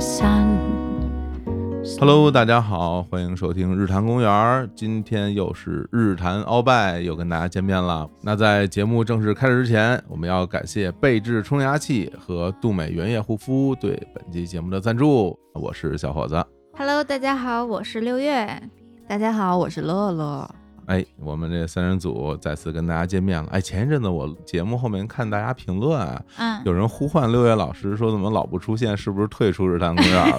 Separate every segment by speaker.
Speaker 1: 散。
Speaker 2: Hello，大家好，欢迎收听日坛公园。今天又是日坛鳌拜，又跟大家见面了。那在节目正式开始之前，我们要感谢贝致冲牙器和杜美原液护肤对本期节目的赞助。我是小伙子。
Speaker 3: Hello，大家好，我是六月。
Speaker 1: 大家好，我是乐乐。
Speaker 2: 哎，我们这三人组再次跟大家见面了。哎，前一阵子我节目后面看大家评论啊，
Speaker 3: 嗯，
Speaker 2: 有人呼唤六月老师说怎么老不出现，是不是退出日坛公园了？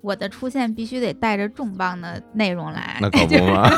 Speaker 3: 我的出现必须得带着重磅的内容来。
Speaker 2: 那可不嘛。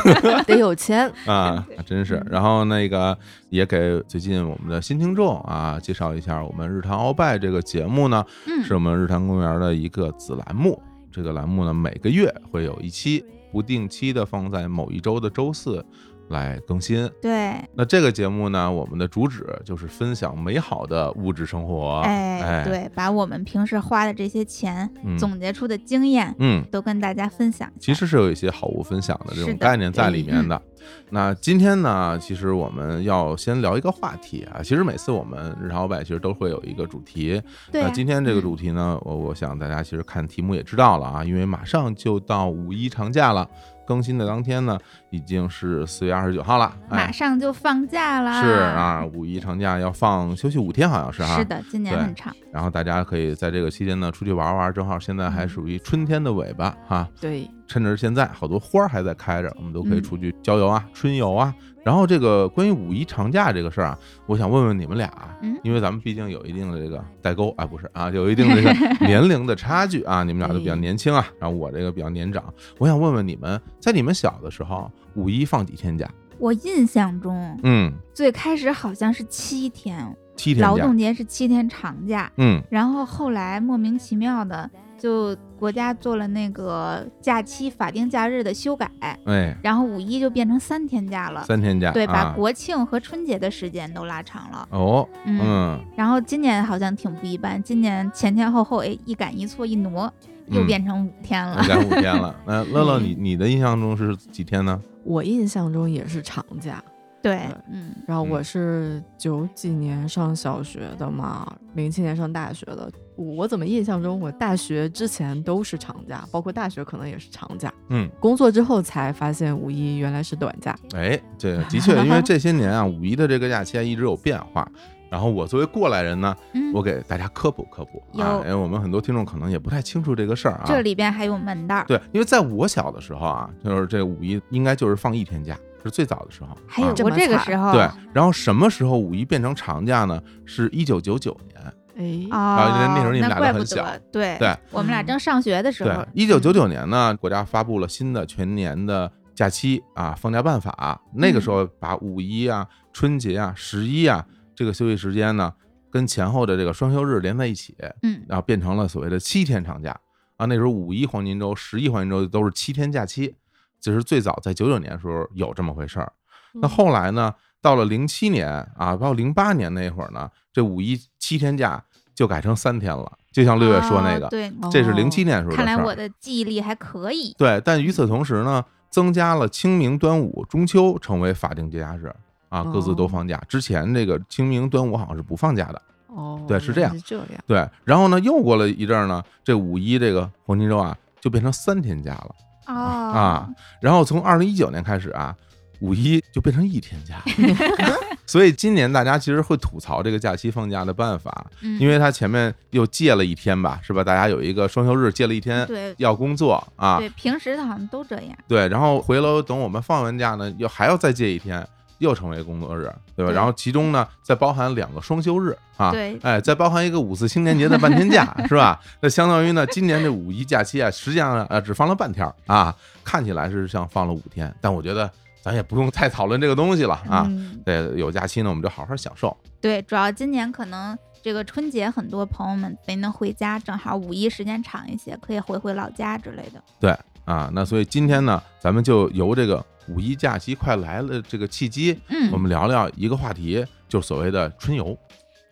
Speaker 1: 得有钱，
Speaker 2: 啊，真
Speaker 3: 嗯
Speaker 2: 是。然后那个也给最近我们的新听众啊介绍一下，我们日坛鳌拜这个节目呢，
Speaker 3: 嗯
Speaker 2: 是我们日坛公园的一个子栏目。这个栏目呢，每个月会有一期，不定期的放在某一周的周四来更新。
Speaker 3: 对，
Speaker 2: 那这个节目呢，我们的主旨就是分享美好的物质生活。
Speaker 3: 哎，
Speaker 2: 哎，，
Speaker 3: 对，把我们平时花的这些钱、
Speaker 2: 嗯
Speaker 3: 总结出的经验，
Speaker 2: 嗯。
Speaker 3: 都跟大家分享一下。
Speaker 2: 其实是有一些好物分享的这
Speaker 3: 是
Speaker 2: 种
Speaker 3: 的
Speaker 2: 概念在里面
Speaker 3: 嗯
Speaker 2: 的。那今天呢，其实我们要先聊一个话题啊。其实每次我们日常百其实都会有一个主题。
Speaker 3: 对啊、
Speaker 2: 那今天这个
Speaker 3: 嗯
Speaker 2: 主题呢，我我想大家其实看题目也知道了啊，因为马上就到五一长假了，更新的当天呢已经是四月二十九号了。
Speaker 3: 马
Speaker 2: 哎，
Speaker 3: 上就放假啦。
Speaker 2: 是啊，，五一长假要放休息五天，好像是哈。
Speaker 3: 是。的，今年
Speaker 2: 对
Speaker 3: 很长。
Speaker 2: 然后大家可以在这个期间呢出去玩玩，正好现在
Speaker 3: 嗯
Speaker 2: 还属于春天的尾巴哈。
Speaker 1: 对，
Speaker 2: 趁着现在好多花儿还在开着，我们都可以
Speaker 3: 嗯
Speaker 2: 出去郊游啊、春游啊。然后这个关于五一长假这个事儿啊，我想问问你们俩啊，
Speaker 3: 嗯
Speaker 2: 因为咱们毕竟有一定的这个代沟啊，不是啊，有一定的这 个年龄的差距啊，你们俩都比
Speaker 3: 哎
Speaker 2: 较
Speaker 1: 嗯
Speaker 2: 年轻啊，然后我这个比较年长。我想问问你们，在你们小的时候，五一放几天假？
Speaker 3: 我印象中，
Speaker 2: 嗯，
Speaker 3: 最开始好像是七天，
Speaker 2: 七天
Speaker 3: 劳
Speaker 2: 假。
Speaker 3: 动节是七天长假，
Speaker 2: 嗯，
Speaker 3: 然后后来莫名其妙的就国家做了那个假期法定假日的修改，
Speaker 2: 哎，
Speaker 3: 然后五一就变成三天假了，
Speaker 2: 三天假。
Speaker 3: 对，把
Speaker 2: 啊、
Speaker 3: 国庆和春节的时间都拉长了。
Speaker 2: 哦，
Speaker 3: 嗯，
Speaker 2: 嗯，
Speaker 3: 然后今年好像挺不一般，今年前前后后哎一赶一错一挪，又
Speaker 2: 嗯
Speaker 3: 变成五天了
Speaker 2: 我。改五天了。那乐乐，
Speaker 3: 嗯
Speaker 2: 你你的印象中是几天呢？
Speaker 1: 我印象中也是长假。
Speaker 3: 对，嗯，
Speaker 1: 然后我
Speaker 2: 嗯
Speaker 1: 是九几年上小学的嘛，零七年上大学的。我怎么印象中我大学之前都是长假，包括大学可能也是长假。
Speaker 2: 嗯，
Speaker 1: 工作之后才发现五一原来是短假。
Speaker 2: 哎，这的确，因为这些年啊，五一的这个假期啊一直有变 化。然后我作为过来人呢，
Speaker 3: 嗯
Speaker 2: 我给大家科普科普啊，
Speaker 3: 有
Speaker 2: 因为我们很多听众可能也不太清楚这个事儿啊。
Speaker 3: 这里边还有门道儿，
Speaker 2: 对，因为在我小的时候啊，就是这五一应该就是放一天假，是最早的时候。
Speaker 3: 还有
Speaker 2: 啊
Speaker 1: 这
Speaker 3: 过
Speaker 1: 么
Speaker 3: 这个
Speaker 1: 惨
Speaker 3: 时候，
Speaker 2: 对，然后什么时候五一变成长假呢？是一九九九年。
Speaker 1: 哎，
Speaker 3: 哦，
Speaker 2: 啊那时候你们俩
Speaker 3: 怪
Speaker 2: 都
Speaker 3: 不
Speaker 2: 很小
Speaker 3: 得，对
Speaker 2: 对
Speaker 3: 我们俩正嗯上学的时
Speaker 2: 对
Speaker 3: 候，，
Speaker 2: 一九九九年呢，国家发布了新的全年的假期啊放假办法，那个时候把五一啊、春节啊、十一啊这个休息时间呢，跟前后的这个双休日连在一起，
Speaker 3: 嗯，
Speaker 2: 然后变成了所谓的七天长假啊。那时候五一黄金周、十一黄金周都是七天假期，这是最早在九九年的时候有这么回事儿。
Speaker 1: 嗯
Speaker 3: 嗯
Speaker 2: 那后来呢，到了零七年啊，包括零八年那会儿呢，这五一七天假就改成三天了，就像六月说那
Speaker 3: 哦
Speaker 2: 个。
Speaker 3: 对，哦
Speaker 2: 这是零七年时候的事
Speaker 3: 看
Speaker 2: 儿。
Speaker 3: 来我的记忆力还可以，
Speaker 2: 对，但与此同时呢，增加了清明、端午、中秋成为法定节假日啊，各自都
Speaker 1: 哦
Speaker 2: 放假。之前这个清明、端午好像是不放假的。
Speaker 1: 哦，
Speaker 2: 对是这
Speaker 1: 原来
Speaker 2: 样
Speaker 1: 是这样。
Speaker 2: 对，然后呢，又过了一阵儿呢，这五一这个黄金周啊，就变成三天假了。
Speaker 3: 哦
Speaker 2: 啊，然后从二零一九年开始啊，五一就变成一天假了。 所以今年大家其实会吐槽这个假期放假的办法，
Speaker 3: 嗯
Speaker 2: 因为它前面又借了一天吧，是吧？大家有一个双休日，借了一天
Speaker 3: 对
Speaker 2: 要工作啊，
Speaker 3: 对，平时好像都这样，
Speaker 2: 对，然后回楼等我们放完假呢，又还要再借一天，又成为工作日，对吧？
Speaker 3: 对
Speaker 2: 然后其中呢，再包含两个双休日啊，
Speaker 3: 对
Speaker 2: 哎，再包含一个五四青年节的半天假，是吧？那相当于呢，今年这五一假期啊，实际上呃只放了半天儿啊，看起来是像放了五天，但我觉得咱也不用太讨论这个东西了啊。
Speaker 3: 嗯，
Speaker 2: 对，有假期呢，我们就好好享受。
Speaker 3: 对，主要今年可能这个春节很多朋友们没能回家，正好五一时间长一些，可以回回老家之类的。
Speaker 2: 对啊，那所以今天呢，咱们就由这个五一假期快来了这个契 机，
Speaker 3: 嗯，
Speaker 2: 我们聊聊一个话题，就是所谓的春游。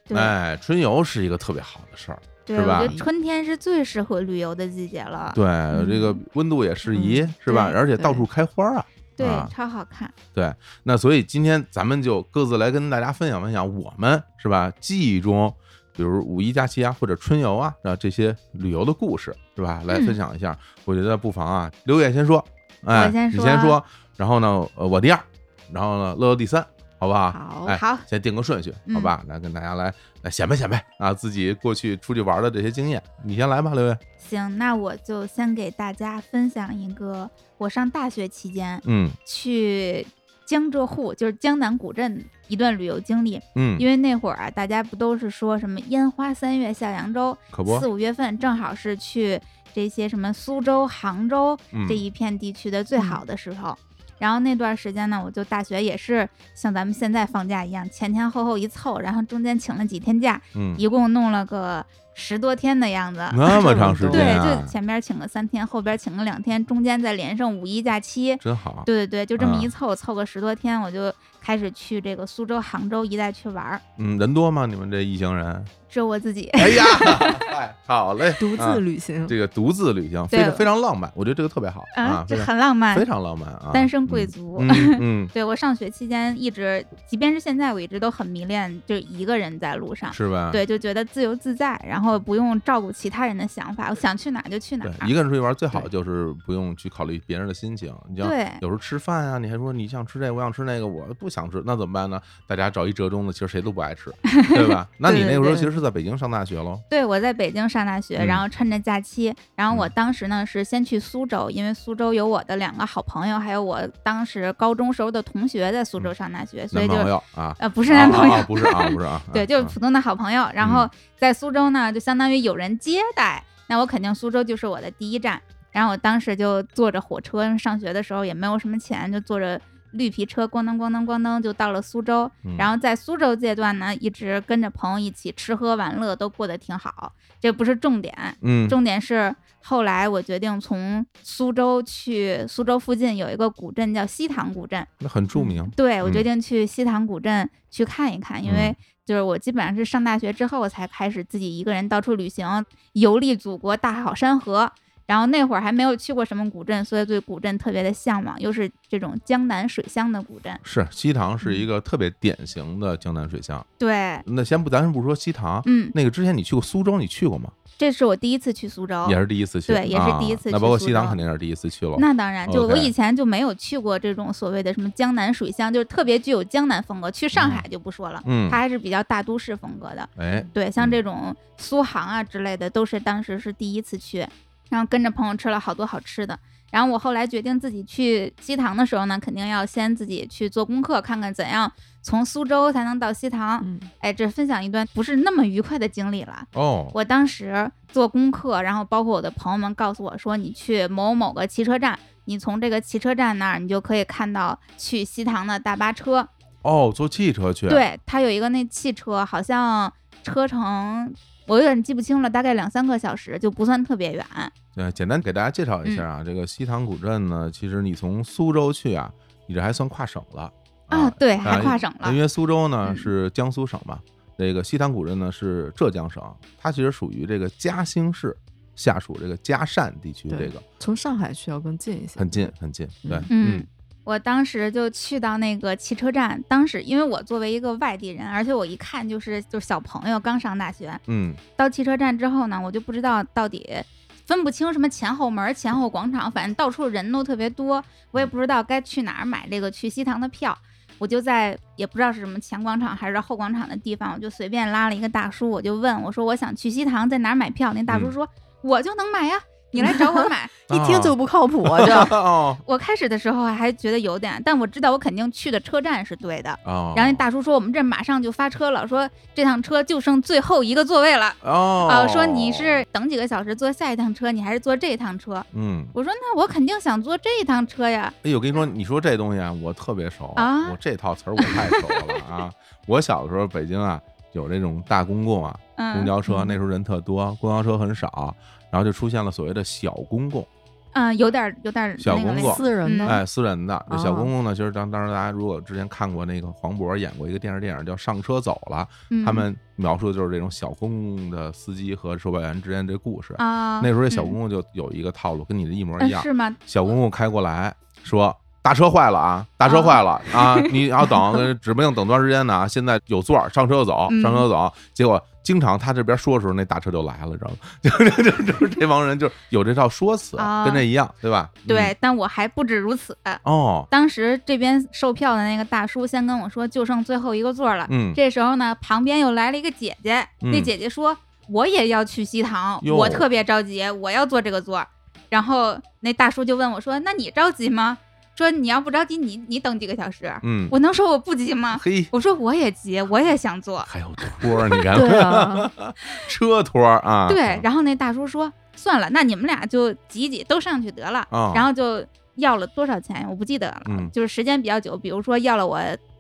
Speaker 3: 对、啊
Speaker 2: 哎，春游是一个特别好的事儿，
Speaker 3: 对，
Speaker 2: 是
Speaker 3: 我
Speaker 2: 吧
Speaker 3: 觉得春天是最适合旅游的季节了，
Speaker 2: 对，这个温度也适宜，是吧？
Speaker 3: 嗯对
Speaker 2: 而且到处开花啊。
Speaker 3: 对，
Speaker 2: 啊
Speaker 3: 超好看，
Speaker 2: 那所以今天咱们就各自来跟大家分享分享我们是吧记忆中比如五一假期啊，或者春游啊，啊这些旅游的故事，是吧？来
Speaker 3: 嗯
Speaker 2: 分享一下，我觉得不妨啊，刘野先说，哎，
Speaker 3: 我先
Speaker 2: 你
Speaker 3: 说啊
Speaker 2: 先说，然后呢，呃，我第二，然后呢，乐乐第三，好不好？
Speaker 1: 好
Speaker 2: 哎，
Speaker 3: 好，嗯
Speaker 2: 先定个顺序，好吧？来跟大家来来显摆显摆啊，自己过去出去玩的这些经验，你先来吧，刘野。
Speaker 3: 行，那我就先给大家分享一个我上大学期间
Speaker 2: 嗯
Speaker 3: 去江浙沪，就是江南古镇一段旅游经历。
Speaker 2: 嗯，
Speaker 3: 因为那会儿啊，大家不都是说什么烟花三月下扬州，
Speaker 2: 可不
Speaker 3: 四，五月份正好是去这些什么苏州、杭州
Speaker 2: 嗯
Speaker 3: 这一片地区的最好的时候。然后那段时间呢，我就大学也是像咱们现在放假一样，前前后后一凑，然后中间请了几天假，
Speaker 2: 嗯，
Speaker 3: 一共弄了个十多天的样子。
Speaker 2: 那么长时
Speaker 3: 对
Speaker 2: 间，啊
Speaker 3: 就，前边请个三天，后边请个两天，中间再连上五一假期。
Speaker 2: 真好，
Speaker 3: 对对对，就这么
Speaker 2: 嗯
Speaker 3: 一凑，凑个十多天，我就开始去这个苏州、杭州一带去玩儿。
Speaker 2: 嗯，人多吗？你们这一行 人？
Speaker 3: 只有我 自己，
Speaker 2: 哎呀，太好嘞，
Speaker 1: 独
Speaker 2: 啊
Speaker 1: 自旅行，
Speaker 2: 这个独自旅行，非
Speaker 3: 对
Speaker 2: 常非常浪漫，我觉得这个特别好啊，
Speaker 3: 这
Speaker 2: 非常
Speaker 3: 很浪漫
Speaker 2: 非，常浪漫啊，
Speaker 3: 单身贵族。
Speaker 2: 嗯，嗯嗯，
Speaker 3: 对我上学期间一直，即便是现在，我一直都很迷恋，就一个人在路上。
Speaker 2: 是吧？
Speaker 3: 对，就觉得自由自在，然后不用照顾其他人的想法，我想去哪儿就去哪
Speaker 2: 对，
Speaker 3: 儿。
Speaker 2: 一个人出去玩最好
Speaker 1: 对
Speaker 2: 就是不用去考虑别人的心情，你像
Speaker 3: 对
Speaker 2: 有时候吃饭啊，你还说你想吃这个，我想吃那个，我不想吃，那怎么办呢？大家找一折中的，其实谁都不爱 吃，对吧？那你那个时候
Speaker 3: 对
Speaker 2: 其实是在北京上大学喽，
Speaker 3: 对，我在北京上大学，
Speaker 2: 嗯
Speaker 3: 然后趁着假期，然后我
Speaker 2: 嗯
Speaker 3: 当时呢是先去苏州，因为苏州有我的两个好朋友，还有我当时高中时候的同学在苏州上大学，所
Speaker 2: 嗯男
Speaker 3: 以就
Speaker 2: 朋友啊，
Speaker 3: 呃不是男朋友，，
Speaker 2: 啊啊不是啊，不是啊
Speaker 3: 对，就是
Speaker 2: 啊嗯
Speaker 3: 普通的好朋友。然后在苏州呢，就相当于有人接待，那我肯定苏州就是我的第一站。然后我当时就坐着火车，上学的时候也没有什么钱，就坐着绿皮车咣当咣当咣当就到了苏州。
Speaker 2: 嗯
Speaker 3: 然后在苏州阶段呢，一直跟着朋友一起吃喝玩乐，都过得挺好。这不是重点，
Speaker 2: 嗯，
Speaker 3: 重点是后来我决定从苏州去苏州附近有一个古镇叫西塘古镇，
Speaker 2: 那很著名，
Speaker 3: 对，我决
Speaker 2: 嗯
Speaker 3: 定去西塘古镇去看一看，因为
Speaker 2: 嗯
Speaker 3: 就是我基本上是上大学之后我才开始自己一个人到处旅行，游历祖国大好山河。然后那会儿还没有去过什么古镇，所以对古镇特别的向往，又是这种江南水乡的古镇。
Speaker 2: 是西塘
Speaker 3: 嗯
Speaker 2: 是一个特别典型的江南水乡。
Speaker 3: 对，
Speaker 2: 那先不，咱先不说西塘。
Speaker 3: 嗯，
Speaker 2: 那个之前你去过苏州，你去过吗？
Speaker 3: 这是我第一次去苏州
Speaker 2: 也。是第一次去，
Speaker 3: 哦对也是第一次
Speaker 2: 啊。
Speaker 3: 去
Speaker 2: 那包括
Speaker 3: 苏
Speaker 2: 西塘
Speaker 3: 州
Speaker 2: 肯定也是第一次去了。
Speaker 3: 那当然，就我
Speaker 2: OK
Speaker 3: 以前就没有去过这种所谓的什么江南水乡，就是特别具有江南风格。去上海就不说了，
Speaker 2: 嗯
Speaker 3: 它，还是比较大都市风格的。
Speaker 2: 哎，
Speaker 3: 对，像这种苏杭啊之类的，都是当时是第一次去，然后跟着朋友吃了好多好吃的。然后我后来决定自己去西塘的时候呢，肯定要先自己去做功课，看看怎样从苏州才能到西塘。
Speaker 1: 嗯，
Speaker 3: 哎，这分享一段不是那么愉快的经历了。
Speaker 2: 哦，
Speaker 3: 我当时做功课，然后包括我的朋友们告诉我说，你去某某个汽车站，你从这个汽车站那儿，你就可以看到去西塘的大巴车。
Speaker 2: 哦，坐汽车去，，
Speaker 3: 对，它有一个那汽车，好像车程我有点记不清了，大概两三个小时，就不算特别远。
Speaker 2: 对，呃简单给大家介绍一下
Speaker 3: 嗯
Speaker 2: 啊，这个西塘古镇呢，其实你从苏州去啊，你这还算跨省了
Speaker 3: 啊，对，还
Speaker 2: 啊
Speaker 3: 跨省了
Speaker 2: 因。为苏州呢
Speaker 3: 嗯
Speaker 2: 是江苏省嘛，这个西塘古镇呢是浙江省，它其实属于这个嘉兴市下属这个嘉善地区，这
Speaker 1: 对
Speaker 2: 个
Speaker 1: 从上海去要更近一些，
Speaker 2: 很近很近，对，
Speaker 3: 嗯，，我当时就去到那个汽车站，当时因为我作为一个外地人，而且我一看就是就是小朋友刚上大学，
Speaker 2: 嗯
Speaker 3: 到汽车站之后呢，我就不知道到底分不清什么前后门、前后广场，反正到处人都特别多，我也不知道该去哪儿买这个去西塘的票。我就在也不知道是什么前广场还是后广场的地方，我就随便拉了一个大叔，我就问我说我想去西塘，在哪儿买票？那大叔
Speaker 2: 嗯
Speaker 3: 说、我就能买呀，你来找我 买。
Speaker 1: 一听就不靠谱啊，这
Speaker 3: 嗯
Speaker 2: 哦
Speaker 3: 我开始的时候还觉得有点，但我知道我肯定去的车站是对的。
Speaker 2: 哦，
Speaker 3: 然后那大叔说我们这马上就发车了，说这趟车就剩最后一个座位了。
Speaker 2: 哦
Speaker 3: 啊，说你是等几个小时坐下一趟车，你还是坐这趟车？
Speaker 2: 嗯，
Speaker 3: 我说那我肯定想坐这趟车呀。
Speaker 2: 哎，我跟你说，你说这东西啊，我特别熟
Speaker 3: 啊
Speaker 2: 我这套词儿我太熟了啊！ 我小的时候北京啊，有这种大公共啊，公
Speaker 3: 嗯
Speaker 2: 交车
Speaker 1: 嗯
Speaker 2: 那时候人特多，公交车很少，然后就出现了所谓的小公共，
Speaker 3: 嗯，有点儿有点儿
Speaker 2: 小
Speaker 3: 那个
Speaker 2: 公
Speaker 3: 类
Speaker 2: 共
Speaker 3: 似
Speaker 1: 私人的，
Speaker 2: 哎，私人的这小
Speaker 1: 哦
Speaker 2: 公共呢，就是当当时大家如果之前看过那个黄渤演过一个电视电影叫《上车走了》，
Speaker 3: 嗯
Speaker 2: 他们描述的就是这种小公共的司机和售票员之间这故事。
Speaker 3: 啊，
Speaker 2: 那时候这小
Speaker 3: 嗯
Speaker 2: 公共就有一个套路，跟你这一模
Speaker 3: 呃
Speaker 2: 一样，
Speaker 3: 是吗？
Speaker 2: 小公公开过来说：“大车坏了啊，大车坏了 啊，你要等，指不定等多长时间呢啊。现在有座儿，上车就走，
Speaker 3: 嗯
Speaker 2: 上车就走。”结果经常他这边说的时候，那大车就来了，知道吗？ 就就就这帮人就是有这套说辞，
Speaker 3: 啊
Speaker 2: 跟这一样，对吧？嗯
Speaker 3: 对，但我还不止如此。
Speaker 2: 哦，
Speaker 3: 当时这边售票的那个大叔先跟我说，就剩最后一个座了。
Speaker 2: 嗯
Speaker 3: 这时候呢，旁边又来了一个姐姐，
Speaker 2: 嗯
Speaker 3: 那姐姐说：“我也要去西塘，
Speaker 2: 哟
Speaker 3: 我特别着急，我要坐这个座。”然后那大叔就问我说：“那你着急吗？说你要不着急，你你等几个小时？
Speaker 2: 嗯，
Speaker 3: 我啊能说我不急吗？”
Speaker 2: 嘿，
Speaker 3: 我说我也急，我也想坐。
Speaker 2: 还有托儿，你看
Speaker 1: 对啊，
Speaker 2: 车托儿啊，
Speaker 3: 对，然后那大叔说：“算了，那你们俩就挤一挤，都上去得了。
Speaker 2: 啊
Speaker 3: 然后就要了多少钱，我不记得了，
Speaker 2: 嗯
Speaker 3: 就是时间比较久，比如说要了我，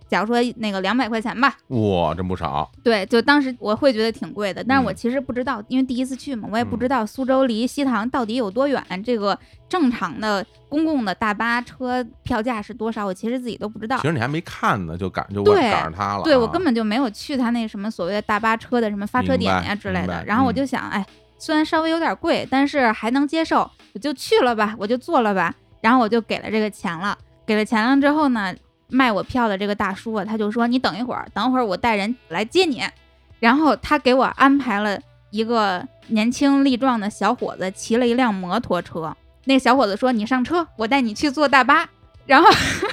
Speaker 3: 假如说那个两百块钱吧。
Speaker 2: 哇，真不少，
Speaker 3: 对，就当时我会觉得挺贵的，但
Speaker 2: 嗯
Speaker 3: 是我其实不知道，因为第一次去嘛，我也不
Speaker 2: 嗯
Speaker 3: 知道苏州离西塘到底有多远，这个正常的公共的大巴车票价是多少，我其实自己都不知道
Speaker 2: 其。实你还没看呢，就赶就
Speaker 3: 对
Speaker 2: 赶上他了啊，
Speaker 3: 对我根本就没有去他那什么所谓的大巴车的什么发车点呀、之类
Speaker 2: 明白
Speaker 3: 的。然后我
Speaker 2: 嗯
Speaker 3: 就想，哎，虽然稍微有点贵，但是还能接受，我就去了吧，我就做了吧。然后我就给了这个钱了，给了钱了之后呢，卖我票的这个大叔啊，他就说你等一会儿，等会儿我带人来接你。然后他给我安排了一个年轻力壮的小伙子骑了一辆摩托车。那个小伙子说：“你上车，我带你去坐大巴。”然后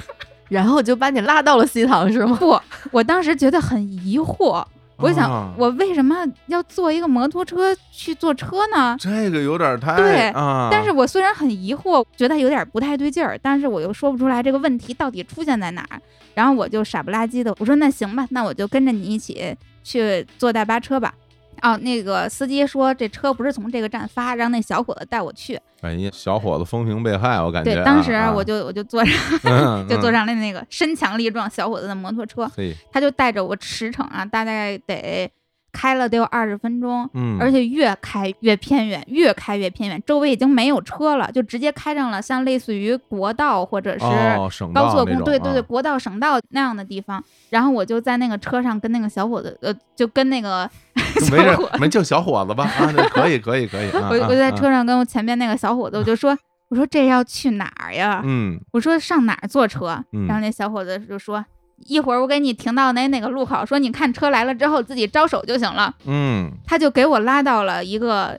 Speaker 1: 然后就把你拉到了西塘是吗？
Speaker 3: 不，我当时觉得很疑惑，我想、
Speaker 2: 啊
Speaker 3: 我为什么要坐一个摩托车去坐车呢？
Speaker 2: 这个有点太
Speaker 3: 对
Speaker 2: 啊，
Speaker 3: 但是我虽然很疑惑，觉得有点不太对劲儿，但是我又说不出来这个问题到底出现在哪儿。然后我就傻不拉几的，我说那行吧，那我就跟着你一起去坐大巴车吧。哦，那个司机说这车不是从这个站发，让那小伙子带我去。
Speaker 2: 哎呀，小伙子风评被害，我感觉
Speaker 3: 对，
Speaker 2: 啊。
Speaker 3: 当时我 就我就坐上
Speaker 2: 啊
Speaker 3: 就坐
Speaker 2: 嗯
Speaker 3: 上了那个身强力壮小伙子的摩托车
Speaker 2: 嗯，嘿，
Speaker 3: 他就带着我驰骋啊，大概得开了得有二十分钟，
Speaker 2: 嗯，
Speaker 3: 而且越开越偏远，越开越偏远，周围已经没有车了，就直接开上了像类似于国道或者是
Speaker 2: 哦，省
Speaker 3: 高
Speaker 2: 道
Speaker 3: 速
Speaker 2: 那
Speaker 3: 公
Speaker 2: 种
Speaker 3: 路，对对对，
Speaker 2: 啊，
Speaker 3: 国道、省道那样的地方。然后我就在那个车上跟那个小伙子，呃，就跟那个 小
Speaker 2: 没
Speaker 3: 伙
Speaker 2: 事， 没就小伙子吧啊，对可以可以可以，啊
Speaker 3: 我
Speaker 2: 啊
Speaker 3: 我在
Speaker 2: 啊
Speaker 3: 车上跟我前面那个小伙子，我就说，我说这要去哪儿呀？
Speaker 2: 嗯
Speaker 3: 我说上哪儿坐车？
Speaker 2: 嗯
Speaker 3: 然后那小伙子就说。一会儿我给你停到哪哪个路口，说你看车来了之后自己招手就行了。
Speaker 2: 嗯，
Speaker 3: 他就给我拉到了一个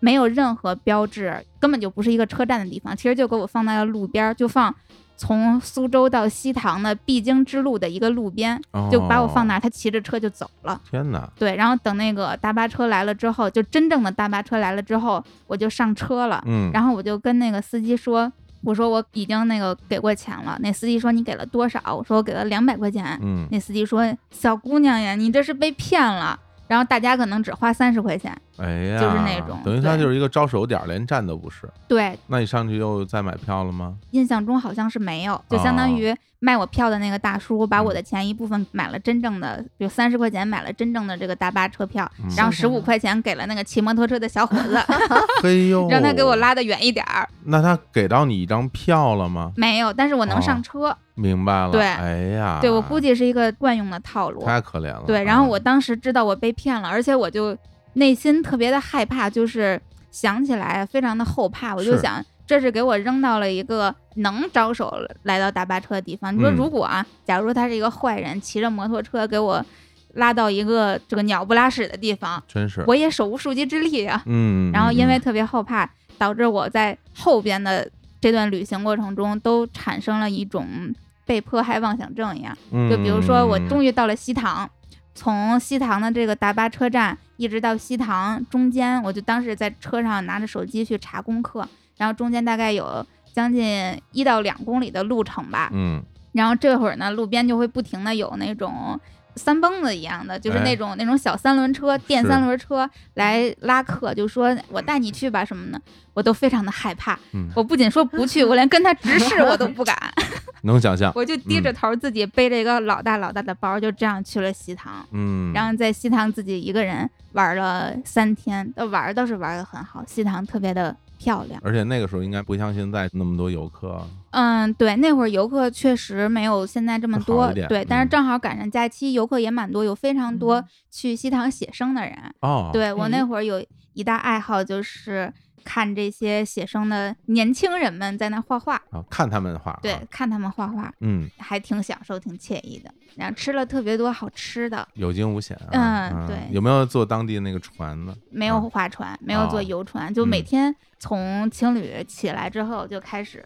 Speaker 3: 没有任何标志，根本就不是一个车站的地方，其实就给我放在了路边儿，就放从苏州到西塘的必经之路的一个路边，就把我放那
Speaker 2: 哦
Speaker 3: 儿，他骑着车就走了。
Speaker 2: 天哪，
Speaker 3: 对，然后等那个大巴车来了之后，就真正的大巴车来了之后，我就上车了，
Speaker 2: 嗯，
Speaker 3: 然后我就跟那个司机说。我说我已经那个给过钱了，那司机说你给了多少？我说我给了两百块钱。
Speaker 2: 嗯
Speaker 3: 那司机说：“小姑娘呀，你这是被骗了。”然后大家可能只花三十块钱，
Speaker 2: 哎呀，
Speaker 3: 就是那种
Speaker 2: 等于他
Speaker 3: 对
Speaker 2: 就是一个招手点儿，连站都不是。
Speaker 3: 对，
Speaker 2: 那你上去又再买票了 吗？
Speaker 3: 印象中好像是没有，就相当于卖我票的那个大叔把我的钱一部分买了真正的，比如三十块钱买了真正的这个大巴车票，
Speaker 2: 嗯
Speaker 3: 然后
Speaker 1: 是
Speaker 3: 十
Speaker 1: 的
Speaker 3: 五块钱给了那个骑摩托车的小伙子，
Speaker 2: 嘿呦，
Speaker 3: 让他给我。拉得远一点儿。
Speaker 2: 那他给到你一张票了吗？
Speaker 3: 没有，但是我能上车。
Speaker 2: 明白了。
Speaker 3: 对
Speaker 2: 哎呀，
Speaker 3: 对我估计是一个惯用的套路。
Speaker 2: 太可怜了。
Speaker 3: 对，然后我
Speaker 2: 啊
Speaker 3: 当时知道我被骗了，而且我就内心特别的害怕，就是想起来非常的后怕，我就是想这是给我扔到了一个能招手来到大巴车的地方。你说
Speaker 2: 嗯
Speaker 3: 如果啊，假如他是一个坏人，骑着摩托车给我拉到一个这个鸟不拉屎的地方，
Speaker 2: 真是，
Speaker 3: 我也手无缚鸡之力呀、
Speaker 2: 嗯，
Speaker 3: 然后因为
Speaker 2: 嗯
Speaker 3: 特别后怕，导致我在后边的这段旅行过程中都产生了一种被迫害妄想症一样。
Speaker 2: 嗯
Speaker 3: 就比如说，我
Speaker 2: 嗯
Speaker 3: 终于到了西塘，从西塘的这个大巴车站一直到西塘中间，我就当时在车上拿着手机去查功课，然后中间大概有将近一到两公里的路程吧。
Speaker 2: 嗯
Speaker 3: 然后这会儿呢，路边就会不停的有那种三蹦子一样的，就是
Speaker 2: 哎
Speaker 3: 那种、那种小三轮车、电
Speaker 2: 是
Speaker 3: 三轮车来拉客，就说我带你去吧什么的，我都非常的害怕。
Speaker 2: 嗯，
Speaker 3: 我不仅说 不去，我连跟他直视我都不敢。
Speaker 2: 能想象，
Speaker 3: 我就低
Speaker 2: 嗯
Speaker 3: 着头自己背着一个老大老大的包，就这样去了西塘。
Speaker 2: 嗯，
Speaker 3: 然后在西塘自己一个人玩了三天，呃，玩儿倒是玩的很好，西塘特别的漂亮。
Speaker 2: 而且那个时候应该不像现在那么多游客，
Speaker 3: 嗯，对，那会儿游客确实没有现在这么
Speaker 2: 好
Speaker 3: 多，
Speaker 2: 一点
Speaker 3: 对，但
Speaker 2: 嗯
Speaker 3: 是正好赶上假期，游客也蛮多，有非常多
Speaker 1: 嗯
Speaker 3: 去西塘写生的人。
Speaker 2: 哦，，
Speaker 3: 对我
Speaker 1: 哎
Speaker 3: 那会儿有一大爱好就是看这些写生的年轻人们在那画画，
Speaker 2: 啊，看他们画，
Speaker 3: 对，，看他们画画
Speaker 2: 嗯，
Speaker 3: 还挺享受，挺惬意的。然后吃了特别多好吃的，
Speaker 2: 有惊无险啊，
Speaker 3: 嗯
Speaker 2: 啊
Speaker 3: 对
Speaker 2: 有没有坐当地那个船呢？
Speaker 3: 没有划船，没有
Speaker 2: 啊
Speaker 3: 坐游船，就
Speaker 2: 嗯
Speaker 3: 每天从青旅起来之后就开始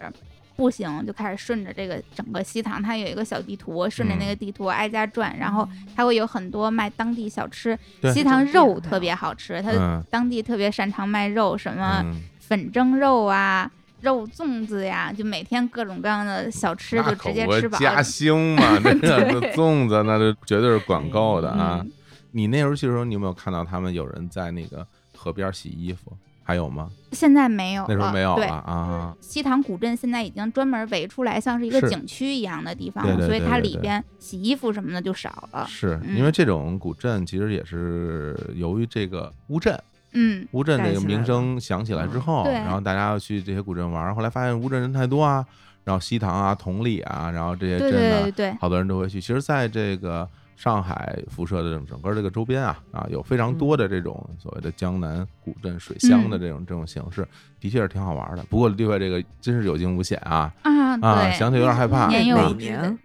Speaker 3: 步行，就开始顺着这个整个西塘，它有一个小地图，顺着那个
Speaker 2: 嗯
Speaker 3: 地图挨家转，然后它会有很多卖当地小吃，
Speaker 2: 对
Speaker 3: 西塘肉特别好吃，它
Speaker 2: 嗯
Speaker 3: 当地特别擅长卖肉，什么
Speaker 2: 嗯，
Speaker 3: 粉蒸肉啊。肉粽子呀，就每天各种各样的小吃就
Speaker 2: 那
Speaker 3: 直接
Speaker 2: 口味
Speaker 3: 吃饱了
Speaker 2: 嘉。兴 嘛，那个
Speaker 3: 对
Speaker 2: 粽子那就绝对是管够的啊
Speaker 3: 嗯！
Speaker 2: 你那时候去的时候，你有没有看到他们有人在那个河边洗衣服？还有吗？
Speaker 3: 现在没有了，
Speaker 2: 那时候没有
Speaker 3: 哦对
Speaker 2: 了，啊。
Speaker 3: 西塘古镇现在已经专门围出来，像是一个
Speaker 2: 是
Speaker 3: 景区一样的地方
Speaker 2: 对
Speaker 3: 了，
Speaker 2: 对
Speaker 3: 所以
Speaker 2: 对
Speaker 3: 它
Speaker 2: 对
Speaker 3: 里
Speaker 2: 对
Speaker 3: 边洗衣服什么的就少了。
Speaker 2: 是
Speaker 3: 嗯
Speaker 2: 因为这种古镇其实也是由于这个乌镇，
Speaker 3: 嗯，
Speaker 2: 乌镇
Speaker 1: 带
Speaker 2: 这个
Speaker 1: 起来
Speaker 2: 名
Speaker 1: 的
Speaker 2: 声响起来之后，
Speaker 3: 对
Speaker 2: 然后大家要去这些古镇玩儿，后来发现乌镇人太多啊，然后西塘啊、同里啊，然后这些
Speaker 3: 对
Speaker 2: 镇
Speaker 3: 对
Speaker 2: 啊，
Speaker 3: 对对，
Speaker 2: 好多人都会去。其实，在这个上海辐射的这种整个这个周边啊啊，有非常
Speaker 3: 嗯
Speaker 2: 多的这种所谓的江南古镇水乡的这种这种形式，的确是挺好玩的。不过，另外这个真是有惊无险啊！
Speaker 3: 啊
Speaker 2: 啊，
Speaker 3: 对，
Speaker 2: 想 起有点害怕。
Speaker 3: 年幼
Speaker 1: 哎哪
Speaker 2: 啊
Speaker 3: 稚
Speaker 1: 年？哦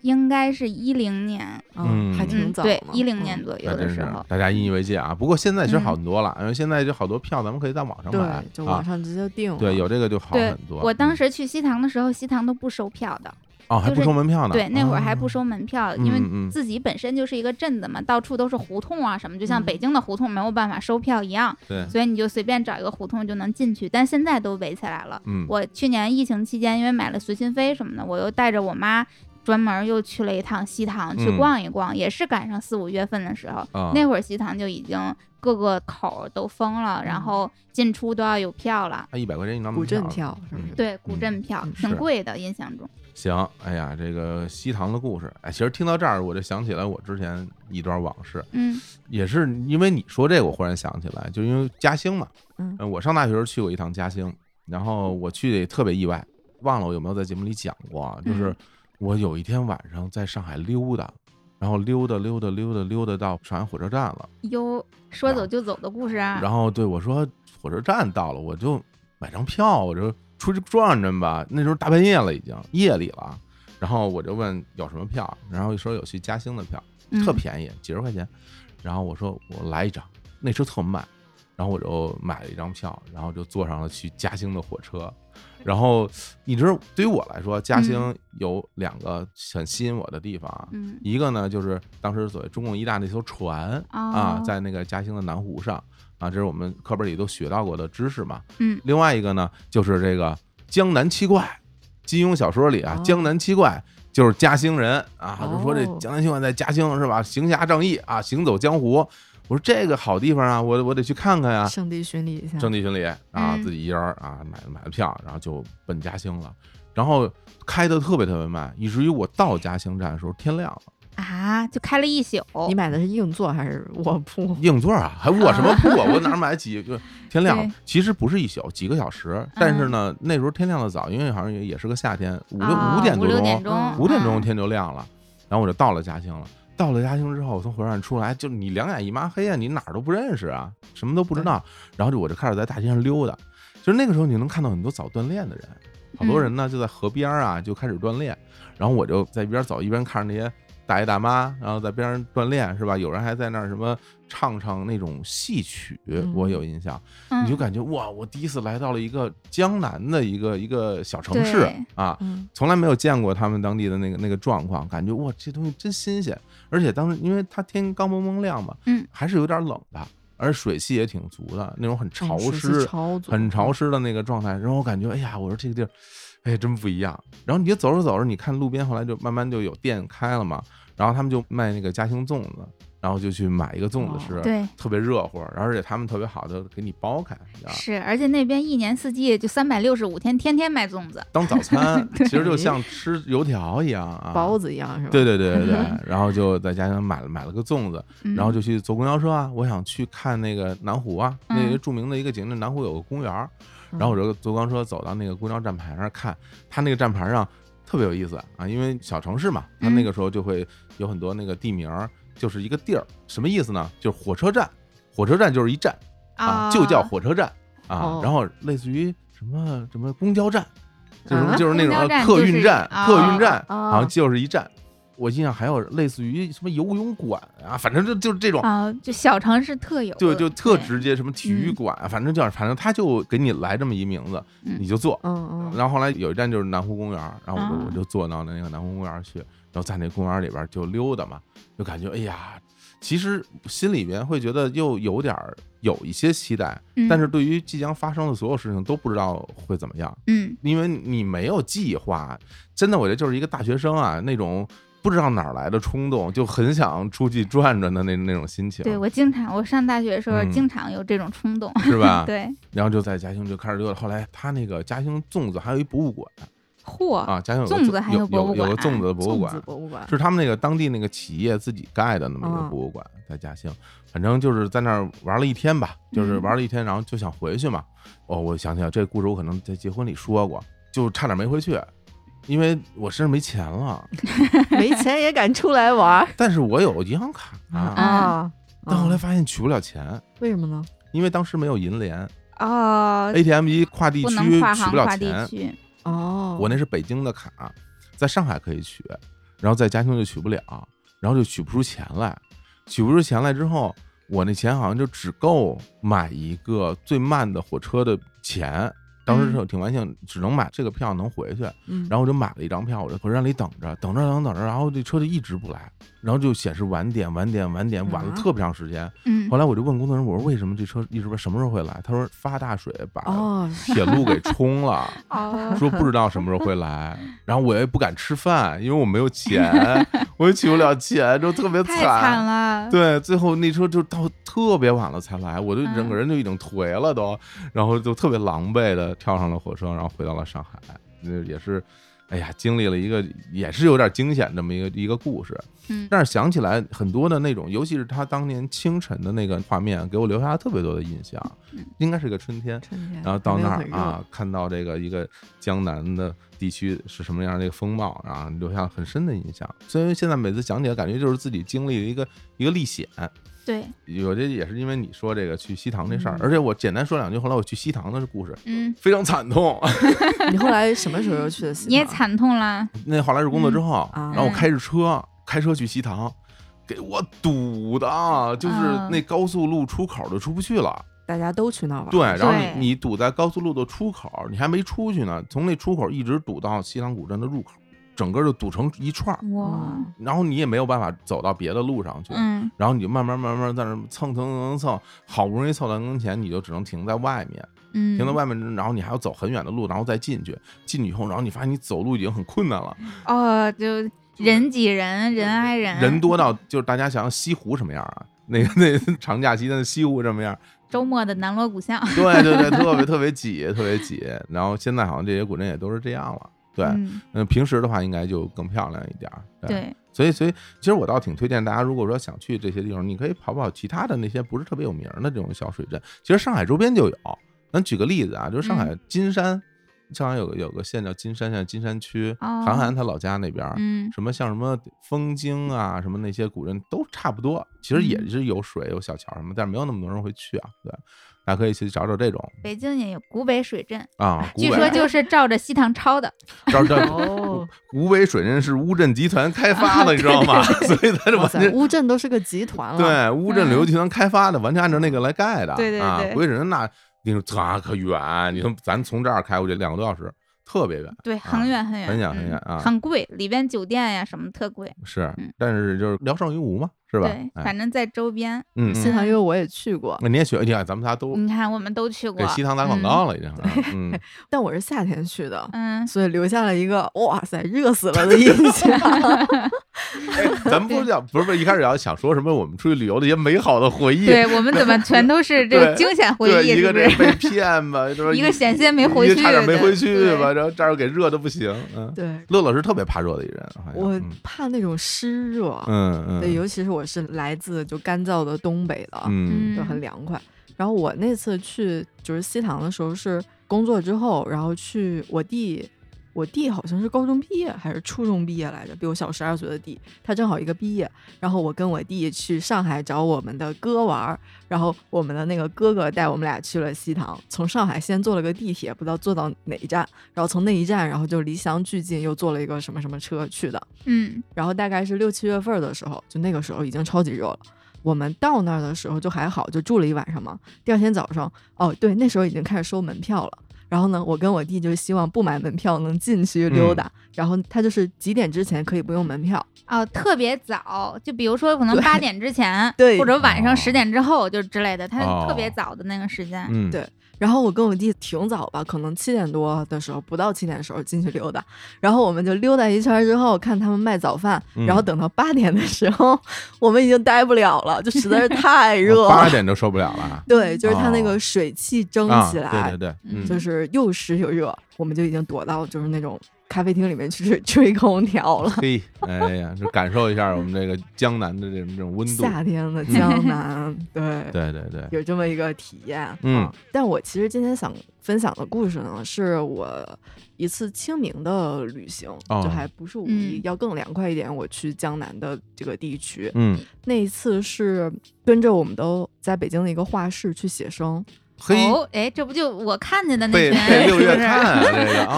Speaker 3: 应该是一零年，
Speaker 2: 嗯
Speaker 1: 还挺
Speaker 3: 嗯，
Speaker 1: 早
Speaker 3: 对
Speaker 1: 呢，
Speaker 3: 一零年
Speaker 1: 嗯
Speaker 3: 左右
Speaker 2: 那
Speaker 3: 的
Speaker 2: 真
Speaker 3: 时
Speaker 2: 是
Speaker 3: 候，嗯
Speaker 2: 大家引以为戒啊！不过现在其实好很多了，因为现在就好多票咱们可以在网上买
Speaker 1: 对，就网
Speaker 2: 啊，
Speaker 1: 上直接订了。
Speaker 2: 对，有这个就好
Speaker 3: 对
Speaker 2: 很多。
Speaker 3: 我当
Speaker 2: 嗯
Speaker 3: 时去西塘的时候，西塘都不收票的，
Speaker 2: 哦还
Speaker 3: 就
Speaker 2: 不
Speaker 3: 是
Speaker 2: 收门票呢，
Speaker 3: 对，那会儿还不
Speaker 2: 啊
Speaker 3: 收门票，因
Speaker 2: 嗯嗯
Speaker 3: 为自己本身就是一个镇子嘛，到处都是胡同啊什么，就像
Speaker 1: 嗯
Speaker 3: 北京的胡同没有办法收票一样，
Speaker 2: 对，
Speaker 3: 所以你就随便找一个胡同就能进去，但现在都围起来了。
Speaker 2: 嗯，
Speaker 3: 我去年疫情期间，因为买了随心飞什么的，我又带着我妈专门又去了一趟西塘去
Speaker 2: 嗯
Speaker 3: 逛一逛，也是赶上四五月份的时候，
Speaker 2: 啊
Speaker 3: 那会儿西塘就已经各个口儿都封了，
Speaker 2: 嗯
Speaker 3: 然后进出都要有票了。
Speaker 2: 他一百块钱一张门
Speaker 1: 古镇
Speaker 2: 票。嗯
Speaker 1: 跳是不是？
Speaker 3: 对，古镇票、
Speaker 1: 嗯
Speaker 3: 挺
Speaker 2: 是
Speaker 3: 贵的，印象中。
Speaker 2: 行，哎呀，这个西塘的故事，哎，其实听到这儿，我就想起来我之前一段往事，
Speaker 3: 嗯
Speaker 2: 也是因为你说这个，我忽然想起来，就因为嘉兴嘛，
Speaker 1: 嗯
Speaker 2: 呃，我上大学时候去过一趟嘉兴，然后我去的也特别意外，忘了我有没有在节目里讲过啊，就是
Speaker 3: 嗯
Speaker 2: 我有一天晚上在上海溜达，然后溜达溜达溜达溜达到上海火车站了，
Speaker 3: 哟，说
Speaker 2: 然后
Speaker 3: 走就走的故事啊。
Speaker 2: 然后对我说火车站到了，我就买张票，我就出去转转吧。那时候大半夜了，已经夜里了。然后我就问有什么票，然后说有去嘉兴的票，特
Speaker 3: 嗯
Speaker 2: 便宜，几十块钱。然后我说我来一张，那车特慢，然后我就买了一张票，然后就坐上了去嘉兴的火车。然后你知道，对于我来说，嘉兴有两个很吸引我的地方啊，
Speaker 3: 嗯
Speaker 2: 一个呢就是当时所谓中共一大那艘船啊
Speaker 3: 哦，
Speaker 2: 在那个嘉兴的南湖上啊，这是我们课本里都学到过的知识嘛。
Speaker 3: 嗯
Speaker 2: 另外一个呢就是这个江南七怪，金庸小说里啊，
Speaker 1: 哦
Speaker 2: 江南七怪。就是嘉兴人啊，
Speaker 1: 哦
Speaker 2: 就说这江南七怪在嘉兴是吧？行侠仗义啊，行走江湖。我说这个好地方啊，我我得去看看呀、
Speaker 1: 圣地巡礼一下。
Speaker 2: 圣地巡礼啊，
Speaker 3: 嗯
Speaker 2: 自己一人儿啊买买了票，然后就奔嘉兴了。然后开的特别特别慢，以至于我到嘉兴站的时候天亮了。
Speaker 3: 啊，就开了一宿。
Speaker 1: 你买的是硬座还是卧铺？
Speaker 2: 硬座啊，还卧什么铺啊？我哪儿买几就天亮了
Speaker 3: 对？嗯
Speaker 2: 其实不是一宿，几个小时。但是呢，那时候天亮的早，因为好像也也是个夏天，五六
Speaker 3: 啊
Speaker 2: 五点
Speaker 3: 五
Speaker 2: 多
Speaker 3: 六
Speaker 2: 钟
Speaker 3: 点，钟，
Speaker 2: 五点钟
Speaker 3: 嗯
Speaker 2: 天就亮了。然后我就到了嘉兴了。到了嘉兴之后，我从火车站出来，就你两眼一抹黑啊，你哪儿都不认识啊，什么都不知道。然后就我就开始在大街上溜达，就是那个时候你能看到很多早锻炼的人，好多
Speaker 3: 嗯
Speaker 2: 人呢就在河边啊就开始锻炼。然后我就在一边走一边看着那些大爷大妈，然后在边上锻炼是吧？有人还在那儿什么唱唱那种戏曲，
Speaker 1: 嗯
Speaker 2: 我有印象。
Speaker 3: 嗯
Speaker 2: 你就感觉哇，我第一次来到了一个江南的一个一个小城
Speaker 3: 对
Speaker 2: 市啊，
Speaker 1: 嗯，
Speaker 2: 从来没有见过他们当地的那个那个状况，感觉哇，这东西真新鲜。而且当时因为它天刚蒙蒙亮嘛，
Speaker 3: 嗯，
Speaker 2: 还是有点冷的，而气气也挺足的，那种很潮
Speaker 1: 嗯
Speaker 2: 湿、
Speaker 1: 潮嗯足
Speaker 2: 很潮湿的那个状态，然后我感觉，哎呀，我说这个地儿，哎，真不一样。然后你就走着走着，你看路边后来就慢慢就有店开了嘛，然后他们就卖那个嘉兴粽子，然后就去买一个粽子吃，
Speaker 1: 哦
Speaker 3: 对。
Speaker 2: 特别热乎，然后而且他们特别好的给你剥开，你知道吧
Speaker 3: 是，而且那边一年四季就三百六十五天，天天卖粽子。
Speaker 2: 当早 餐，其实就
Speaker 1: 对
Speaker 2: 像吃油条一样啊，
Speaker 1: 包子一样是吧？
Speaker 2: 对对对对 对，然后就在家乡买了买了个粽子，
Speaker 3: 嗯、
Speaker 2: 然后就去坐公交车啊，我想去看那个南湖啊，
Speaker 3: 嗯
Speaker 2: 那个著名的一个景点，南湖有个公园儿，
Speaker 1: 嗯，
Speaker 2: 然后我就坐公交车走到那个公交站牌那儿看，它那个站牌上特别有意思啊，因为小城市嘛，
Speaker 1: 嗯
Speaker 2: 它那个时候就会有很多那个地名儿，就是
Speaker 3: 啊
Speaker 2: 啊一个地儿，什么意思呢？就是火车站，火车站就是一站啊，就叫火车站。啊
Speaker 1: 哦，
Speaker 2: 然后类似于什么什么公交站，就是
Speaker 1: 啊
Speaker 2: 就是那种
Speaker 3: 公交
Speaker 2: 呃
Speaker 3: 站
Speaker 2: 客
Speaker 3: 就
Speaker 2: 运
Speaker 3: 是
Speaker 2: 站，
Speaker 3: 啊
Speaker 2: 客运站
Speaker 1: 啊
Speaker 2: 好像就是一站。我印象还有类似于什么游泳馆啊，反正就就是这种，
Speaker 3: 啊，就小城市特有的，
Speaker 2: 就就特
Speaker 3: 对，
Speaker 2: 直接，什么体育馆，啊反正就是反正他就给你来这么一名字，
Speaker 3: 嗯
Speaker 2: 你就坐。
Speaker 1: 嗯嗯
Speaker 2: 然后后来有一站就是南湖公园儿，然后我就
Speaker 3: 啊
Speaker 2: 我就坐到那个南湖公园儿去，然后在那公园儿里边儿就溜达嘛，就感觉哎呀，其实心里边会觉得又有点儿有一些期待，
Speaker 3: 嗯
Speaker 2: 但是对于即将发生的所有事情都不知道会怎么样，
Speaker 3: 嗯
Speaker 2: 因为你没有计划。真的，我觉得就是一个大学生啊，那种不知道哪儿来的冲动，就很想出去转转的那那种心情，
Speaker 3: 对我经常，我上大学的时候
Speaker 2: 嗯啊
Speaker 3: 经常有这种冲动，
Speaker 2: 是吧？
Speaker 3: 对，
Speaker 2: 然后就在嘉兴就开始溜达。后来他那个嘉兴粽子还有一博物馆
Speaker 3: 嚯，
Speaker 2: 啊，嘉兴有个
Speaker 3: 哦粽子还
Speaker 2: 有
Speaker 3: 有博物
Speaker 2: 有有个
Speaker 3: 馆啊
Speaker 2: 粽子的
Speaker 1: 嗯，
Speaker 2: 博物
Speaker 1: 粽
Speaker 2: 馆
Speaker 1: 子，博物馆，
Speaker 2: 是他们那个当地那个企业自己盖的那么一个
Speaker 1: 嗯
Speaker 2: 博物馆，在嘉兴，反正就是在那儿玩了一天吧，就是玩了一天，然后就想回去嘛。哦，我想起来这个故事，我可能在结婚里说过，就差点没回去，因为我身上没钱 了，
Speaker 1: 没钱也敢出来玩儿
Speaker 2: 但是我有银行卡，
Speaker 3: 嗯
Speaker 1: 啊！
Speaker 2: 但后来
Speaker 1: 啊
Speaker 2: 发现取不了钱，
Speaker 1: 为什么呢？
Speaker 2: 因为当时没有银联
Speaker 3: 哦，
Speaker 2: ，ATM 机跨地
Speaker 3: 不
Speaker 2: 区
Speaker 3: 能跨
Speaker 2: 取
Speaker 3: 行
Speaker 2: 不了
Speaker 3: 跨地
Speaker 2: 钱，
Speaker 3: 区，
Speaker 1: 哦，
Speaker 2: 我那是北京的卡，在上海可以取，然后在嘉兴就取不了，然后就取不出钱来，取不出钱来之后，我那钱好像就只够买一个最慢的火车的钱。当时是有挺万幸，只能买这个票能回去，
Speaker 1: 嗯，
Speaker 2: 然后我就买了一张票，我就火车站里等着，等着等着等着，然后这车就一直不来，然后就显示晚点晚点晚点，晚了
Speaker 1: 啊
Speaker 2: 特别长时间。
Speaker 3: 嗯
Speaker 2: 后来我就问工作人员，我说为什么这车一直不什么时候会来？他说发大水把
Speaker 1: 哦，
Speaker 2: 铁路给冲了。
Speaker 3: 哦，
Speaker 2: 说不知道什么时候会 来，然后我也不敢吃饭，因为我没有钱，我也取不了钱，就特别
Speaker 3: 太惨了，
Speaker 2: 对，最后那车就到特别晚了才来，我就整个人就已经颓了都，
Speaker 3: 嗯
Speaker 2: 然后就特别狼狈的跳上了火车，然后回到了上海，那也是，哎呀，经历了一个也是有点惊险这么一个一个故事，
Speaker 3: 嗯
Speaker 2: 但是想起来很多的那种，尤其是他当年清晨的那个画面，给我留下了特别多的印象
Speaker 3: 嗯，
Speaker 2: 应该是个春天，
Speaker 1: 春天，
Speaker 2: 然后到
Speaker 1: 没有
Speaker 2: 那儿
Speaker 1: 很热
Speaker 2: 啊，，看到这个一个江南的地区是什么样的一个风貌，然后留下很深的印象。所以现在每次讲起来，感觉就是自己经历了一个一个历险。
Speaker 3: 对，
Speaker 2: 有这也是因为你说这个去西塘这事儿
Speaker 1: 嗯，
Speaker 2: 而且我简单说两句，后来我去西塘的故事
Speaker 3: 嗯，
Speaker 2: 非常惨痛。
Speaker 1: 你后来什么时候又去的西
Speaker 3: 你也
Speaker 1: 藏
Speaker 3: 惨痛了，
Speaker 2: 那后来是工作之后，
Speaker 1: 嗯啊
Speaker 2: 然后我开着车开车去西塘，给我堵的，啊就是
Speaker 1: 啊
Speaker 3: 嗯
Speaker 2: 那高速路出口就出不去了。
Speaker 1: 大家都去那儿玩儿，
Speaker 2: 对，然后
Speaker 3: 对
Speaker 2: 你你堵在高速路的出口，你还没出去呢，从那出口一直堵到西塘古镇的入口，整个就堵成一串儿，
Speaker 3: 哇，
Speaker 1: 嗯，
Speaker 2: 然后你也没有办法走到别的路上去，
Speaker 3: 嗯
Speaker 2: 然后你就慢慢慢慢在那儿蹭蹭蹭蹭蹭，好不容易凑到跟前，你就只能停在外面，
Speaker 3: 嗯，
Speaker 2: 停在外面，然后你还要走很远的路，然后再进去，进去以后，然后你发现你走路已经很困难了，
Speaker 3: 哦，就人挤人，人挨人，
Speaker 2: 人多到就是大家想想西湖什么样啊？那个那长假期的西湖什么样？
Speaker 3: 周末的南锣鼓巷，
Speaker 2: 对对对，特别特别挤，特别挤。然后现在好像这些古镇也都是这样了。对，
Speaker 3: 嗯
Speaker 2: 嗯，平时的话应该就更漂亮一点儿。
Speaker 3: 对，
Speaker 2: 所以所以其实我倒挺推荐大家，如果说想去这些地方，你可以跑跑其他的那些不是特别有名儿的这种小水镇，其实上海周边就有。咱举个例子啊，就是上
Speaker 3: 嗯
Speaker 2: 海金山，上海有个有个县叫金山县，金山区，
Speaker 3: 哦
Speaker 2: 韩寒他老家那边儿，
Speaker 3: 嗯
Speaker 2: 什么像什么枫泾啊，什么那些古镇都差不多，其实也
Speaker 3: 嗯
Speaker 2: 是有水有小桥什么，但是没有那么多人会去啊。对，大家可以去找找这种
Speaker 3: 北京也有古北水镇，
Speaker 2: 啊。古
Speaker 3: 据
Speaker 2: 北
Speaker 3: 说就是照着西塘抄的，
Speaker 2: 找 找
Speaker 1: 哦，
Speaker 2: 古北水镇是乌镇集团开发的， 你知道吗？ 所以它这
Speaker 1: 哇
Speaker 2: 完
Speaker 1: 塞，
Speaker 2: 全。
Speaker 1: 乌镇都是个集团了，
Speaker 2: 对乌镇旅游集团开发的，完全按照那个来盖的。
Speaker 3: 嗯对对
Speaker 2: 啊
Speaker 3: 对，
Speaker 2: 古北水镇那你说咋可远？你说咱从这儿开过去两个多小时，特别远。
Speaker 3: 对，很远很远，
Speaker 2: 啊很远
Speaker 3: 嗯
Speaker 2: 很远啊
Speaker 3: 很贵，里边酒店呀什么特贵，
Speaker 2: 是
Speaker 3: 嗯，
Speaker 2: 但是就是聊胜于无嘛，是吧？
Speaker 3: 对，
Speaker 2: 哎
Speaker 3: 反正在周边，
Speaker 2: 嗯，
Speaker 1: 西
Speaker 2: 嗯
Speaker 1: 塘因为我也去过，
Speaker 2: 那你也学，你看咱们仨都
Speaker 3: 你嗯看我们都去过
Speaker 2: 给，西塘打广告了，已经啊。 嗯，
Speaker 1: 但我是夏天去的，
Speaker 3: 嗯，
Speaker 1: 所以留下了一个哇塞热死了的印 象。
Speaker 2: 哎咱们不是讲，不是不是一开始要想说什么我们出去旅游的一些美好的回忆，
Speaker 3: 对我们怎么全都是这个
Speaker 2: 对
Speaker 3: 惊险回
Speaker 2: 对，
Speaker 3: 忆，
Speaker 2: 一
Speaker 3: 是
Speaker 2: 个
Speaker 3: 不
Speaker 2: 这
Speaker 3: 是？
Speaker 2: 被骗吧，是吧
Speaker 3: 一个险些没回
Speaker 2: 一个
Speaker 3: 去的，
Speaker 2: 差点没回去
Speaker 3: 对
Speaker 2: 吧，？然后这儿给热的不行。嗯，
Speaker 1: 对，
Speaker 2: 乐乐是特别怕热的一人，好像
Speaker 1: 我
Speaker 2: 嗯
Speaker 1: 怕那种湿热，
Speaker 2: 嗯嗯，
Speaker 1: 对，尤其是我是来自就干燥的东北的，
Speaker 2: 嗯
Speaker 1: 就很凉快。然后我那次去就是西塘的时候是工作之后，然后去我弟我弟好像是高中毕业还是初中毕业来着，比我小十二岁的弟，他正好一个毕业。然后我跟我弟去上海找我们的哥玩儿，然后我们的那个哥哥带我们俩去了西塘，从上海先坐了个地铁，不知道坐到哪一站，然后从那一站，然后就离翔巨近，又坐了一个什么什么车去的。
Speaker 3: 嗯，
Speaker 1: 然后大概是六七月份儿的时候，就那个时候已经超级热了。我们到那儿的时候就还好，就住了一晚上嘛。第二天早上，哦，对，那时候已经开始收门票了。然后呢，我跟我弟就希望不买门票能进去溜
Speaker 2: 嗯
Speaker 1: 达，然后他就是几点之前可以不用门票。
Speaker 3: 哦，特别早，就比如说可能
Speaker 1: 对
Speaker 3: 八点之前，
Speaker 1: 对
Speaker 3: 或者晚
Speaker 2: 哦
Speaker 3: 上十点之后，就之类的，它
Speaker 2: 哦
Speaker 3: 特别早的那个时间，
Speaker 2: 嗯，
Speaker 1: 对然后我跟我弟挺早吧，可能七点多的时候，不到七点的时候进去溜达。然后我们就溜达一圈儿之后，看他们卖早饭。
Speaker 2: 嗯
Speaker 1: 然后等到八点的时候，我们已经待不了了，就实在是太热
Speaker 2: 哦八
Speaker 1: 了。
Speaker 2: 点就受不了了 啊。
Speaker 1: 对，就是它那
Speaker 2: 哦
Speaker 1: 个水汽蒸
Speaker 2: 啊，
Speaker 1: 起来，
Speaker 2: 对对对，嗯，
Speaker 1: 就是是又湿又热，我们就已经躲到就是那种咖啡厅里面去吹 吹空调了。
Speaker 2: 嘿，哎呀，就感受一下我们这个江南的这种这种 温度。嗯
Speaker 1: 夏天的 江南，对，
Speaker 2: 对对对，
Speaker 1: 有这么一个体验。
Speaker 2: 嗯
Speaker 1: 啊，但我其实今天想分享的故事呢，是我一次清明的旅行，
Speaker 2: 哦
Speaker 1: 就还不是五一，
Speaker 3: 嗯
Speaker 1: 要更凉快一点。我去江南的这个地区，
Speaker 2: 嗯，
Speaker 1: 那一次是跟着我们都在北京的一个画室去写生。
Speaker 2: 嘿，
Speaker 3: 哦，哎，这不就我看见的那
Speaker 2: 被
Speaker 3: 群
Speaker 2: 被六 月
Speaker 3: 是不是
Speaker 2: 看啊这个啊，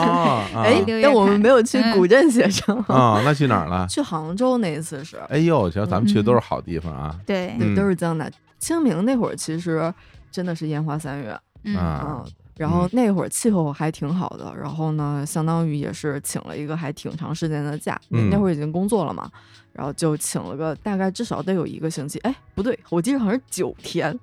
Speaker 2: 啊
Speaker 1: 哎、
Speaker 3: 六月
Speaker 1: 但我们
Speaker 3: 看
Speaker 1: 没有去
Speaker 3: 嗯
Speaker 1: 古镇写生，
Speaker 2: 啊，那去哪儿了？
Speaker 1: 去杭州那一次是。
Speaker 2: 哎呦，其实咱们去的都
Speaker 1: 嗯
Speaker 2: 是好地方啊。
Speaker 3: 对，
Speaker 1: 对，都
Speaker 2: 嗯
Speaker 1: 是江南。清明那会儿其实真的是烟花三月，
Speaker 3: 嗯，
Speaker 2: 啊，
Speaker 1: 嗯，然后
Speaker 2: 嗯
Speaker 1: 那会儿气候还挺好的，然后呢，相当于也是请了一个还挺长时间的假，
Speaker 2: 嗯
Speaker 1: 那会儿已经工作了嘛，然后就请了个大概至少得有一个星期，哎，不对，我记得好像是九天，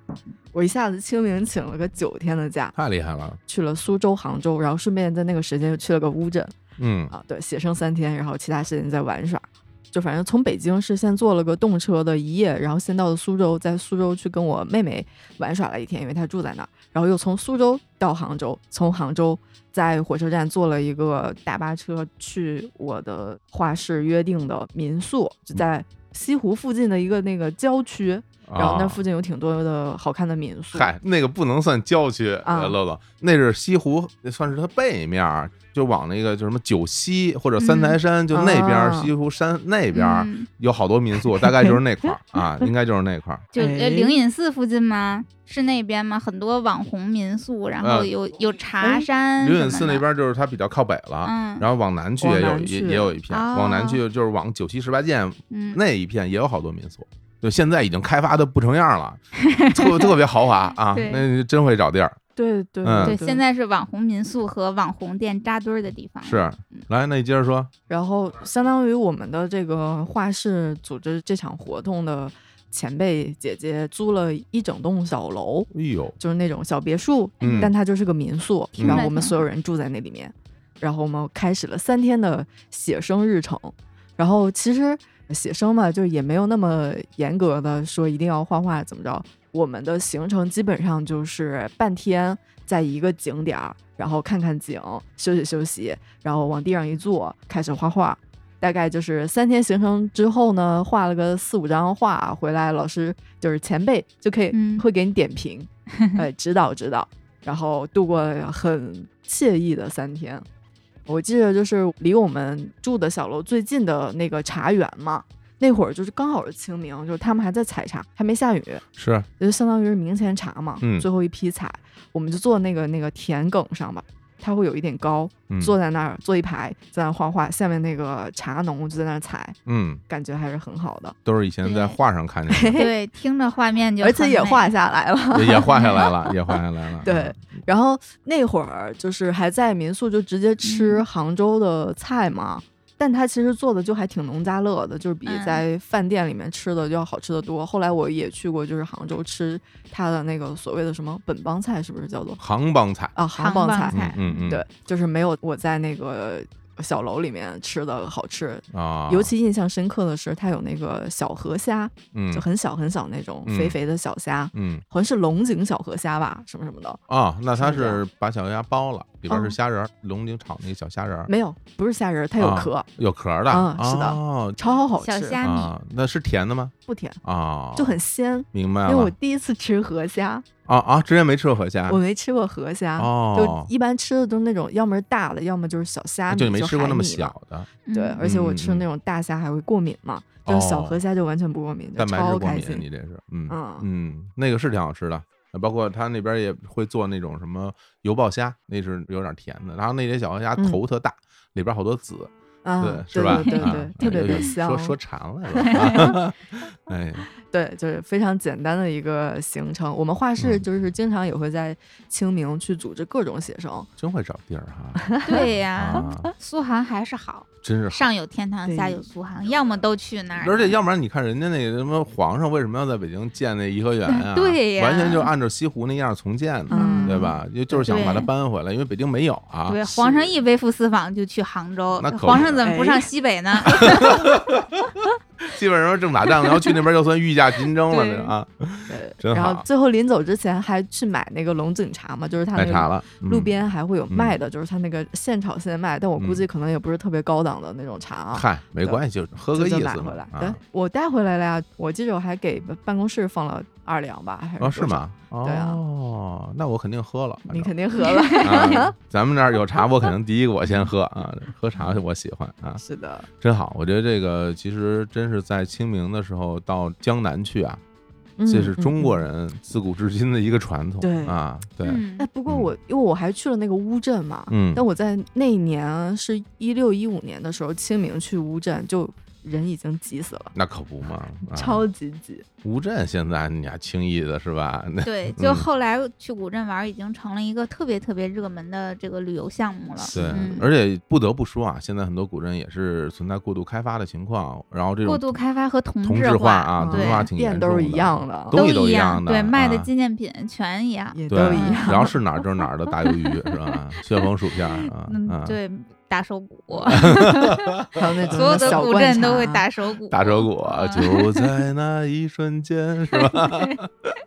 Speaker 1: 我一下子清明请了个九天的假，
Speaker 2: 太厉害了。
Speaker 1: 去了苏州、杭州，然后顺便在那个时间又去了个乌镇，
Speaker 2: 嗯，
Speaker 1: 啊，对，写生三天，然后其他时间在玩耍。就反正从北京是先坐了个动车的一夜，然后先到的苏州，在苏州去跟我妹妹玩耍了一天，因为她住在那儿。然后又从苏州到杭州，从杭州在火车站坐了一个大巴车去我的画室约定的民宿，
Speaker 2: 嗯
Speaker 1: 就在西湖附近的一个那个郊区。然后那
Speaker 2: 啊
Speaker 1: 附近有挺多的好看的民宿。
Speaker 2: 嗨，那个不能算郊区，
Speaker 3: 啊
Speaker 2: 呃乐乐，那是西湖，算是它背面儿，就往那个就什么九溪或者三台山，就那边儿
Speaker 1: 啊
Speaker 2: 西湖山那边儿
Speaker 3: 嗯
Speaker 2: 有好多民 宿，大概就是那块儿啊，应该就是那块儿。
Speaker 3: 就
Speaker 1: 哎
Speaker 3: 呃灵隐寺附近吗？是那边吗？很多网红民宿，然后
Speaker 2: 呃
Speaker 3: 有有茶山，
Speaker 2: 灵隐寺那，边儿就是它比较靠北了，
Speaker 3: 嗯
Speaker 2: 然后往南去
Speaker 1: 往
Speaker 2: 也有
Speaker 1: 南
Speaker 2: 一
Speaker 1: 去
Speaker 2: 也有一片，往南
Speaker 3: 哦
Speaker 2: 去就是往九溪十八涧
Speaker 3: 嗯，
Speaker 2: 那一片也有好多民宿，就现在已经开发的不成样 了，特特别豪华啊，
Speaker 3: 对
Speaker 2: 那真会找地儿。
Speaker 1: 对对
Speaker 2: 嗯
Speaker 3: 对，现在是网红民宿和网红店扎堆儿的地方，
Speaker 2: 是，啊
Speaker 3: 嗯
Speaker 2: 来，那你接着说，
Speaker 1: 然后相当于我们的这个画室组织这场活动的前辈姐姐租了一整栋小楼，
Speaker 2: 哎呦，
Speaker 1: 就是那种小别墅，
Speaker 2: 嗯
Speaker 1: 但它就是个民宿，
Speaker 2: 嗯
Speaker 1: 然后我们所有人住在那里面，然后我们开始了三天的写生日程，然后其实写生嘛，就也没有那么严格的说一定要画画怎么着，我们的行程基本上就是半天在一个景点儿，然后看看景，休息休息，然后往地上一坐，开始画画。大概就是三天行程之后呢，画了个四五张画回来，老师就是前辈就可以、
Speaker 3: 嗯
Speaker 1: 会给你点评，呃，指导指导，然后度过很惬意的三天。我记得就是离我们住的小楼最近的那个茶园嘛，那会儿就是刚好是清明，就是他们还在采茶，还没下雨，
Speaker 2: 是，
Speaker 1: 就相当于是明前茶嘛，
Speaker 2: 嗯
Speaker 1: 最后一批采，我们就坐那个那个田埂上吧，它会有一点高，
Speaker 2: 嗯
Speaker 1: 坐在那儿坐一排，在那儿画画，下面那个茶农就在那儿采，
Speaker 2: 嗯，
Speaker 1: 感觉还是很好的，
Speaker 2: 都是以前在
Speaker 3: 对
Speaker 2: 画上看见
Speaker 3: 对，听着画面就
Speaker 1: 而且
Speaker 3: 很
Speaker 1: 也
Speaker 3: 美
Speaker 1: 画下来了。
Speaker 2: 的，也也画下来了，也画下来了。嗯
Speaker 1: 对，然后那会儿就是还在民宿就直接吃
Speaker 3: 嗯
Speaker 1: 杭州的菜嘛，但他其实做的就还挺农家乐的，就是比
Speaker 3: 嗯
Speaker 1: 在饭店里面吃的就要好吃的多。后来我也去过，就是杭州吃他的那个所谓的什么本帮菜，是不是叫做
Speaker 2: 杭帮菜，
Speaker 1: 啊杭帮菜
Speaker 3: 杭？帮菜
Speaker 2: 嗯嗯，
Speaker 1: 对，就是没有我在那个小楼里面吃的好吃。
Speaker 2: 嗯啊，
Speaker 1: 尤其印象深刻的是，它有那个小河虾，
Speaker 2: 嗯
Speaker 1: 就很小很小那种
Speaker 2: 嗯
Speaker 1: 肥肥的小虾，
Speaker 2: 嗯
Speaker 1: 好像是龙井小河虾吧，什么什么的。
Speaker 2: 啊，那他
Speaker 1: 是这
Speaker 2: 是把小鸭剥了，里边是
Speaker 1: 嗯
Speaker 2: 虾仁儿，龙井炒那个小虾仁儿，
Speaker 1: 没有，不是虾仁儿，它有
Speaker 2: 啊
Speaker 1: 壳，
Speaker 2: 有壳儿的，
Speaker 1: 嗯是的
Speaker 2: 哦
Speaker 1: 超好吃，
Speaker 3: 小虾米，
Speaker 2: 啊，那是甜的吗？
Speaker 1: 不甜，
Speaker 2: 啊，
Speaker 1: 就很鲜。
Speaker 2: 明白
Speaker 1: 因为我
Speaker 2: 了
Speaker 1: 第一次吃河虾，
Speaker 2: 啊啊！之前没吃过河虾
Speaker 1: 我，没吃过河虾，
Speaker 2: 哦啊
Speaker 1: 就，一般吃的都是那种要么是大的，要么就是小虾米，
Speaker 2: 就你没吃过那么
Speaker 1: 海米嘛
Speaker 2: 小。的，
Speaker 1: 对，而且我吃
Speaker 2: 嗯嗯
Speaker 1: 那种大虾还会过敏嘛，但是小
Speaker 2: 哦
Speaker 1: 河虾就完全不过敏，就
Speaker 2: 蛋白质
Speaker 1: 超
Speaker 2: 过
Speaker 1: 开
Speaker 2: 敏，
Speaker 1: 心。
Speaker 2: 你这是，嗯
Speaker 1: 嗯
Speaker 2: 嗯，那个是挺好吃的。包括他那边也会做那种什么油爆虾，那是有点甜的。然后那些小河虾
Speaker 1: 嗯
Speaker 2: 头特大，里边好多籽，
Speaker 1: 啊，
Speaker 2: 是
Speaker 1: 对
Speaker 2: 吧？
Speaker 1: 对对
Speaker 2: 啊
Speaker 1: 对
Speaker 2: 哎，
Speaker 1: 特别
Speaker 2: 有
Speaker 1: 的
Speaker 2: 点
Speaker 1: 香。
Speaker 2: 说 说馋了吧？ 哎，
Speaker 1: 对，就是非常简单的一个行程。我们画室
Speaker 2: 嗯
Speaker 1: 就是经常也会在清明去组织各种写生，
Speaker 2: 真会找地儿 哈！
Speaker 3: 对呀，
Speaker 2: 啊，
Speaker 3: 苏杭还是好，
Speaker 2: 真是好。
Speaker 3: 上有天堂，
Speaker 1: 对
Speaker 3: 下有苏杭，要么都去那儿。
Speaker 2: 而且要不然你看人家那个什么皇上为什么要在北京建那颐和园 啊？
Speaker 3: 对呀
Speaker 2: 完全就按照西湖那样重建的，
Speaker 1: 嗯
Speaker 2: 对吧？就就是想把它
Speaker 3: 对
Speaker 2: 搬回来，因为北京没有啊。
Speaker 3: 对，皇上一微服私访就去杭州
Speaker 2: 那，可不
Speaker 3: 皇上怎么不上西北呢？
Speaker 2: 基本上正打仗呢，然后去那边就算御驾亲征了
Speaker 3: 对
Speaker 2: 呢啊，真
Speaker 1: 然后
Speaker 2: 好
Speaker 1: 最后临走之前还去买那个龙井茶嘛，就是他
Speaker 2: 奶
Speaker 1: 那
Speaker 2: 茶
Speaker 1: 个
Speaker 2: 了，嗯嗯
Speaker 1: 路。边还会有卖的，就是他那个现炒现卖，但我估计可能也不是特别高档的那种茶啊。
Speaker 2: 嗨，没关系，就是喝
Speaker 1: 就
Speaker 2: 个意
Speaker 1: 就
Speaker 2: 思
Speaker 1: 买
Speaker 2: 嘛
Speaker 1: 回来，对
Speaker 2: 啊，
Speaker 1: 我带回来了呀。我记着我还给办公室放了二两吧，还
Speaker 2: 哦，
Speaker 1: 是
Speaker 2: 是
Speaker 1: 多少？
Speaker 2: 吗？哎
Speaker 1: 对啊
Speaker 2: 哦，那我肯定喝了。
Speaker 1: 你肯定喝 了，
Speaker 2: 定 啊，咱们那儿有茶，我肯定第一个我先喝啊，喝茶我喜欢啊，
Speaker 1: 是的，
Speaker 2: 真好。我觉得这个其实真是在清明的时候到江南去啊，这是中国
Speaker 1: 人。嗯
Speaker 2: 人自古至今的一个传统。
Speaker 1: 对
Speaker 2: 啊， 对，
Speaker 3: 嗯
Speaker 1: 哎，不过
Speaker 2: 嗯
Speaker 1: 我因为我还去了那个乌镇嘛，
Speaker 2: 嗯
Speaker 1: 但我在那一年是一六一五年的时候，清明去乌镇，就人已经挤死了，
Speaker 2: 那可不嘛。啊
Speaker 1: 超级挤。
Speaker 2: 乌镇现在你还轻易的是吧？那
Speaker 3: 对，就
Speaker 2: 嗯
Speaker 3: 后来去古镇玩，已经成了一个特别特别热门的这个旅游项目了。
Speaker 2: 对
Speaker 3: 嗯，
Speaker 2: 而且不得不说啊，现在很多古镇也是存在过度开发的情况，然后这
Speaker 3: 过
Speaker 2: 种
Speaker 3: 度开发和同
Speaker 2: 同
Speaker 3: 质
Speaker 2: 质化啊，
Speaker 1: 嗯
Speaker 2: 同质
Speaker 3: 对
Speaker 2: 化挺
Speaker 1: 店
Speaker 2: 严重
Speaker 1: 都
Speaker 2: 的，
Speaker 1: 是一样的，
Speaker 2: 东西都
Speaker 3: 一
Speaker 2: 一样的
Speaker 3: 对，卖的
Speaker 2: 啊
Speaker 3: 纪念品全一样。
Speaker 1: 也都
Speaker 2: 对，
Speaker 1: 一样。
Speaker 2: 只要是哪儿就是哪儿的大鱿鱼是吧？旋风薯片儿啊，
Speaker 3: 嗯
Speaker 2: 啊，，
Speaker 3: 对，打手 鼓，
Speaker 1: 还有那种
Speaker 3: 所有
Speaker 1: 什么
Speaker 3: 的
Speaker 1: 小
Speaker 3: 古
Speaker 1: 灌
Speaker 3: 镇都会
Speaker 1: 肠啊
Speaker 3: 打手鼓，
Speaker 2: 大手鼓
Speaker 3: 啊
Speaker 2: 就在那一瞬间 是吧？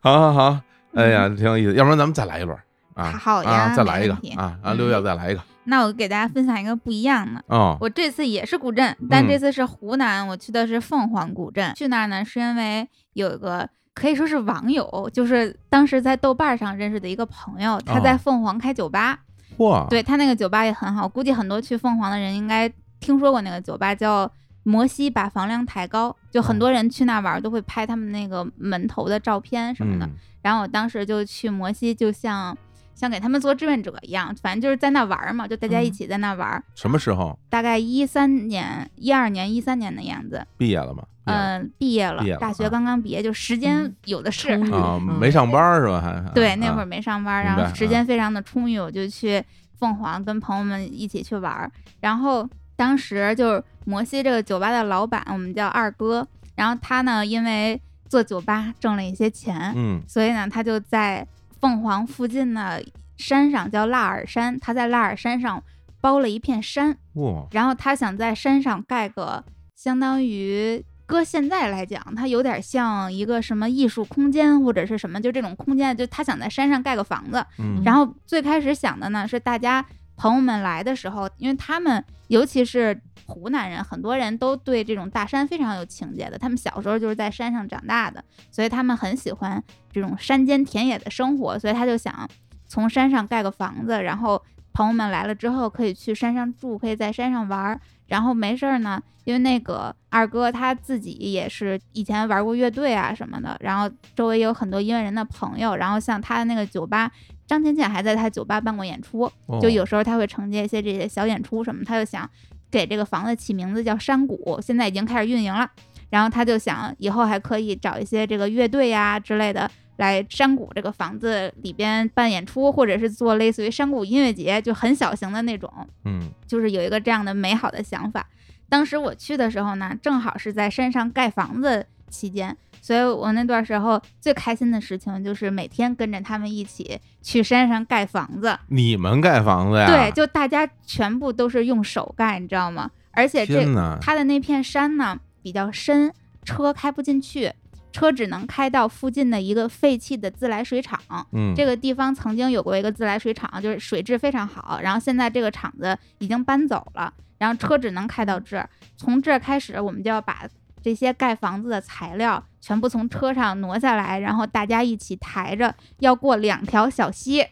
Speaker 2: 好好好，哎呀，挺有意思，要不然咱们再来一轮儿啊，
Speaker 3: 嗯好呀
Speaker 2: 啊，再
Speaker 3: 没
Speaker 2: 来一个
Speaker 3: 问题
Speaker 2: 啊啊，
Speaker 3: 嗯
Speaker 2: 六月再来一个
Speaker 3: 那我给大家分享一个不一样的。
Speaker 2: 哦，
Speaker 3: 我这次也是古镇，但
Speaker 2: 嗯
Speaker 3: 这次是湖南，我去的是凤凰古镇。去那儿呢，是因为有一个可以说是网友，就是当时在豆瓣上认识的一个朋友，他在
Speaker 2: 哦
Speaker 3: 凤凰开酒吧，
Speaker 2: 嚯，
Speaker 3: 对他那个酒吧也很好，估计很多去凤凰的人应该听说过那个酒吧叫。摩西把房梁抬高，就
Speaker 2: 哦
Speaker 3: 很多人去那儿玩儿都会拍他们那个门头的照片什么的。
Speaker 2: 嗯
Speaker 3: 然后我当时就去摩西，就像像给他们做志愿者一样，反正就是在那玩儿嘛，就大家一
Speaker 1: 嗯
Speaker 3: 起在那玩儿。
Speaker 2: 什么时候
Speaker 3: 大概一三年、一二年、一三年的样子，
Speaker 2: 毕业了吗？毕业了
Speaker 3: 嗯、毕业了，
Speaker 2: 毕业了
Speaker 3: 大学
Speaker 2: 啊
Speaker 3: 刚刚毕业，就时间
Speaker 1: 嗯
Speaker 3: 有的是。
Speaker 1: 充裕
Speaker 2: 啊，
Speaker 1: 嗯
Speaker 2: 没上班儿是吧？还
Speaker 3: 对，那会儿
Speaker 2: 啊
Speaker 3: 没上班，
Speaker 2: 明白啊
Speaker 3: 然后时间非常的充裕，我就去凤凰跟朋友们一起去玩儿。然后当时就是摩西这个酒吧的老板，我们叫二哥，然后他呢因为做酒吧挣了一些钱，
Speaker 2: 嗯
Speaker 3: 所以呢，他就在凤凰附近的山上叫腊尔山，他在腊尔山上包了一片山，
Speaker 2: 哇
Speaker 3: 然后他想在山上盖个相当于。搁现在来讲，它有点像一个什么艺术空间或者是什么，就这种空间，就他想在山上盖个房子。
Speaker 2: 嗯
Speaker 3: 然后最开始想的呢是大家朋友们来的时候，因为他们尤其是湖南人，很多人都对这种大山非常有情结的，他们小时候就是在山上长大的，所以他们很喜欢这种山间田野的生活，所以他就想从山上盖个房子，然后朋友们来了之后可以去山上住，可以在山上玩儿。然后没事儿呢，因为那个二哥他自己也是以前玩过乐队啊什么的，然后周围有很多音乐人的朋友，然后像他的那个酒吧，张浅浅还在他酒吧办过演出，
Speaker 2: 后
Speaker 3: 就有时候他会承接一些这些小演出什么，他就想给这个房子起名字叫山谷，现在已经开始运营了。然后他就想以后还可以找一些这个乐队呀、之类的来山谷这个房子里边办演出，或者是做类似于山谷音乐节，就很小型的那种。
Speaker 2: 嗯
Speaker 3: 就是有一个这样的美好的想法。当时我去的时候呢，正好是在山上盖房子期间，所以我那段时候最开心的事情就是每天跟着他们一起去山上盖房子。
Speaker 2: 你们盖房子呀？
Speaker 3: 对，就大家全部都是用手盖，你知道吗？而且这
Speaker 2: 天哪，
Speaker 3: 它的那片山呢比较深，车开不进去，车只能开到附近的一个废弃的自来水厂。
Speaker 2: 嗯，
Speaker 3: 这个地方曾经有过一个自来水厂，就是水质非常好，然后现在这个厂子已经搬走了，然后车只能开到这儿。从这儿开始，我们就要把这些盖房子的材料全部从车上挪下来，然后大家一起抬着，要过两条小溪。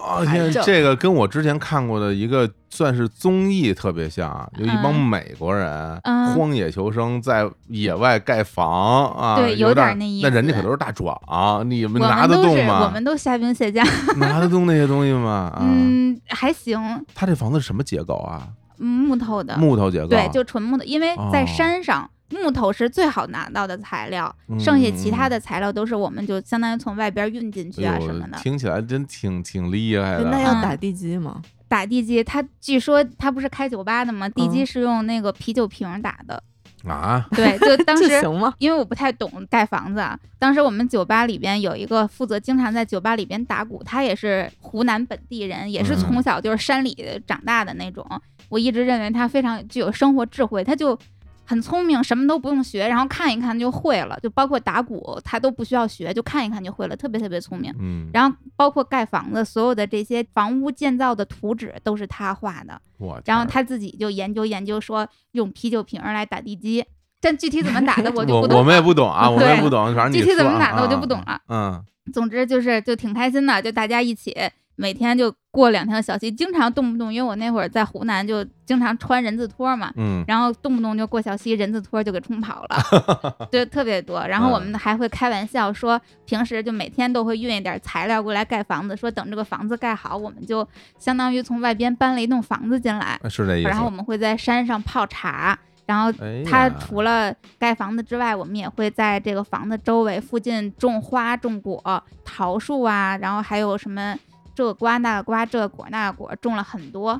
Speaker 2: 哦天，
Speaker 1: 正
Speaker 2: 这个跟我之前看过的一个算是综艺特别像啊，有一帮
Speaker 3: 嗯
Speaker 2: 美国人
Speaker 3: 嗯
Speaker 2: 荒野求生，在野外盖房啊，
Speaker 3: 对
Speaker 2: 有
Speaker 3: 有点
Speaker 2: 点
Speaker 3: 儿那意
Speaker 2: 那人家
Speaker 3: 思
Speaker 2: 可都是大壮，你
Speaker 3: 我
Speaker 2: 们拿
Speaker 3: 们
Speaker 2: 得
Speaker 3: 都
Speaker 2: 动
Speaker 3: 是我
Speaker 2: 吗？
Speaker 3: 们都虾兵蟹将，
Speaker 2: 拿得动那些东西吗？ 啊，
Speaker 3: 嗯，还行，
Speaker 2: 他这房子是什么结构啊？
Speaker 3: 嗯木头的，
Speaker 2: 木头结构，
Speaker 3: 对，就纯木头，因为在
Speaker 2: 哦
Speaker 3: 山上。木头是最好拿到的材料，
Speaker 2: 嗯
Speaker 3: 剩下其他
Speaker 2: 嗯
Speaker 3: 的材料都是我们就相当于从外边运进去
Speaker 2: 哎
Speaker 3: 啊
Speaker 2: 呦
Speaker 3: 什么的。
Speaker 2: 听起来真挺挺厉害的。
Speaker 1: 那要
Speaker 3: 嗯
Speaker 1: 打地基吗？
Speaker 3: 打地基，他据说他不是开酒吧的吗？地
Speaker 1: 嗯
Speaker 3: 基是用那个啤酒瓶打的。
Speaker 2: 啊，
Speaker 3: 对， 就当
Speaker 1: 这
Speaker 3: 时
Speaker 1: 行吗？
Speaker 3: 因为我不太懂盖房子啊，当时我们酒吧里边有一个负责经常在酒吧里边打鼓，他也是湖南本地人，也是
Speaker 2: 嗯
Speaker 3: 从小就是山里长大的那种。我一直认为他非常具有生活智慧，他就。很聪明，什么都不用学，然后看一看就会了，就包括打鼓，他都不需要学，就看一看就会了，特别特别聪明。
Speaker 2: 嗯，
Speaker 3: 然后包括盖房子，所有的这些房屋建造的图纸都是他画的，
Speaker 2: 我
Speaker 3: 然后
Speaker 2: 天
Speaker 3: 他自己就研究研究，说用啤酒瓶儿来打地基，但具体怎么打的我就
Speaker 2: 我
Speaker 3: 不懂了。
Speaker 2: 我们也不懂 啊，我们也
Speaker 3: 对
Speaker 2: 不懂，反正你
Speaker 3: 具体怎么
Speaker 2: 说啊
Speaker 3: 打的我就
Speaker 2: 啊
Speaker 3: 不懂了
Speaker 2: 嗯，
Speaker 3: 总之就是就挺开心的，就大家一起每天就过两条小溪，经常动不动，因为我那会儿在湖南就经常穿人字拖嘛。
Speaker 2: 嗯，
Speaker 3: 然后动不动就过小溪，人字拖就给冲跑了，就特别多。然后我们还会开玩笑说，平时就每天都会运一点材料过来盖房子，说等这个房子盖好，我们就相当于从外边搬了一栋房子进来，
Speaker 2: 哎是这意思。
Speaker 3: 然后我们会在山上泡茶，然后
Speaker 2: 哎
Speaker 3: 它
Speaker 2: 呀
Speaker 3: 除了盖房子之外，我们也会在这个房子周围附近种花、种果、桃树啊，然后还有什么这个瓜那个瓜、这个果那个果，种了很多。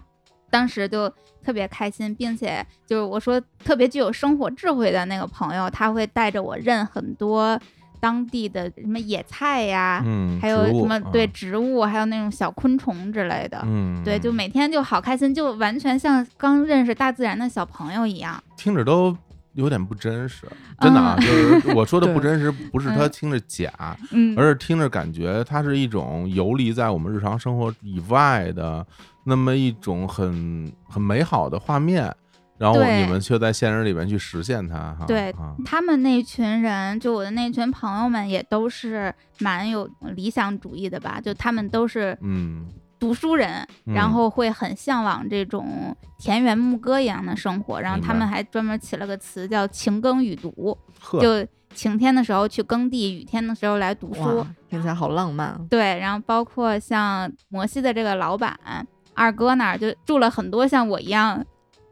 Speaker 3: 当时就特别开心，并且就是我说特别具有生活智慧的那个朋友，他会带着我认很多当地的什么野菜呀、
Speaker 2: 嗯，
Speaker 3: 还有
Speaker 2: 植
Speaker 3: 什
Speaker 2: 物
Speaker 3: 么对
Speaker 2: 啊
Speaker 3: 植物，还有那种小昆虫之类的。
Speaker 2: 嗯，
Speaker 3: 对，就
Speaker 2: 嗯
Speaker 3: 每天就好开心，就完全像刚认识大自然的小朋友一样。
Speaker 2: 听着都。有点不真实，真的 啊，就是我说的不真实，不是它
Speaker 3: 嗯
Speaker 2: 听着假，
Speaker 3: 嗯
Speaker 2: 而是听着感觉它是一种游离在我们日常生活以外的那么一种很很美好的画面，然后
Speaker 3: 对
Speaker 2: 你们却在现实里面去实现它，哈，
Speaker 3: 对
Speaker 2: 啊，
Speaker 3: 他们那群人，就我的那群朋友们，也都是蛮有理想主义的吧？就他们都是
Speaker 2: 嗯，
Speaker 3: 读书人，
Speaker 2: 嗯
Speaker 3: 然后会很向往这种田园牧歌一样的生活。然后
Speaker 2: 明
Speaker 3: 他
Speaker 2: 白
Speaker 3: 们还专门起了个词叫“晴耕雨读
Speaker 2: 呵”，，
Speaker 3: 就晴天的时候去耕地，雨天的时候来读书
Speaker 1: 哇。，听起来好浪漫啊！
Speaker 3: 对，然后包括像摩西的这个老板二哥那儿，就住了很多像我一样，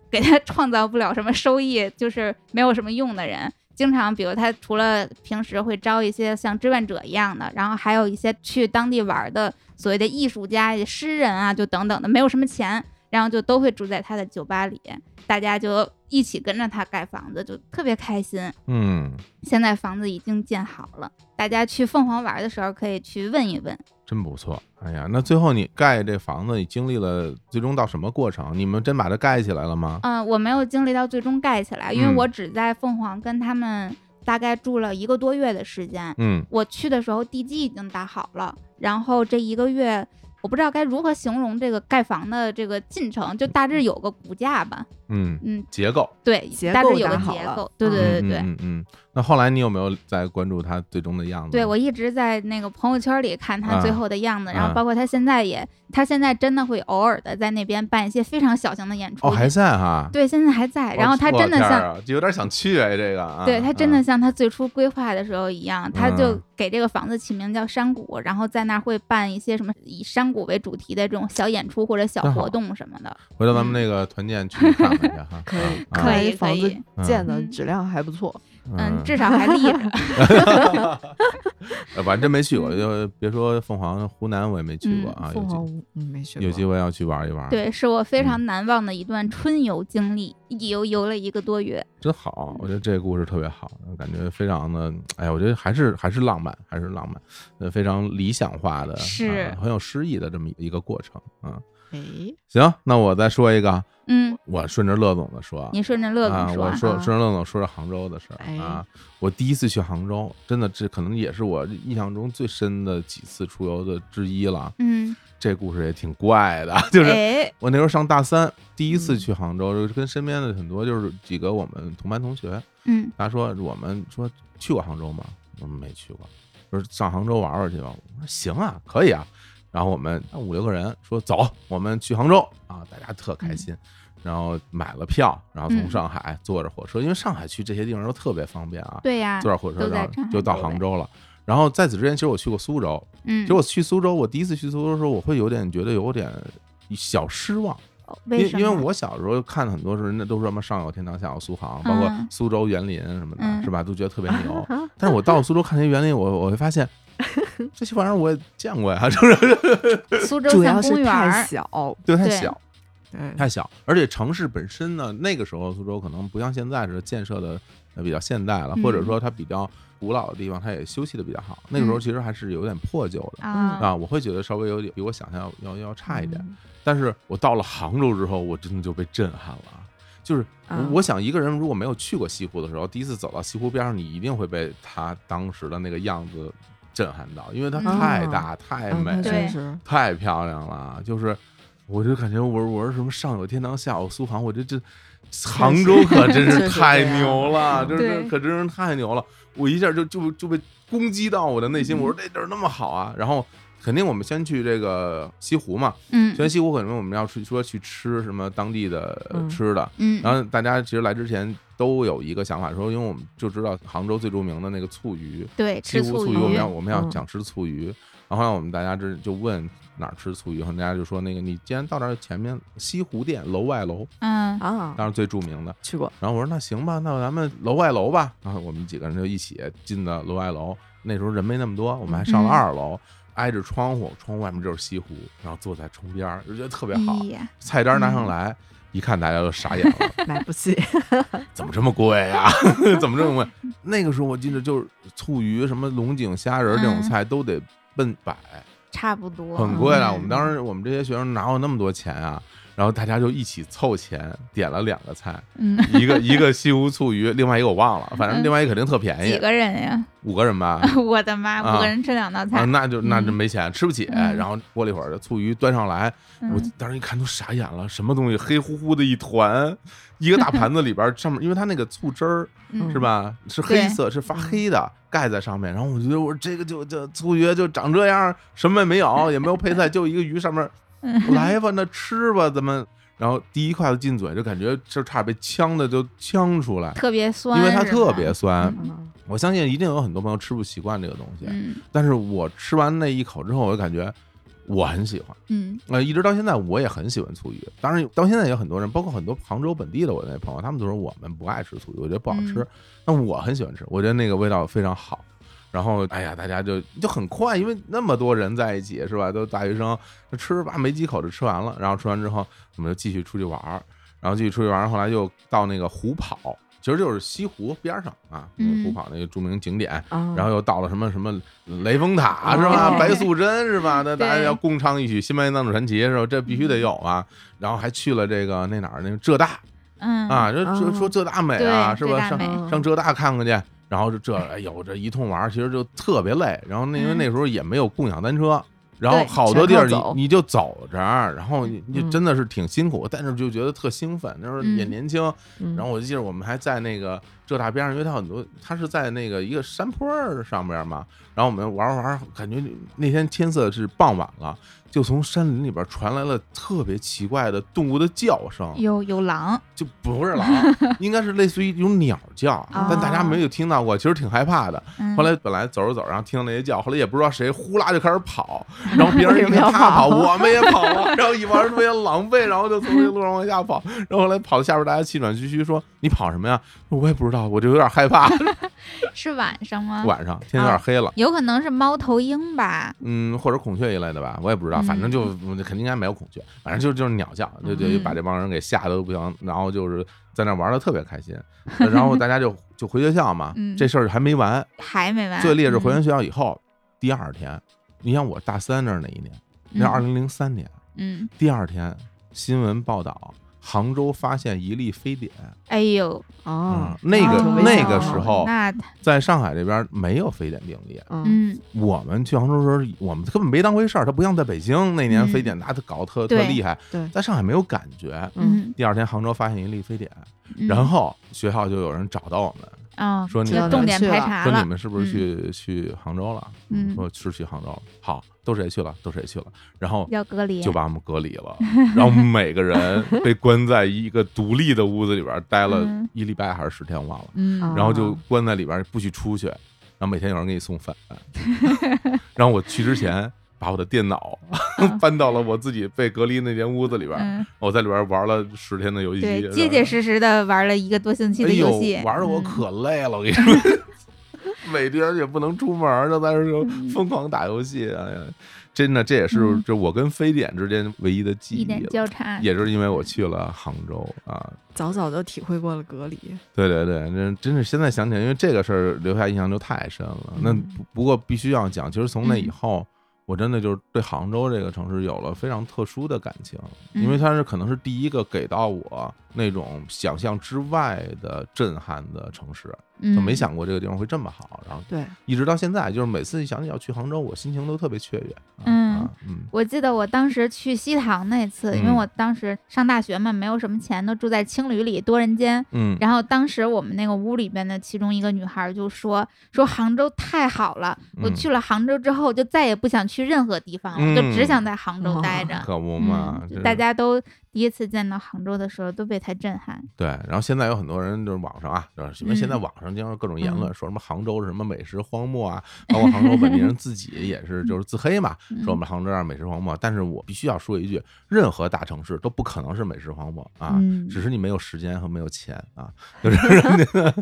Speaker 3: 给他 创造不了什么收益，就是没有什么用的人。经常，比如他除了平时会招一些像志愿者一样的，然后还有一些去当地玩儿的所谓的艺术家、诗人啊，就等等的，没有什么钱，然后就都会住在他的酒吧里，大家就一起跟着他盖房子，就特别开心。
Speaker 2: 嗯，
Speaker 3: 现在房子已经建好了，大家去凤凰玩的时候可以去问一问。
Speaker 2: 真不错。哎呀，那最后你盖这房子，你经历了最终到什么过程？你们真把它盖起来了吗？
Speaker 3: 嗯、我没有经历到最终盖起来，因为
Speaker 2: 嗯
Speaker 3: 我只在凤凰跟他们大概住了一个多月的时间。
Speaker 2: 嗯，
Speaker 3: 我去的时候地基已经打好了，然后这一个月我不知道该如何形容这个盖房的这个进程，就大致有个骨架吧。
Speaker 2: 嗯，
Speaker 3: 嗯，
Speaker 2: 结构，
Speaker 3: 对，
Speaker 1: 结
Speaker 3: 大
Speaker 1: 构
Speaker 3: 致有
Speaker 1: 打
Speaker 3: 个
Speaker 1: 好
Speaker 3: 结
Speaker 1: 了
Speaker 3: 构。对
Speaker 1: 嗯
Speaker 3: 对对对对。
Speaker 2: 嗯嗯嗯。那后来你有没有在关注它最终的样子？
Speaker 3: 对，我一直在那个朋友圈里看他
Speaker 2: 嗯
Speaker 3: 最
Speaker 2: 啊
Speaker 3: 后的样子，然
Speaker 2: 啊
Speaker 3: 后包括他现在也，他现在真的会偶尔的在那边办一些非常小型的演出。
Speaker 2: 哦还在哈。
Speaker 3: 对，现在还在。
Speaker 2: 我，
Speaker 3: 然后他
Speaker 2: 我
Speaker 3: 真的
Speaker 2: 天
Speaker 3: 像
Speaker 2: 儿啊就有点想去哎，这个啊，
Speaker 3: 对他真的
Speaker 2: 嗯
Speaker 3: 像他最初规划的时候一样，他就
Speaker 2: 嗯
Speaker 3: 给这个房子起名叫山谷，然后在那儿会办一些什么以山谷为主题的这种小演出或者小
Speaker 2: 真好
Speaker 3: 活动什么的。
Speaker 2: 回头咱们那个团建去看看去哈。
Speaker 1: 可以
Speaker 2: 啊
Speaker 3: 可
Speaker 1: 看
Speaker 3: 以
Speaker 1: 来房
Speaker 2: 可
Speaker 1: 子
Speaker 2: 以
Speaker 1: 建的
Speaker 3: 嗯
Speaker 1: 质量还不错，
Speaker 3: 嗯，至少还立 着。
Speaker 2: 呃我还真没去
Speaker 3: 嗯
Speaker 2: 过，就别说凤凰、湖南我也没去过啊，有
Speaker 1: 凤凰
Speaker 2: 机
Speaker 1: 屋嗯没学
Speaker 2: 有机
Speaker 1: 过。
Speaker 2: 会要去玩一玩。，
Speaker 3: 对，是我非
Speaker 2: 嗯
Speaker 3: 常难忘的一段春游经历，一游游了一个多月。
Speaker 2: 真好，我觉得这个故事特别好，感觉非常的，哎呀，我觉得还是还是浪漫，还是浪漫，呃，非常理想化的，
Speaker 3: 是
Speaker 2: 啊很有诗意的这么一个过程啊。
Speaker 1: 哎，
Speaker 2: 行，那我再说一个啊，
Speaker 3: 嗯，
Speaker 2: 我顺着乐总的说啊，
Speaker 3: 你顺着乐总
Speaker 2: 啊，我说
Speaker 1: 啊
Speaker 2: 顺着乐总说说杭州的事
Speaker 1: 哎
Speaker 2: 儿啊。我第一次去杭州，真的这可能也是我印象中最深的几次出游的之一了。
Speaker 3: 嗯，
Speaker 2: 这故事也挺怪的， 就是
Speaker 3: 哎，
Speaker 2: 我那时候上大三，第一次去杭州，就是跟身边的很多就是几个我们同班同学，
Speaker 3: 嗯，
Speaker 2: 他说我们说去过杭州吗？我们没去过，说上杭州玩玩去吧。我说行啊，可以啊。然后我们那五六个人说走，我们去杭州啊，大家特开心。然后买了票，然后从
Speaker 3: 嗯
Speaker 2: 上海坐着火车，因为上海去这些地方都特别方便啊，
Speaker 3: 对呀，
Speaker 2: 坐着火车
Speaker 3: 都在
Speaker 2: 然后
Speaker 3: 上海
Speaker 2: 就到
Speaker 3: 周
Speaker 2: 杭
Speaker 3: 围
Speaker 2: 州了。然后在此之前，其实我去过苏州，
Speaker 3: 嗯，
Speaker 2: 其实我去苏州，我第一次去苏州的时候，我会有点觉得有点小失望。
Speaker 3: 哦
Speaker 2: 因
Speaker 3: 为什
Speaker 2: 因为
Speaker 3: 么
Speaker 2: 我小时候看很多是那都是什么上有天堂，下有苏杭，包括
Speaker 3: 嗯
Speaker 2: 苏州园林什么的，
Speaker 3: 嗯
Speaker 2: 是吧？都觉得特别 牛。但是我到了苏州看这些园林，我我会发现这些玩意儿我也见过呀， 就是
Speaker 3: 苏州
Speaker 1: 主
Speaker 3: 三
Speaker 1: 要是
Speaker 3: 公园
Speaker 1: 太
Speaker 3: 儿，
Speaker 1: 小，
Speaker 2: 对太
Speaker 3: 对
Speaker 2: 小
Speaker 1: 对，
Speaker 2: 太小，而且城市本身呢，那个时候苏州可能不像现在似的建设的呃比较现代了，
Speaker 3: 嗯
Speaker 2: 或者说它比较古老的地方，它也修葺的比较好。那个时候
Speaker 3: 嗯
Speaker 2: 其实还是有点破旧的。
Speaker 1: 啊
Speaker 2: 啊，我会觉得稍微有点比我想象要要要差一点，
Speaker 1: 嗯
Speaker 2: 但是我到了杭州之后，我真的就被震撼了啊。就是我
Speaker 1: 啊
Speaker 2: 我想，一个人如果没有去过西湖的时候，第一次走到西湖边上，你一定会被它当时的那个样子震撼到，因为它
Speaker 3: 嗯
Speaker 2: 太大、太
Speaker 1: 嗯那
Speaker 2: 美、
Speaker 1: 确实，
Speaker 2: 太漂亮了。就是，我就感觉我我是什么上有天堂，下有苏杭，我这这杭州可真是
Speaker 1: 确实
Speaker 2: 太
Speaker 1: 这样
Speaker 2: 牛了，真是
Speaker 3: 对
Speaker 2: 可真是太牛了。我一下就就就被攻击到我的内心，我说这地儿那么好啊，然后。肯定我们先去这个西湖嘛，
Speaker 3: 嗯
Speaker 2: 全西湖可能我们要去说去吃什么当地的呃
Speaker 1: 嗯
Speaker 2: 吃的，
Speaker 3: 嗯，
Speaker 2: 然后大家其实来之前都有一个想法，说因为我们就知道杭州最著名的那个醋鱼，
Speaker 3: 对，
Speaker 2: 西
Speaker 3: 吃
Speaker 2: 湖
Speaker 3: 醋
Speaker 2: 醋
Speaker 1: 鱼
Speaker 2: 我们
Speaker 3: 鱼
Speaker 2: 要，我们要
Speaker 1: 嗯
Speaker 2: 想吃醋鱼，然后让我们大家这就问哪儿吃醋鱼，然后大家就说那个你既然到这儿前面西湖店楼外楼，
Speaker 3: 嗯
Speaker 1: 啊，
Speaker 2: 当然最著名的，
Speaker 1: 去过，
Speaker 2: 然后我说那行吧，那咱们楼外楼吧。然后我们几个人就一起进的楼外楼。那时候人没那么多，我们还上了
Speaker 3: 嗯
Speaker 2: 二楼，挨着窗户，窗户外面就是西湖，然后坐在窗边儿，就觉得特别好。
Speaker 3: 哎呀
Speaker 2: 菜单拿上来，一看大家都傻眼 了，
Speaker 1: 买不起，
Speaker 2: 怎么这么贵呀、 怎么这么贵？那个时候我记得就是醋鱼、什么龙井虾仁儿这种
Speaker 3: 嗯
Speaker 2: 菜都得奔百，
Speaker 3: 差不多，
Speaker 2: 很贵了。
Speaker 3: 嗯
Speaker 2: 我们当时我们这些学生哪有那么多钱啊？然后大家就一起凑钱点了两个菜，
Speaker 3: 嗯，
Speaker 2: 一个一个西湖醋鱼，另外一个我忘了，反正
Speaker 3: 嗯
Speaker 2: 另外一个肯定特便
Speaker 3: 几
Speaker 2: 宜，
Speaker 3: 个人呀？
Speaker 2: 五个人吧。
Speaker 3: 我的妈，
Speaker 2: 啊
Speaker 3: 五个人吃两道
Speaker 2: 啊，
Speaker 3: 菜，
Speaker 2: 那就那就没钱，吃不起。
Speaker 3: 嗯
Speaker 2: 然后过了一会儿，这醋鱼端上来，我
Speaker 3: 嗯
Speaker 2: 当时一看都傻眼了，什么东西黑乎乎的一团，一个 大盘子里边儿上面，因为它那个醋汁儿
Speaker 3: 嗯
Speaker 2: 是吧，是
Speaker 3: 对嗯
Speaker 2: 黑色，是发黑的，盖在上面。然后我觉得我这个就就醋鱼就长这样，什么也没有，也没有配 菜，就一个鱼上面
Speaker 3: 嗯
Speaker 2: 来吧，那吃吧，咱们。然后第一筷子进嘴，就感觉就差点被呛的就呛出来，
Speaker 3: 特别酸，
Speaker 2: 因为它
Speaker 3: 是
Speaker 2: 特
Speaker 3: 吗
Speaker 2: 别酸。
Speaker 3: 嗯
Speaker 1: 嗯
Speaker 2: 我相信一定有很多朋友吃不习惯这个东西，
Speaker 3: 嗯
Speaker 2: 但是我吃完那一口之后，我就感觉我很喜欢。
Speaker 3: 嗯
Speaker 2: 呃，一直到现在我也很喜欢醋鱼，当然到现在也有很多人，包括很多杭州本地的我那朋友，他们都说我们不爱吃醋鱼，我觉得不好吃
Speaker 3: 嗯。
Speaker 2: 那、我很喜欢吃，我觉得那个味道非常好。然后，哎呀，大家就就很快，因为那么多人在一起，是吧？都大学生吃吧，没几口就吃完了。然后吃完之后，我们就继续出去玩儿，然后继续出去玩儿。后来又到那个湖跑，其实就是西湖边儿上啊，
Speaker 3: 嗯
Speaker 2: 湖跑那个著名景点。
Speaker 1: 啊，
Speaker 2: 然后又到了什么什么雷峰塔是吧？
Speaker 1: 哦
Speaker 2: 白素贞是吧？那大家
Speaker 3: 对
Speaker 2: 要共唱一曲《新白娘子传奇》是吧？这必须得有啊。然后还去了这个那哪儿那个浙大
Speaker 3: 嗯
Speaker 2: 啊，这这
Speaker 1: 哦
Speaker 2: 说浙大美
Speaker 3: 对
Speaker 2: 啊，是
Speaker 3: 浙
Speaker 2: 吧？
Speaker 3: 大
Speaker 2: 上
Speaker 3: 美
Speaker 1: 嗯
Speaker 2: 上浙大看看去。然后就这哎呦这一通玩儿，其实就特别累。然后那因为
Speaker 3: 嗯
Speaker 2: 那时候也没有共享单车。然后
Speaker 3: 对
Speaker 2: 好多地儿
Speaker 1: 全靠走
Speaker 2: 你你就走着，然后你你
Speaker 1: 嗯
Speaker 2: 真的是挺辛苦，但是就觉得特兴奋。那时候也
Speaker 3: 嗯
Speaker 2: 年轻，
Speaker 1: 嗯
Speaker 2: 然后我就记得我们还在那个浙大边上，因为它很多，它是在那个一个山坡儿上边嘛。然后我们玩儿玩儿，感觉那天天色是傍晚了，就从山林里边传来了特别奇怪的动物的叫声，
Speaker 3: 有有狼，
Speaker 2: 就不是狼，应该是类似于一种鸟叫，但大家
Speaker 1: 哦
Speaker 2: 没有听到过，其实挺害怕的。
Speaker 3: 嗯
Speaker 2: 后来本来走着走着，然后听到那些叫，后来也不知道谁呼啦就开始跑，然后别人一
Speaker 1: 为什么
Speaker 2: 看
Speaker 1: 要
Speaker 2: 他跑，
Speaker 1: 跑
Speaker 2: 我们也跑啊，然后一帮人特别狼狈，然后就从这个路上往下跑，然后后来跑到下边，大家气喘吁吁说：“你跑什么呀？”我也不知道，我就有点害怕。
Speaker 3: 是晚上吗？
Speaker 2: 晚上天有点黑了，
Speaker 3: 有可能是猫头鹰吧，
Speaker 2: 嗯，或者孔雀一类的吧，我也不知道，反正就肯定应该没有孔雀，反正就就是鸟叫，就就
Speaker 3: 嗯
Speaker 2: 把这帮人给吓得都不行，然后就是在那玩的特别开心，然后大家就就回学校嘛，
Speaker 3: 嗯
Speaker 2: 这事儿还没完，
Speaker 3: 还没完。
Speaker 2: 最烈是回
Speaker 3: 嗯
Speaker 2: 完学校以后，第二天，你像我大三那儿那一年，那
Speaker 3: 嗯
Speaker 2: 二零零三年，
Speaker 3: 嗯，
Speaker 2: 第二天新闻报道，杭州发现一例非典
Speaker 3: 哎呦，
Speaker 1: 哦
Speaker 2: 啊、，那个、
Speaker 1: 哦
Speaker 2: 那个时候，
Speaker 3: 那
Speaker 2: 在上海这边没有非典病例，
Speaker 1: 嗯
Speaker 3: 嗯，
Speaker 2: 我们去杭州的时候，我们根本没当回事儿，它不像在北京那年
Speaker 3: 嗯
Speaker 2: 非典，那它搞得特特
Speaker 3: 对
Speaker 2: 厉害，
Speaker 1: 对
Speaker 2: 在上海没有感觉。
Speaker 3: 嗯，
Speaker 2: 第二天，杭州发现一例非典，
Speaker 3: 嗯
Speaker 2: 然后学校就有人找到我们，
Speaker 3: 啊，
Speaker 2: 说你
Speaker 3: 这
Speaker 2: 们
Speaker 3: 重点
Speaker 1: 去
Speaker 3: 排
Speaker 1: 了
Speaker 3: 查
Speaker 2: 说
Speaker 3: 了
Speaker 2: 你，们是不是去、去杭州了？
Speaker 3: 啊嗯
Speaker 2: 说是去杭州了。好，都谁去了？都谁去了？然后
Speaker 3: 要隔离，
Speaker 2: 就把我们隔离了，然后每个人被关在一个独立的屋子里边待了
Speaker 3: 嗯
Speaker 2: 一礼拜还是十天，忘了。
Speaker 3: 嗯，
Speaker 1: 啊
Speaker 2: 然后就关在里边儿不许出去，然后每天有人给你送 饭。然后我去之前，把我的电脑 搬到了我自己被隔离那间屋子里边儿，
Speaker 3: 哦嗯，
Speaker 2: 我在里边儿玩了十天的游戏机
Speaker 3: 对，，结结实实的玩了一个多星期
Speaker 2: 哎
Speaker 3: 的
Speaker 2: 呦
Speaker 3: 游戏，，
Speaker 2: 玩的我
Speaker 3: 嗯
Speaker 2: 可累了，我跟你说， 每天也不能出门儿，就在这儿就疯狂打游戏。哎呀，真的，这也是
Speaker 3: 嗯
Speaker 2: 就我跟非典之间唯一的记
Speaker 3: 一
Speaker 2: 忆
Speaker 3: 点
Speaker 2: 了，
Speaker 3: 交叉，
Speaker 2: 也就是因为我去了杭州啊，
Speaker 1: 早早就体会过了隔离，
Speaker 2: 对对对，那真是现在想起来，因为这个事儿留下印象就太深了。那
Speaker 1: 嗯
Speaker 2: 不不过必须要讲，其实从那以后，我真的就是对杭州这个城市有了非常特殊的感情，因为
Speaker 3: 嗯
Speaker 2: 它是可能是第一个给到我那种想象之外的震撼的城市，就
Speaker 3: 嗯
Speaker 2: 没，想过这个地方会这么好。然后
Speaker 1: 对，
Speaker 2: 一直到现在，就是每次一想起要去杭州，我心情都特别雀跃。啊
Speaker 3: 嗯
Speaker 2: 啊嗯
Speaker 3: 我记得我当时去西塘那次，因为
Speaker 2: 嗯
Speaker 3: 我当时上大学嘛，没有什么钱，都住在青旅里多人间。
Speaker 2: 嗯，
Speaker 3: 然后当时我们那个屋里边的其中一个女孩就说：“说杭州太好了，我
Speaker 2: 嗯
Speaker 3: 去了杭州之后就再也不想去任何地方了，我就只想在杭州待着。
Speaker 2: 嗯 可不
Speaker 3: 嗯
Speaker 2: 嘛，
Speaker 3: 就
Speaker 2: 这
Speaker 3: 大
Speaker 2: 是
Speaker 3: 家都第一次见到杭州的时候都被她震撼。
Speaker 2: 对，然后现在有很多人就是网上啊，就是因为
Speaker 3: 嗯
Speaker 2: 现在网上经常有各种言论，说什么杭州是什么美食荒漠啊，包括杭州本地人自己也是就是自黑嘛，
Speaker 3: 嗯
Speaker 2: 说我们杭州啊美食荒漠。但是我必须要说一句，任何大城市都不可能是美食荒漠啊，
Speaker 3: 嗯
Speaker 2: 只是你没有时间和没有钱啊，就是人家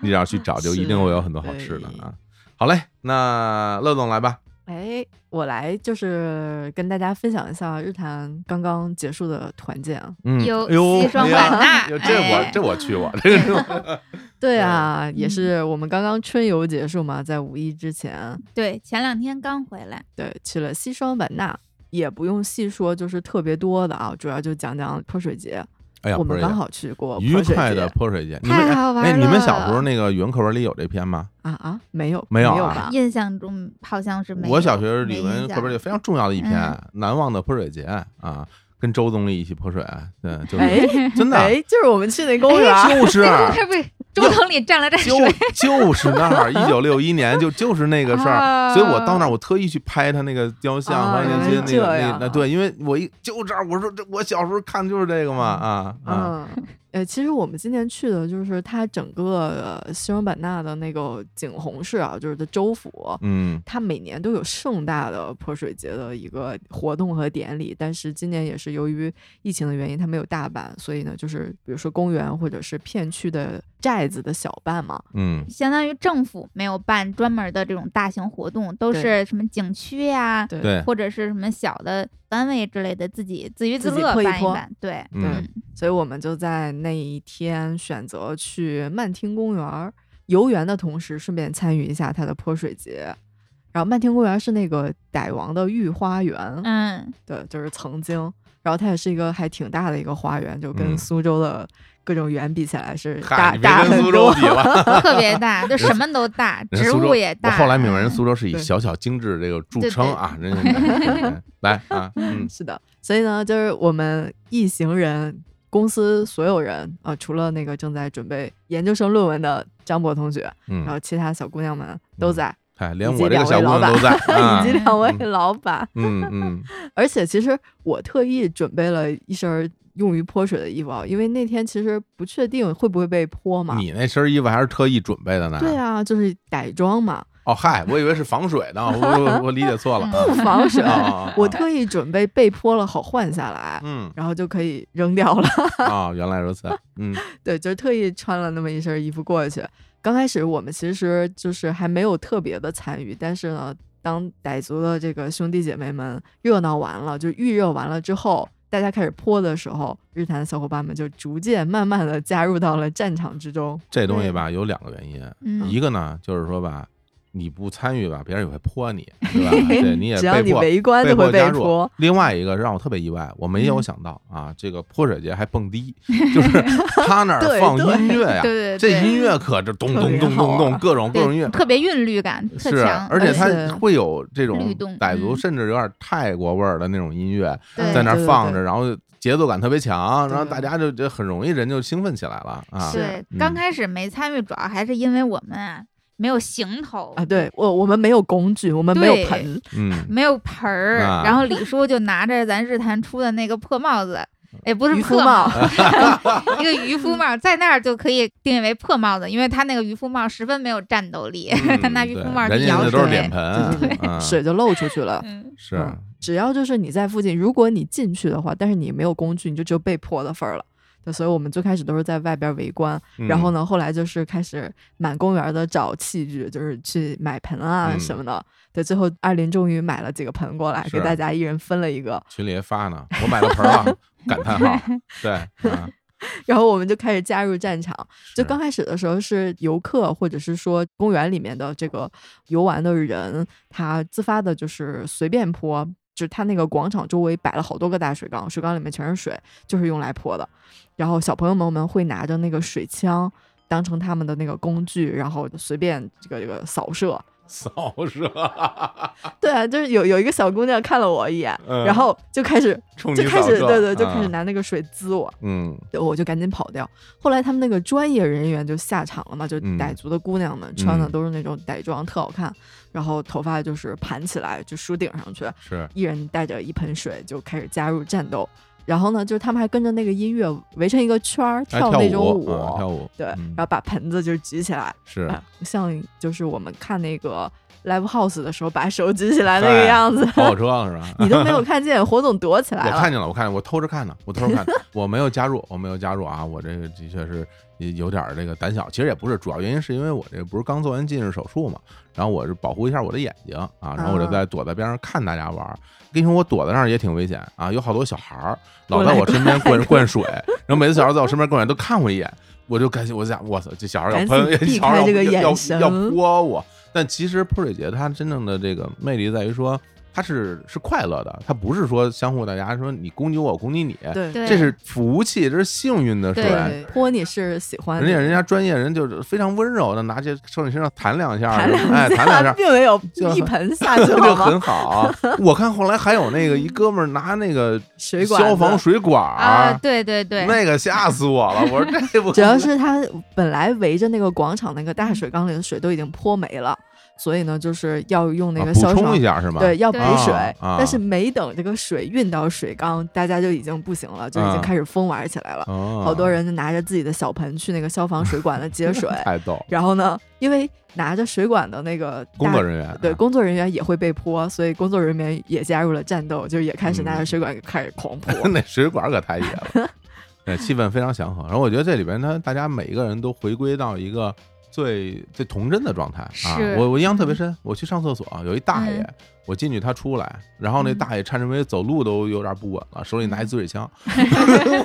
Speaker 2: 你只要去找，就是一定会有很多好吃的啊。好嘞，那乐总来吧，
Speaker 1: 哎，我来就是跟大家分享一下日坛刚刚结束的团建啊。
Speaker 2: 嗯，
Speaker 3: 有
Speaker 2: 哎呦，
Speaker 3: 西双
Speaker 2: 哎呀
Speaker 3: 版纳
Speaker 2: 哎呦这我
Speaker 3: 哎
Speaker 2: 这我去过，这个
Speaker 1: 对啊，也
Speaker 3: 嗯
Speaker 1: 是我们刚刚春游结束嘛，在五一之前，
Speaker 3: 对，前两天刚回来，
Speaker 1: 对，去了西双版纳，也不用细说，就是特别多的啊，主要就讲讲泼水节。
Speaker 2: 哎呀，
Speaker 1: 我
Speaker 2: 不
Speaker 1: 们
Speaker 2: 是
Speaker 1: 刚好去过
Speaker 2: 愉
Speaker 1: 哦泼水
Speaker 2: 快
Speaker 1: 节
Speaker 2: 的泼水节，你
Speaker 3: 太
Speaker 2: 们
Speaker 3: 好玩
Speaker 2: 哎，你们小
Speaker 3: 了
Speaker 2: 时候那个语文课文里有这篇吗？
Speaker 1: 啊啊，没有
Speaker 2: 没有
Speaker 1: 有
Speaker 2: 啊
Speaker 1: 吧？
Speaker 3: 印象中好像是没有。
Speaker 2: 我小学
Speaker 3: 没
Speaker 2: 语
Speaker 3: 印
Speaker 2: 文课
Speaker 3: 象
Speaker 2: 本里非常重要的一篇《
Speaker 3: 嗯
Speaker 2: 难忘的泼水节》啊，跟周总理一起泼水，对，就是、
Speaker 1: 哎
Speaker 2: 真的、啊
Speaker 1: 哎，就是我们去那公园儿，
Speaker 2: 哎就是
Speaker 3: 不是周总理站了站
Speaker 2: 就
Speaker 3: 水，
Speaker 2: 就是那儿，一九六一年就就是那个事儿，所以我到那儿
Speaker 3: 啊
Speaker 2: 我特意去拍他那个雕像
Speaker 1: 啊
Speaker 2: 和那些
Speaker 1: 原来
Speaker 2: 那个
Speaker 1: 这
Speaker 2: 那
Speaker 1: 样
Speaker 2: 那对，因为我一就这儿，我说这我小时候看就是这个嘛啊啊，
Speaker 1: 嗯，呃，其实我们今年去的就是它整个呃西双版纳的那个景洪市啊，就是的州府，
Speaker 2: 嗯
Speaker 1: 它每年都有盛大的泼水节的一个活动和典礼，但是今年也是由于疫情的原因，它没有大办，所以呢，就是比如说公园或者是片区的寨子的小办嘛，
Speaker 2: 嗯
Speaker 3: 相当于政府没有办专门的这种大型活动，都
Speaker 1: 对
Speaker 3: 是什么景区呀、
Speaker 1: 对
Speaker 2: 对，嗯
Speaker 3: 或者是什么小的单位之类的，自己自娱自
Speaker 1: 自己
Speaker 3: 乐
Speaker 1: 泼一
Speaker 3: 办一
Speaker 1: 泼
Speaker 3: 办。对，
Speaker 2: 嗯
Speaker 1: 所以我们就在那一天选择去曼听公园儿游园的同时，顺便参与一下它的泼水节。然后曼听公园是那个傣王的御花园，
Speaker 3: 嗯，
Speaker 1: 对，就是曾经。然后它也是一个还挺大的一个花园，就
Speaker 2: 嗯
Speaker 1: 跟苏州的各种园比起来是
Speaker 2: 嗨，
Speaker 1: 大、
Speaker 2: 你别
Speaker 1: 大
Speaker 2: 跟
Speaker 1: 很
Speaker 2: 苏州
Speaker 1: 多。
Speaker 2: 比了。
Speaker 3: 特 别大，就什么都大，
Speaker 2: 人
Speaker 3: 植
Speaker 2: 苏州
Speaker 3: 物也
Speaker 2: 我
Speaker 3: 大。
Speaker 2: 后来明白，人苏州是以
Speaker 1: 啊对
Speaker 2: 小巧精致这个著
Speaker 3: 对
Speaker 2: 称
Speaker 3: 对
Speaker 2: 啊，人家对对来 啊，嗯
Speaker 1: 是的，所以呢，就是我们一行人，公司所有人啊、呃除了那个正在准备研究生论文的张博同学，然
Speaker 2: 嗯，
Speaker 1: 后其他小姑娘们都在，
Speaker 2: 哎，连
Speaker 1: 以及
Speaker 2: 我这个
Speaker 1: 两位
Speaker 2: 小姑
Speaker 1: 老
Speaker 2: 娘 都在啊
Speaker 1: 以，及两位老板。
Speaker 2: 嗯 嗯
Speaker 1: 而且其实我特意准备了一身儿用于泼水的衣服啊，因为那天其实不确定会不会被泼嘛
Speaker 2: 嗯，。你那身衣服还是特意准备的呢？
Speaker 1: 对啊，就是改装嘛，
Speaker 2: 哦，嗨，我以为是防水呢，我我我理解错了
Speaker 1: 不
Speaker 2: 啊。
Speaker 1: 防水
Speaker 2: 啊。啊，啊
Speaker 1: 嗯 我特意准备被泼了好换下来，
Speaker 2: 嗯
Speaker 1: 然后就可以扔掉了。
Speaker 2: 啊，原来如此， 嗯
Speaker 1: 对，就是特意穿了那么一身衣服过去。刚开始我们其实就是还没有特别的参与，但是呢，当傣族的这个兄弟姐妹们热闹完了，就预热完了之后，大家开始泼的时候，日坛的小伙伴们就逐渐慢慢的加入到了战场之中。
Speaker 2: 这东西吧有两个原因，
Speaker 3: 嗯，
Speaker 2: 一个呢就是说吧，你不参与吧，别人也会泼 你，对吧？对，你也
Speaker 1: 只要
Speaker 2: 被
Speaker 1: 你
Speaker 2: 迫
Speaker 1: 围观就
Speaker 2: 迫
Speaker 1: 会被
Speaker 2: 加入
Speaker 1: 泼。
Speaker 2: 另外一个让我特别意外，我没有
Speaker 1: 嗯
Speaker 2: 想到啊，这个泼水节还蹦迪，就是 他那儿
Speaker 1: 对
Speaker 2: 放
Speaker 1: 对
Speaker 2: 音乐呀，
Speaker 3: 对对
Speaker 2: 这
Speaker 3: 对，
Speaker 2: 音乐可这咚
Speaker 1: 特
Speaker 2: 咚
Speaker 1: 别
Speaker 2: 咚
Speaker 1: 好啊
Speaker 2: 咚咚
Speaker 1: 玩
Speaker 2: 各种各种音乐
Speaker 3: 对，特别韵律感特
Speaker 2: 是，
Speaker 3: 强，
Speaker 2: 而且
Speaker 1: 而且
Speaker 2: 它会有这种
Speaker 3: 律动
Speaker 2: 傣族
Speaker 3: 嗯
Speaker 2: 甚至有点泰国味儿的那种音乐
Speaker 3: 对
Speaker 2: 在那
Speaker 1: 对
Speaker 2: 儿
Speaker 1: 对
Speaker 2: 放
Speaker 1: 对
Speaker 2: 着，然后节奏感特别强，然后
Speaker 1: 对
Speaker 2: 大家就就很容易人就兴奋起来了啊。
Speaker 1: 是
Speaker 3: 对
Speaker 2: 嗯，
Speaker 3: 刚开始没参与，主要还是因为我们啊没有行头
Speaker 1: 啊，对我我们没有工具，我们没有
Speaker 3: 对
Speaker 1: 盆，
Speaker 2: 嗯，
Speaker 3: 没有盆儿，
Speaker 2: 啊
Speaker 3: 然后李叔就拿着咱日坛出的那个破帽 子，也不是
Speaker 1: 渔夫
Speaker 3: 破帽
Speaker 1: 帽，
Speaker 3: 一个渔 夫帽，在那儿就可以定义为破帽子，因为他那个渔夫帽十分没有战斗力， 他拿
Speaker 2: 嗯
Speaker 3: 渔
Speaker 2: 对
Speaker 3: 夫帽
Speaker 2: 人
Speaker 3: 去
Speaker 2: 家
Speaker 3: 摇
Speaker 2: 那都是脸
Speaker 3: 水，
Speaker 2: 盆，嗯
Speaker 1: 水就漏出去了。
Speaker 3: 嗯，
Speaker 2: 是
Speaker 1: 嗯只要就是你在附近，如果你进去的话，但是你没有工具，你就只有被迫的份儿了。对，所以我们最开始都是在外边围观，然后
Speaker 2: 呢，
Speaker 1: 呢，后来就是开始满公园的找器具，就是去买盆啊
Speaker 2: 嗯
Speaker 1: 什么的。对，最后二林终于买了几个盆过来，
Speaker 2: 是
Speaker 1: 给大家一人分了一个，
Speaker 2: 群里还发呢，我买了盆 儿了，感叹号，对，啊
Speaker 1: 然后我们就开始加入战场。就是刚开始的时候是游客或者是说公园里面的这个游玩的人，他自发的就是随便泼，就是他那个广场周围摆了好多个大水缸，水缸里面全是水，就是用来泼的。然后小朋友们们会拿着那个水枪当成他们的那个工具，然后随便这个这个扫射。
Speaker 2: 扫射，
Speaker 1: 对啊，就是有有一个小姑娘看了我一眼，
Speaker 2: 嗯
Speaker 1: 然后就开始
Speaker 2: 冲
Speaker 1: 就
Speaker 2: 你
Speaker 1: 开
Speaker 2: 扫
Speaker 1: 始
Speaker 2: 射
Speaker 1: 对对，就开始
Speaker 2: 啊
Speaker 1: 拿那个水滋我。
Speaker 2: 嗯
Speaker 1: 对我就赶紧跑掉。后来他们那个专业人员就下场了嘛，就
Speaker 2: 嗯
Speaker 1: 傣族的姑娘们穿的
Speaker 2: 嗯
Speaker 1: 都是那种傣装，特好看，然后头发就是盘起来，就梳顶上去，
Speaker 2: 是，
Speaker 1: 一人带着一盆水就开始加入战斗。然后呢，就是他们还跟着那个音乐围成一个圈儿
Speaker 2: 还
Speaker 1: 跳那种
Speaker 2: 哎舞啊跳舞，
Speaker 1: 对，
Speaker 2: 嗯
Speaker 1: 然后把盆子就举起来，
Speaker 2: 是
Speaker 1: 啊像就是我们看那个 live house 的时候把手举起来那个样子，
Speaker 2: 跑火车是吧？
Speaker 1: 你都没有看见，火总躲起来
Speaker 2: 我
Speaker 1: 了。
Speaker 2: 看见了，我看见，我偷着看呢，我偷着看呢，我没有加入，我没有加入啊，我这个的确是有点儿这个胆小，其实也不是，主要原因是因为我这不是刚做完近视手术嘛，然后我是保护一下我的眼睛啊，然后我就
Speaker 1: 啊
Speaker 2: 在躲在边上看大家玩儿。跟你说，我躲在那儿也挺危险啊，有好多小孩儿老
Speaker 1: 过
Speaker 2: 在
Speaker 1: 来
Speaker 2: 我身边灌灌水，然后每次小孩在我身边灌水都看我一眼，我就感觉我想，我操，这小孩儿要
Speaker 1: 赶
Speaker 2: 喷
Speaker 1: 紧，避
Speaker 2: 小孩儿要
Speaker 1: 开这个
Speaker 2: 要
Speaker 1: 眼
Speaker 2: 要
Speaker 1: 神
Speaker 2: 要泼我。但其实泼水节它真正的这个魅力在于说，它是是快乐的，它不是说相互大家说你攻击我，我攻击你，
Speaker 1: 对
Speaker 3: 对
Speaker 2: 这是福气，这是幸运的水。
Speaker 3: 对
Speaker 1: 泼你是喜欢的
Speaker 2: 人家人家专业人就是非常温柔的，拿去上你身上弹两下，
Speaker 1: 谈两
Speaker 2: 哎，弹两
Speaker 1: 下，
Speaker 2: 下。
Speaker 1: 并没有
Speaker 2: 就
Speaker 1: 一盆下去
Speaker 2: 就
Speaker 1: 好吗？
Speaker 2: 很好，我看后来还有那个一哥们儿拿那个
Speaker 1: 水管
Speaker 2: 消防
Speaker 1: 子
Speaker 2: 水管儿
Speaker 3: 啊，对对对，
Speaker 2: 那个吓死我了！我说这不
Speaker 1: 主要是它本来围着那个广场那个大水缸里的水都已经泼没了，所以呢，就是要用那
Speaker 2: 啊
Speaker 1: 个
Speaker 2: 补
Speaker 1: 消
Speaker 2: 充
Speaker 1: 防
Speaker 2: 一。下是吗？
Speaker 1: 对，要补
Speaker 3: 对
Speaker 1: 水
Speaker 2: 啊，啊
Speaker 1: 但是没等这个水运到水缸，大家就已经不行了，就已经
Speaker 2: 啊
Speaker 1: 开始疯玩起来了。
Speaker 2: 哦，
Speaker 1: 好多人就拿着自己的小盆去那个消防水管子接水，
Speaker 2: 太逗了，
Speaker 1: 然后呢，因为拿着水管的那个
Speaker 2: 工
Speaker 1: 大
Speaker 2: 作人员
Speaker 1: 对，
Speaker 2: 啊
Speaker 1: 工作人员也会被泼，所以工作人员也加入了战斗，就是也开始拿着水管开始狂泼。
Speaker 2: 那水管可太野 了，对，气氛非常祥和。然后我觉得这里边他大家每一个人都回归到一个最最童真的状态啊
Speaker 3: 是。
Speaker 2: 我我印象
Speaker 1: 嗯
Speaker 2: 特别深，我去上厕所啊有一大爷
Speaker 3: 嗯，
Speaker 2: 我进去他出来，然后那
Speaker 3: 嗯
Speaker 2: 大爷颤颤巍巍走路都有点不稳了，手里
Speaker 1: 嗯
Speaker 2: 拿一滋水 枪。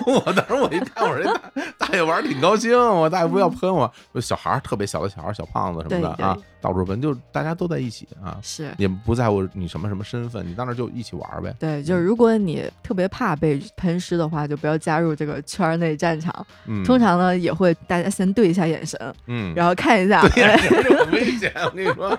Speaker 2: 我当时我一看，我说这大大爷玩儿挺高兴，啊我大爷不要喷我，就小孩儿特别小的小孩儿小胖子什么的
Speaker 1: 嗯对
Speaker 2: 啊
Speaker 1: 对，
Speaker 2: 到处喷，就大家都在一起啊。
Speaker 1: 是，
Speaker 2: 也不在乎你什么什么身份，你到那儿就一起玩儿呗。
Speaker 1: 对，就是如果你特别怕被喷湿的话，就不要加入这个圈儿内战场。
Speaker 2: 嗯，
Speaker 1: 通常呢，也会大家先对一下眼神，
Speaker 2: 嗯，
Speaker 1: 然后看一下，
Speaker 2: 对呀，这很危险，我跟你说。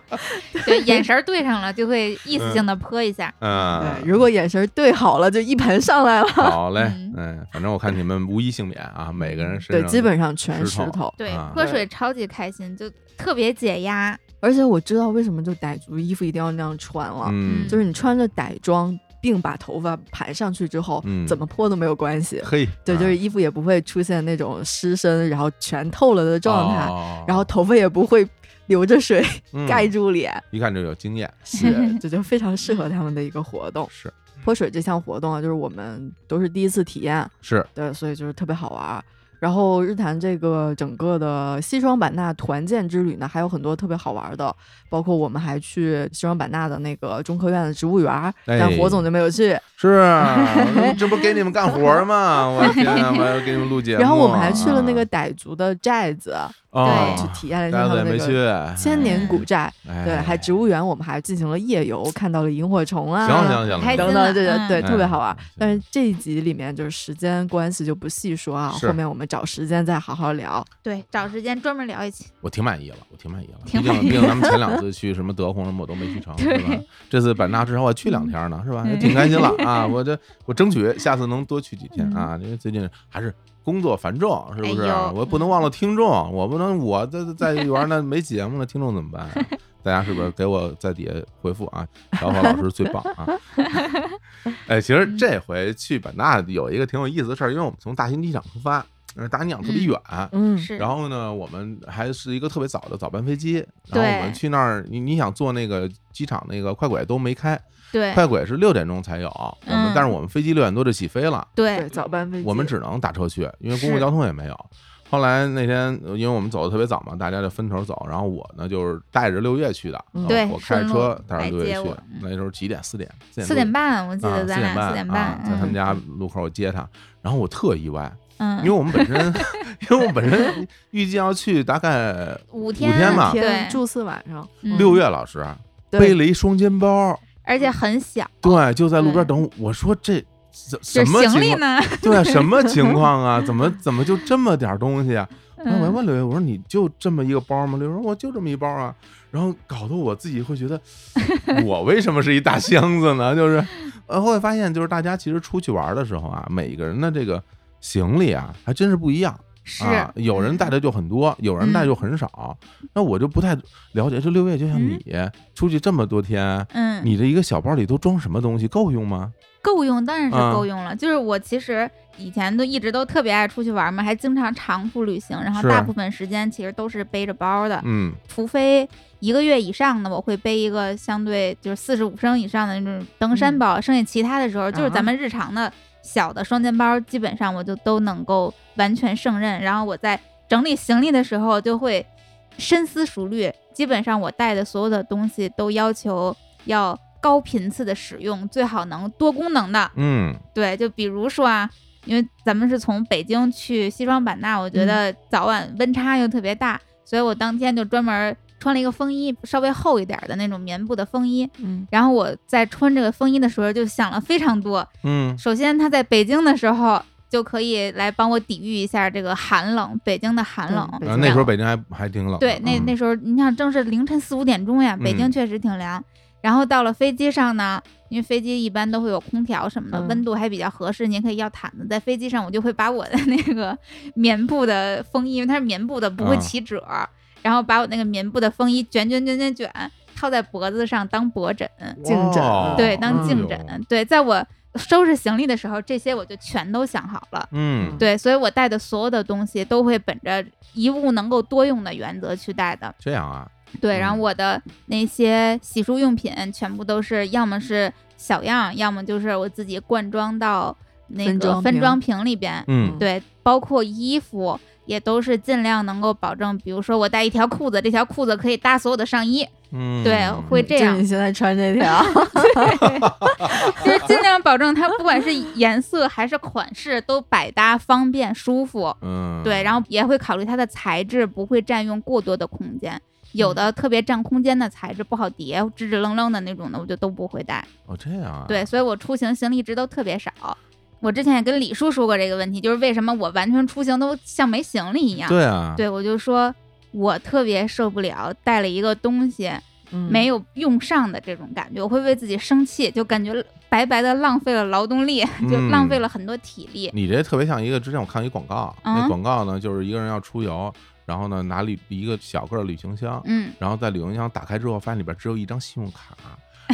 Speaker 3: 对眼神儿对上了就会意思性的泼一下，
Speaker 1: 对，
Speaker 2: 嗯，
Speaker 1: 如果眼神对好了，就一盆上 来了。
Speaker 2: 好嘞
Speaker 3: 嗯，
Speaker 2: 嗯，反正我看你们无一幸免啊，每个人身
Speaker 1: 对，
Speaker 2: 上
Speaker 1: 基本上全
Speaker 2: 石
Speaker 1: 石
Speaker 2: 头
Speaker 1: 头。
Speaker 3: 对
Speaker 2: 啊，
Speaker 3: 泼水超级开心，就特别解压，
Speaker 1: 而且我知道为什么就傣族衣服一定要那样穿了，
Speaker 2: 嗯，
Speaker 1: 就是你穿着傣装，并把头发盘上去之后，
Speaker 2: 嗯
Speaker 1: 怎么泼都没有关系。
Speaker 2: 嘿，
Speaker 1: 对，就是
Speaker 2: 啊
Speaker 1: 衣服也不会出现那种湿身，然后全透了的状态，
Speaker 2: 哦
Speaker 1: 然后头发也不会流着水
Speaker 2: 嗯
Speaker 1: 盖住脸，
Speaker 2: 一看就有经 验，
Speaker 1: 是，这就非常适合他们的一个活动。
Speaker 2: 是
Speaker 1: 泼水这项活动啊，就是我们都是第一次体验，
Speaker 2: 是，
Speaker 1: 对，所以就是特别好玩儿。然后日坛这个整个的西双版纳团建之旅呢，还有很多特别好玩的，包括我们还去西双版纳的那个中科院的植物园，但
Speaker 2: 哎
Speaker 1: 火总就没有去。
Speaker 2: 是，啊 这不给你们干活吗？我的天啊，我要给你们录节目。
Speaker 1: 然后我们还去了那个傣族的寨子，
Speaker 2: 啊，
Speaker 1: 去体验了一下
Speaker 2: 大
Speaker 1: 他
Speaker 2: 家也
Speaker 1: 们
Speaker 2: 没
Speaker 1: 那
Speaker 2: 去
Speaker 1: 个，千年古寨。
Speaker 2: 哎
Speaker 1: 对，还植物园，我们还进行了夜游，看到了萤火虫啊，
Speaker 2: 行了行了行了，
Speaker 3: 开
Speaker 1: 等
Speaker 3: 心
Speaker 1: 等，
Speaker 3: 了
Speaker 1: 对对
Speaker 3: 嗯
Speaker 1: 对，特别
Speaker 2: 哎
Speaker 1: 好玩。
Speaker 2: 行
Speaker 1: 但是这一集里面就是时间关系就不细说啊，
Speaker 2: 是
Speaker 1: 后面我们找时间再好好聊。
Speaker 3: 对，找时间专门聊一期。
Speaker 2: 我挺满意了，我挺满意了。毕
Speaker 3: 挺
Speaker 2: 竟
Speaker 3: 满意
Speaker 2: 毕竟咱们前两次去什么德宏什么我都没去 成，是
Speaker 3: 对
Speaker 2: 吧？这次版纳至少我去两天呢，是吧？也挺开心了 啊！我这我争取下次能多去几天啊，因为最近还是工作繁重，是不是啊
Speaker 3: 嗯哎呦？
Speaker 2: 我不能忘了听众，我不能我在在玩那没节目了，听众怎么办啊？大家是不是给我在底下回复啊？小火老师最棒 啊！哎，其实
Speaker 3: 嗯
Speaker 2: 这回去版纳有一个挺有意思的事儿，因为我们从大兴机场出发，呃大兴机场特别
Speaker 3: 嗯
Speaker 2: 远，
Speaker 1: 嗯，
Speaker 3: 是，
Speaker 2: 然后呢，我们还是一个特别早的早班飞机，然后
Speaker 3: 对
Speaker 2: 我们去那儿，你你想坐那个机场那个快轨都没开，
Speaker 3: 对
Speaker 2: 快轨是六点钟才有，我们、
Speaker 3: 嗯
Speaker 2: 但是我们飞机六点多就起飞了，
Speaker 1: 对，
Speaker 3: 对
Speaker 1: 早班飞机，
Speaker 2: 我们只能打车去，因为公共
Speaker 3: 是
Speaker 2: 交通也没有。后来那天，呃因为我们走的特别早嘛，大家就分头走，然后我呢就是带着六月去的，
Speaker 1: 嗯
Speaker 2: 啊
Speaker 3: 对
Speaker 2: 我开着
Speaker 3: 顺路
Speaker 2: 车带着六
Speaker 3: 来
Speaker 2: 月
Speaker 3: 接
Speaker 2: 去
Speaker 3: 我，嗯
Speaker 2: 那时候几点？四点，四点
Speaker 3: 四
Speaker 2: 多
Speaker 3: 点半，我记
Speaker 2: 啊，
Speaker 3: 得咱俩四点
Speaker 2: 啊
Speaker 3: 半，
Speaker 2: 在他们
Speaker 3: 嗯
Speaker 2: 家路口接他，然后我特意外，因为
Speaker 3: 嗯，
Speaker 2: 我们本身， 因为我们本身预计要去大概
Speaker 3: 五
Speaker 2: 五天嘛
Speaker 1: 天
Speaker 3: 对，
Speaker 1: 住四晚上，
Speaker 3: 嗯
Speaker 2: 六月老师啊
Speaker 1: 对
Speaker 2: 背了一双肩包，
Speaker 3: 而且很小，
Speaker 2: 对，就在路边
Speaker 3: 对
Speaker 2: 等我。我说这怎
Speaker 3: 就
Speaker 2: 什
Speaker 3: 是
Speaker 2: 么
Speaker 3: 行
Speaker 2: 情
Speaker 3: 李
Speaker 2: 况？
Speaker 3: 呢？
Speaker 2: 对啊，什么情况啊？怎么怎么就这么点儿东西啊？然后我还
Speaker 3: 嗯
Speaker 2: 问刘烨，我说你就这么一个包吗？刘烨说我就这么一包啊。然后搞得我自己会觉 得，我为什么是一大箱子呢？就是，呃，后来发现就是大家其实出去玩的时候啊，每个人的这个行李啊，还真是不一样。
Speaker 3: 是嗯
Speaker 2: 啊，有人带的就很多，有人带就很少。那我就不太了解，这六月就像你、出去这么多天，
Speaker 3: 嗯，
Speaker 2: 你的一个小包里都装什么东西，够用吗？
Speaker 3: 够用当然是
Speaker 2: 啊
Speaker 3: 够用了。就是我其实以前都一直都特别爱出去玩嘛，还经常长途旅行，然后
Speaker 2: 是
Speaker 3: 大部分时间其实都是背着包的，
Speaker 2: 嗯，
Speaker 3: 除非一个月以上的，我会背一个相对就是四十五升以上的那种登山包，剩下其他的时候就是咱们日常的小的双肩包，基本上我就都能够完全胜任。然后我在整理行李的时候就会深思熟虑，基本上我带的所有的东西都要求要高频次的使用，最好能多功能的。
Speaker 2: 嗯，
Speaker 3: 对，就比如说啊，因为咱们是从北京去西双版纳，我觉得早晚温差又特别大，所以我当天就专门穿了一个风衣，稍微厚一点的那种棉布的风衣。
Speaker 1: 嗯，
Speaker 3: 然后我在穿这个风衣的时候，就想了非常多。
Speaker 2: 嗯，
Speaker 3: 首先，它在北京的时候就可以来帮我抵御一下这个寒冷，北京的寒冷。
Speaker 1: 对
Speaker 2: 然后啊那时候北京还还挺冷的。
Speaker 3: 对，那
Speaker 2: 嗯
Speaker 3: 那时候你想正是凌晨四五点钟呀，北
Speaker 2: 嗯
Speaker 3: 京确实挺凉。然后到了飞机上呢，因为飞机一般都会有空调什么的，
Speaker 1: 嗯
Speaker 3: 温度还比较合适，您可以要毯子。在飞机上，我就会把我的那个 棉布的风衣，因为它是棉布的，不
Speaker 1: 嗯
Speaker 3: 会
Speaker 2: 啊
Speaker 3: 起褶儿，然后把我那个棉布的风衣卷卷卷卷卷套在脖子上当脖枕，
Speaker 1: 竞枕
Speaker 2: 哇哦
Speaker 3: 对，
Speaker 1: 哦哎
Speaker 3: 当
Speaker 1: 呦
Speaker 3: 颈枕。对，在我收拾行李的时候，这些我就全都想好了。
Speaker 2: 嗯，
Speaker 3: 对，所以我带的所有的东西都会本着一物能够多用的原则去带的。
Speaker 2: 这样啊，
Speaker 3: 对，然后
Speaker 2: 嗯
Speaker 3: 我的那些洗漱用品全部都是要么是小样，要么就是我自己灌装到那
Speaker 1: 分
Speaker 3: 个
Speaker 1: 装
Speaker 3: 分
Speaker 1: 瓶
Speaker 3: 装瓶里边。
Speaker 2: 嗯，
Speaker 3: 对，包括衣服也都是尽量能够保证，比如说我带一条裤子，这条裤子可以搭所有的上衣，
Speaker 2: 嗯，
Speaker 3: 对会这
Speaker 1: 就
Speaker 3: 样
Speaker 1: 你现在穿这 条，
Speaker 3: 就是尽量保证它不管是颜色还是款式都百搭、方便、舒服。
Speaker 2: 嗯，
Speaker 3: 对，然
Speaker 2: 后
Speaker 3: 后也会考虑它的材质不会占用过多的空间。
Speaker 2: 嗯
Speaker 3: 有的特别占空间的材质不好叠，支支棱棱的那种的，我就都不会带。
Speaker 2: 哦这样啊，
Speaker 3: 对，所以我出行行李一直都特别少。我之前也跟李叔说过这个问题，就是为什么我完全出行都像没行李一样。
Speaker 2: 对啊，
Speaker 3: 对，我就说我特别受不了带了一个东西
Speaker 2: 嗯
Speaker 3: 没
Speaker 1: 有，
Speaker 3: 有用上的这种感觉，我会为自己生气，就感觉白白的浪费了劳动力， 就浪费
Speaker 2: 嗯
Speaker 3: 了很多体力。
Speaker 2: 你这特别像一个之前我看一广告，那
Speaker 3: 嗯
Speaker 2: 广告呢就是一个人要出游，然后呢拿了一个小个儿旅行箱，
Speaker 3: 嗯，
Speaker 2: 然后在旅行箱打开之后，发现里边只有一张信用卡，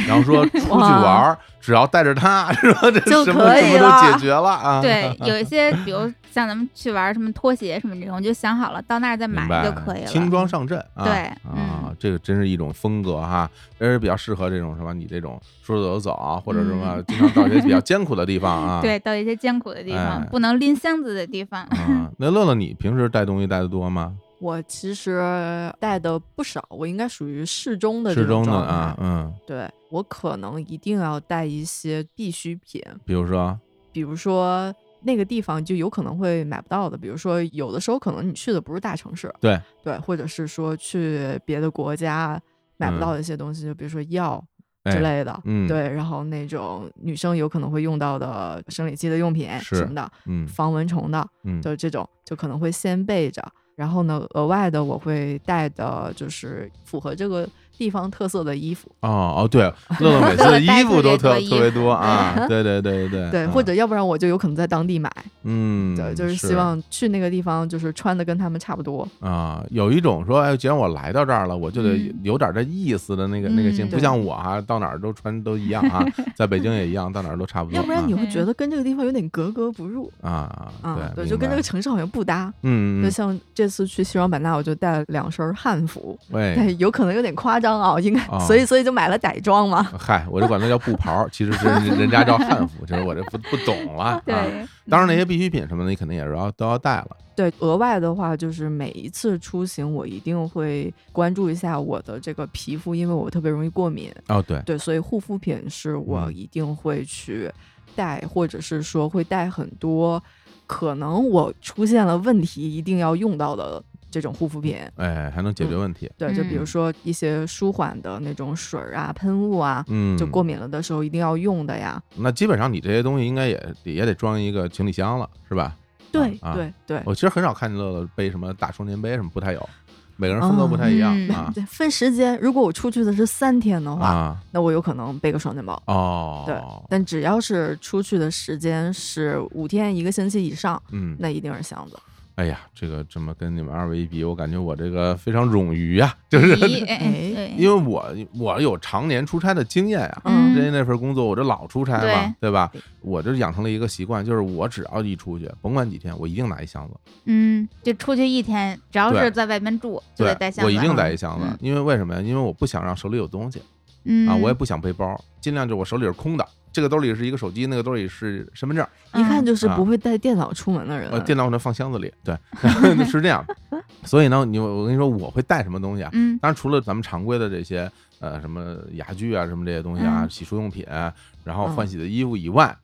Speaker 2: 然后说出去玩儿，只要带着它， 是吧？这
Speaker 1: 就
Speaker 2: 什么
Speaker 1: 可
Speaker 2: 什
Speaker 1: 以
Speaker 2: 么都
Speaker 1: 了
Speaker 2: 解决了 啊！
Speaker 3: 对，有一些比如像咱们去玩什么拖鞋什么这种，就想好了到那儿再
Speaker 2: 明
Speaker 3: 买
Speaker 2: 白，
Speaker 3: 就可以了。
Speaker 2: 轻装上阵啊！
Speaker 3: 对
Speaker 2: 啊，这个真是一种风格哈，真是比较适合这种什么你这种说走就走啊，或者什么经常到一些比较艰苦的地方啊。
Speaker 3: 对，到一些艰苦的地方，
Speaker 2: 哎
Speaker 3: 不能拎箱子的地方。
Speaker 2: 啊，那乐乐你平时带东西带的多吗？
Speaker 1: 我其实呃带的不少，我应该属于适中的这
Speaker 2: 适
Speaker 1: 种
Speaker 2: 中的
Speaker 1: 状态。
Speaker 2: 啊，嗯，
Speaker 1: 对我可能一定要带一些必需品，
Speaker 2: 比如说，
Speaker 1: 比如说那个地方就有可能会买不到的，比如说有的时候可能你去的不是大城市，
Speaker 2: 对
Speaker 1: 对，或者是说去别的国家买不
Speaker 2: 嗯
Speaker 1: 到的一些东西，就比如说药之
Speaker 2: 哎，
Speaker 1: 类的，
Speaker 2: 嗯
Speaker 1: 对，然后那种女生有可能会用到的生理期的用品
Speaker 2: 是
Speaker 1: 什么的，
Speaker 2: 嗯
Speaker 1: 防蚊虫的，
Speaker 2: 嗯，
Speaker 1: 就是这种就可能会先备着。然后呢，额外的我会带的就是符合这个地方特色的衣服，
Speaker 2: 哦哦，对，乐乐每次衣服都特
Speaker 3: 带特
Speaker 2: 特别
Speaker 3: 别多
Speaker 2: 多
Speaker 1: 衣
Speaker 2: 啊，
Speaker 1: 服
Speaker 2: 对对对对
Speaker 1: 对，
Speaker 2: 嗯
Speaker 1: 或者要不然我就有可能在当地买，
Speaker 2: 嗯，
Speaker 1: 对，就是希望去那个地方就是穿的跟他们差不多，
Speaker 2: 啊，有一种说，哎，既然我来到这儿了，我就得
Speaker 3: 嗯
Speaker 2: 有点这意思的那个那个劲，
Speaker 3: 嗯
Speaker 2: 不像我啊，到哪儿都穿都一样 啊，在北京也一样，到哪儿都差不多。
Speaker 1: 要不然你会
Speaker 3: 嗯
Speaker 1: 觉得跟这个地方有点格格不入
Speaker 2: 啊
Speaker 1: 啊
Speaker 2: 啊，，
Speaker 1: 对，
Speaker 2: 明
Speaker 1: 就跟这
Speaker 2: 白
Speaker 1: 个城市好像不搭。
Speaker 2: 嗯
Speaker 1: 就
Speaker 2: 嗯，
Speaker 1: 像这次去西双版纳，我就带了两身汉服，
Speaker 2: 喂，
Speaker 1: 但有可能有点夸张哎啊，应该，
Speaker 2: 哦
Speaker 1: 所以所以就买了傣装嘛。
Speaker 2: 嗨，我就管它叫布袍，其实是人人家叫汉服，就是我这不不懂了 啊。
Speaker 3: 对，
Speaker 2: 当然那些必需品什么的，你肯定也是要都要带了。
Speaker 1: 对，额外的话就是每一次出行，我一定会关注一下我的这个皮肤，因为我特别容易过敏。
Speaker 2: 哦，对，
Speaker 1: 对，所以护肤品是我
Speaker 2: 嗯
Speaker 1: 一定会去带，或者是说会带很多可能我出现了问题一定要用到的这种护肤品。
Speaker 2: 哎，还能解决问题。
Speaker 1: 对，就比如
Speaker 2: 嗯
Speaker 1: 说一些舒缓的那种水儿啊、喷雾啊，
Speaker 2: 嗯，
Speaker 1: 就过敏了的时候一定要用的呀。
Speaker 2: 那基本上你这些东西应该也也得装一个行李箱了，是吧？
Speaker 1: 对
Speaker 2: 啊
Speaker 1: 对对，
Speaker 2: 我其实很少看见乐乐背什么大双肩背什么，不太有，每个人风格不太一样
Speaker 3: 嗯
Speaker 2: 啊
Speaker 1: 对，分时间。如果我出去的是三天的话，
Speaker 2: 啊
Speaker 1: 那我有可能背个双肩包。
Speaker 2: 哦，
Speaker 1: 对，但只要是出去的时间是五天、一个星期以上，
Speaker 2: 嗯，
Speaker 1: 那一定是箱子。
Speaker 2: 哎呀，这个这么跟你们二位一比，我感觉我这个非常冗余啊，就是
Speaker 3: 咦哎
Speaker 1: 哎
Speaker 3: 对，
Speaker 2: 因为我我有常年出差的经验啊。
Speaker 1: 嗯
Speaker 2: 之前那份工作，我这老出差嘛，对吧
Speaker 1: 对？
Speaker 2: 我就养成了一个习惯，就是我只要一出去，甭管几天，我一定拿一箱子。
Speaker 3: 嗯，就出去一天，只要
Speaker 2: 对
Speaker 3: 是在外面住，就
Speaker 2: 对
Speaker 3: 得带，箱子。
Speaker 2: 我一定带一箱子
Speaker 3: 嗯，
Speaker 2: 因为为什么呀？因为我不想让手里有东西
Speaker 3: 嗯
Speaker 2: 啊，我也不想背包，尽量就我手里是空的。这个兜里是一个手机，那个兜里是身份证，
Speaker 1: 一 看
Speaker 3: 就
Speaker 1: 就是
Speaker 2: 啊
Speaker 1: 不会带电脑出门的人。
Speaker 3: 嗯
Speaker 2: 呃，电脑我能放箱子里，对， 是这样。所以呢，你我跟你说，我会带什么东西啊？
Speaker 3: 嗯
Speaker 2: 当然，除了咱们常规的这些呃什么牙具啊、什么这些东西啊、
Speaker 3: 嗯
Speaker 2: 洗漱用品，然后
Speaker 1: 嗯
Speaker 2: 换洗的衣服以外，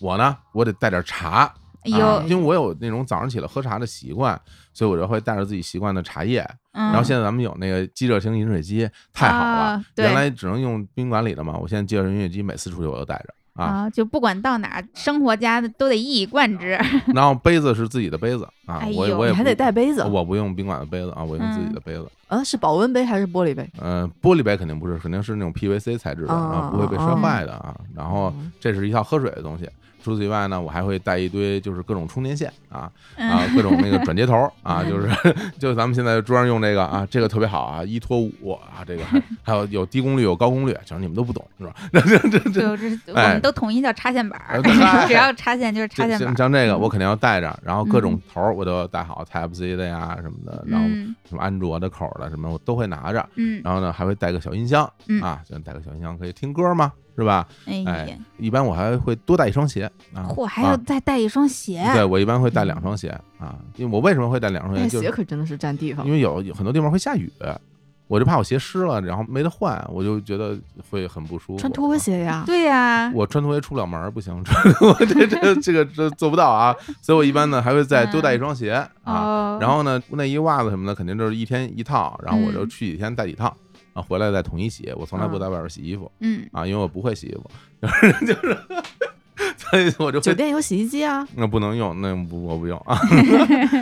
Speaker 2: 我呢，我得带点茶，啊
Speaker 3: 有
Speaker 2: 因为我有那种早上起来喝茶的习惯，所以我就会带着自己习惯的茶叶。
Speaker 3: 嗯
Speaker 2: 然后现在咱们有那个即热型饮水机，太好了
Speaker 3: 啊，对
Speaker 2: 原来只能用宾馆里的嘛，我现在即热型饮水机每次出去我都带着。啊，
Speaker 3: 啊，就不管到哪儿，生活家的都得一以贯之。
Speaker 2: 然后杯子是自己的杯子啊，
Speaker 3: 哎
Speaker 2: 我
Speaker 3: 呦
Speaker 2: 我也
Speaker 1: 你还
Speaker 2: 不
Speaker 1: 得带杯子
Speaker 2: 我不用宾馆的杯子啊，我用自己的杯子。
Speaker 1: 啊？是保温杯还是玻璃杯？
Speaker 2: 呃，玻璃杯肯定不是，肯定是那种 PVC 材质的，啊，
Speaker 1: 嗯哦
Speaker 2: 不会被摔
Speaker 1: 哦
Speaker 2: 坏的啊。然后
Speaker 1: 嗯
Speaker 2: 这是一套喝水的东西。除此以外呢，我还会带一堆就是各种充电线啊啊
Speaker 3: 嗯，，
Speaker 2: 各种那个转接头儿啊，
Speaker 1: 嗯
Speaker 2: 就是 就咱们现在桌上用这个啊，这个特别好啊，一拖五啊， 这个还还有有低功率有高功率，就是你们都不懂是吧？这 这这
Speaker 3: 就这我
Speaker 2: 哎
Speaker 3: 们都统一叫插线板
Speaker 2: 哎
Speaker 3: 儿
Speaker 2: 对，
Speaker 3: 只要插线就是插
Speaker 2: 这
Speaker 3: 线板
Speaker 2: 像
Speaker 3: 儿。
Speaker 2: 像
Speaker 1: 嗯
Speaker 2: 这个我肯定要带着，然后各种头儿我都要带好，Type C 的呀什么的，然后
Speaker 3: 嗯
Speaker 2: 什么安卓的口儿的什么我都会拿着。
Speaker 3: 嗯，
Speaker 2: 然后呢，还会带个小音箱
Speaker 3: 嗯
Speaker 2: 啊，就带个小音箱可以听歌嘛，是吧？
Speaker 3: 哎
Speaker 2: 哎
Speaker 3: 呀，，
Speaker 2: 一般我还会多带一双鞋啊。
Speaker 3: 嚯，还要
Speaker 2: 啊
Speaker 3: 再带一双鞋。
Speaker 2: 对我一般会带两双鞋啊，因为我为什么会带两双
Speaker 1: 带
Speaker 2: 鞋，嗯就
Speaker 1: 鞋
Speaker 2: 是
Speaker 1: 可真的是占地方
Speaker 2: 因。为有有很多地方会下雨，我就怕我鞋湿了，然后没得换，我就觉得会很不舒服。
Speaker 1: 穿拖。鞋呀，
Speaker 3: 对呀，
Speaker 2: 我穿拖鞋出不了门儿，不行， 穿我这这这个这做不到啊，所以我一般呢还会再多带一双鞋啊，
Speaker 3: 哦，
Speaker 2: 然后呢内衣袜子什么的肯定就是一天一套，然后我就
Speaker 3: 嗯
Speaker 2: 去几天带几套，啊回来再统一洗，我从来不
Speaker 1: 嗯
Speaker 2: 在外边洗衣服，
Speaker 3: 嗯，
Speaker 2: 啊，因为我不会洗衣服，就是就是， 所以我就
Speaker 1: 酒
Speaker 2: 会
Speaker 1: 店有洗衣机啊。
Speaker 2: 那不能用，那不我不用啊，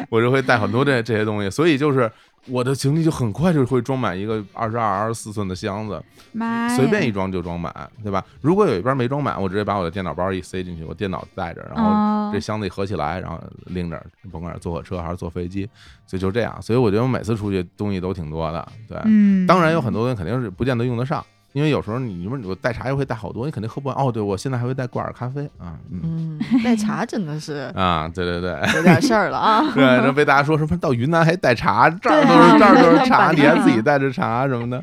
Speaker 2: 我就会带很多这这些东西，所以就是我的行李就很快就会装满一个二十二、二十四寸的箱子，
Speaker 3: 妈呀，
Speaker 2: 随便一装就装满，对吧？如果有一边没装满，我直接把我的电脑包一塞进去，我电脑带着，然后
Speaker 3: 哦
Speaker 2: 这箱子一合起来，然后拎着，甭管是坐火车还是坐飞机，所以就这样，所以我觉得我每次出去东西都挺多的，对，
Speaker 3: 嗯，
Speaker 2: 当然有很多东西肯定是不见得用得上，因为有时候你你说我带茶叶会带好多，你肯定喝不完。哦，对，我现在还会带挂耳咖啡啊，嗯
Speaker 1: 嗯，带茶真的是
Speaker 2: 啊，对对对。
Speaker 3: 嗯
Speaker 1: 有点事儿了 啊。
Speaker 2: 对，然后被大家说什么到云南还带茶，这儿都
Speaker 3: 对
Speaker 2: 是
Speaker 3: 啊
Speaker 2: 这儿都是茶，
Speaker 1: 板
Speaker 2: 你
Speaker 1: 栗
Speaker 2: 还自己带着茶什么的，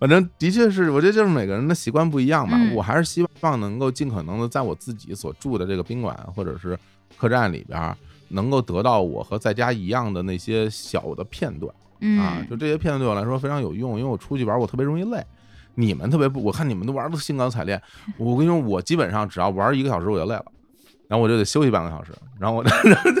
Speaker 2: 反正的确是，我觉得就是每个人的习惯不一样嘛。
Speaker 3: 嗯
Speaker 2: 我还是希望能够尽可能的在我自己所住的这个宾馆或者是客栈里边儿，能够得到我和在家一样的那些小的片段啊
Speaker 3: 嗯，，
Speaker 2: 就这些片段对我来说非常有用，因为我出去玩我特别容易累。你们特别不，我看你们都玩的兴高采烈，我跟你说，我基本上只要玩一个小时我就累了，然后我就得休息半个小时，然后我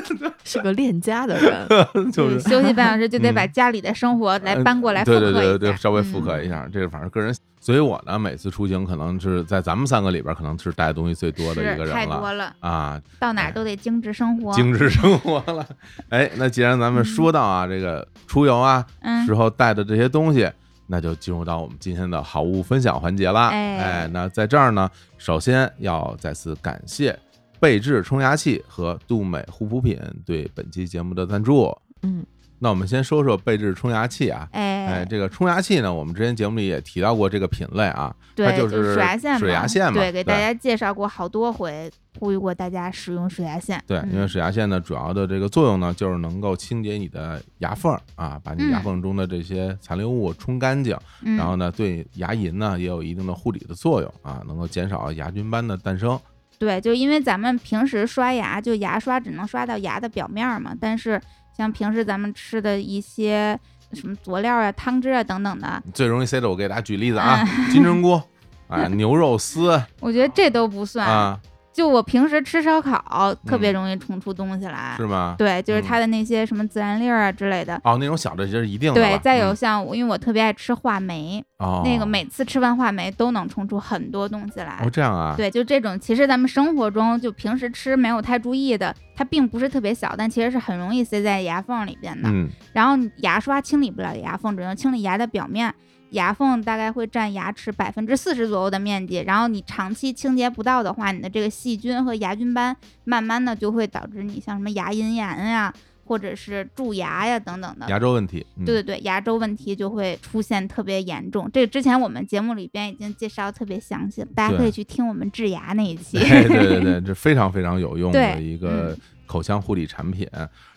Speaker 1: 是个恋家的人，
Speaker 2: 就是
Speaker 3: 对休息半小时就得
Speaker 2: 嗯
Speaker 3: 把家里的生活来
Speaker 2: 呃
Speaker 3: 搬过来复
Speaker 2: 对对
Speaker 3: 刻
Speaker 2: 对
Speaker 3: 一
Speaker 2: 对，
Speaker 3: 下。嗯
Speaker 2: 稍微复刻一下，这是反正个人。所以我呢，每次出行可能是在咱们三个里边，可能是带的东西最多的一个
Speaker 3: 是太
Speaker 2: 人
Speaker 3: 多
Speaker 2: 了
Speaker 3: 了，
Speaker 2: 啊，
Speaker 3: 到哪儿都得精致生活。
Speaker 2: 精致生活了。 哎，那既然咱们说到啊，这个出游啊
Speaker 3: 嗯
Speaker 2: 时候带的这些东西。那就进入到我们今天的好物分享环节啦。
Speaker 3: 哎
Speaker 2: 哎，那在这儿呢，首先要再次感谢贝致冲牙器和杜美护肤品对本期节目的赞助。
Speaker 1: 嗯，
Speaker 2: 那我们先说说贝致冲牙器啊。哎，
Speaker 3: 哎，
Speaker 2: 这个冲牙器呢，我们之前节目里也提到过这个品类啊，它
Speaker 3: 对，
Speaker 2: 就是
Speaker 3: 水牙线嘛，
Speaker 2: 水牙线嘛
Speaker 3: 对，给大
Speaker 2: 对
Speaker 3: 家介绍过好多回，呼吁过大家使用水牙线。
Speaker 2: 对，
Speaker 1: 嗯
Speaker 2: 因为水牙线呢，主要的这个作用呢，就是能够清洁你的牙缝儿啊，把你
Speaker 3: 嗯
Speaker 2: 牙缝中的这些残留物冲干净，
Speaker 3: 嗯，
Speaker 2: 然后呢，对牙龈呢也有一定的护理的作用啊，能够减少牙菌斑的诞生。
Speaker 3: 对，就因为咱们平时刷牙，就牙刷只能刷到牙的表面儿嘛，但是像平时咱们吃的一些什么佐料啊、汤汁啊等等的，
Speaker 2: 最容易塞的，我给大家举例子啊，
Speaker 3: 嗯
Speaker 2: 金针菇， 啊，牛肉丝
Speaker 3: 我觉得这都不算。
Speaker 2: 啊，
Speaker 3: 就我平时吃烧烤，特别
Speaker 2: 嗯
Speaker 3: 容易冲出东西来。
Speaker 2: 是吗？
Speaker 3: 对，就是
Speaker 2: 嗯
Speaker 3: 它的那些什么孜然粒儿啊之类的。
Speaker 2: 哦，那种小的就是一定的
Speaker 3: 对
Speaker 2: 了，
Speaker 3: 再有
Speaker 2: 嗯
Speaker 3: 像我，因为我特别爱吃话梅，
Speaker 2: 哦
Speaker 3: 那个每次吃完话梅都能冲出很多东西来
Speaker 2: 哦。这样啊，
Speaker 3: 对，就这种，其实咱们生活中就平时吃没有太注意的，它并不是特别小，但其实是很容易塞在牙缝里边的。
Speaker 2: 嗯
Speaker 3: 然后你牙刷清理不了牙缝，只能清理牙的表面。牙缝大概会占牙齿百分之四十左右的面积，然后你长期清洁不到的话，你的这个细菌和牙菌斑慢慢的就会导致你像什么牙龈炎呀，或者是蛀牙呀等等的。
Speaker 2: 牙周问题，嗯
Speaker 3: 对对对，牙周问题就会出现特别严重。这个之前我们节目里边已经介绍得特别详细了，大家可
Speaker 2: 对
Speaker 3: 以去听我们治牙那一 期。
Speaker 2: 对 对对对，这非常非常有用的
Speaker 3: 对
Speaker 2: 一个
Speaker 3: 嗯
Speaker 2: 口腔护理产品。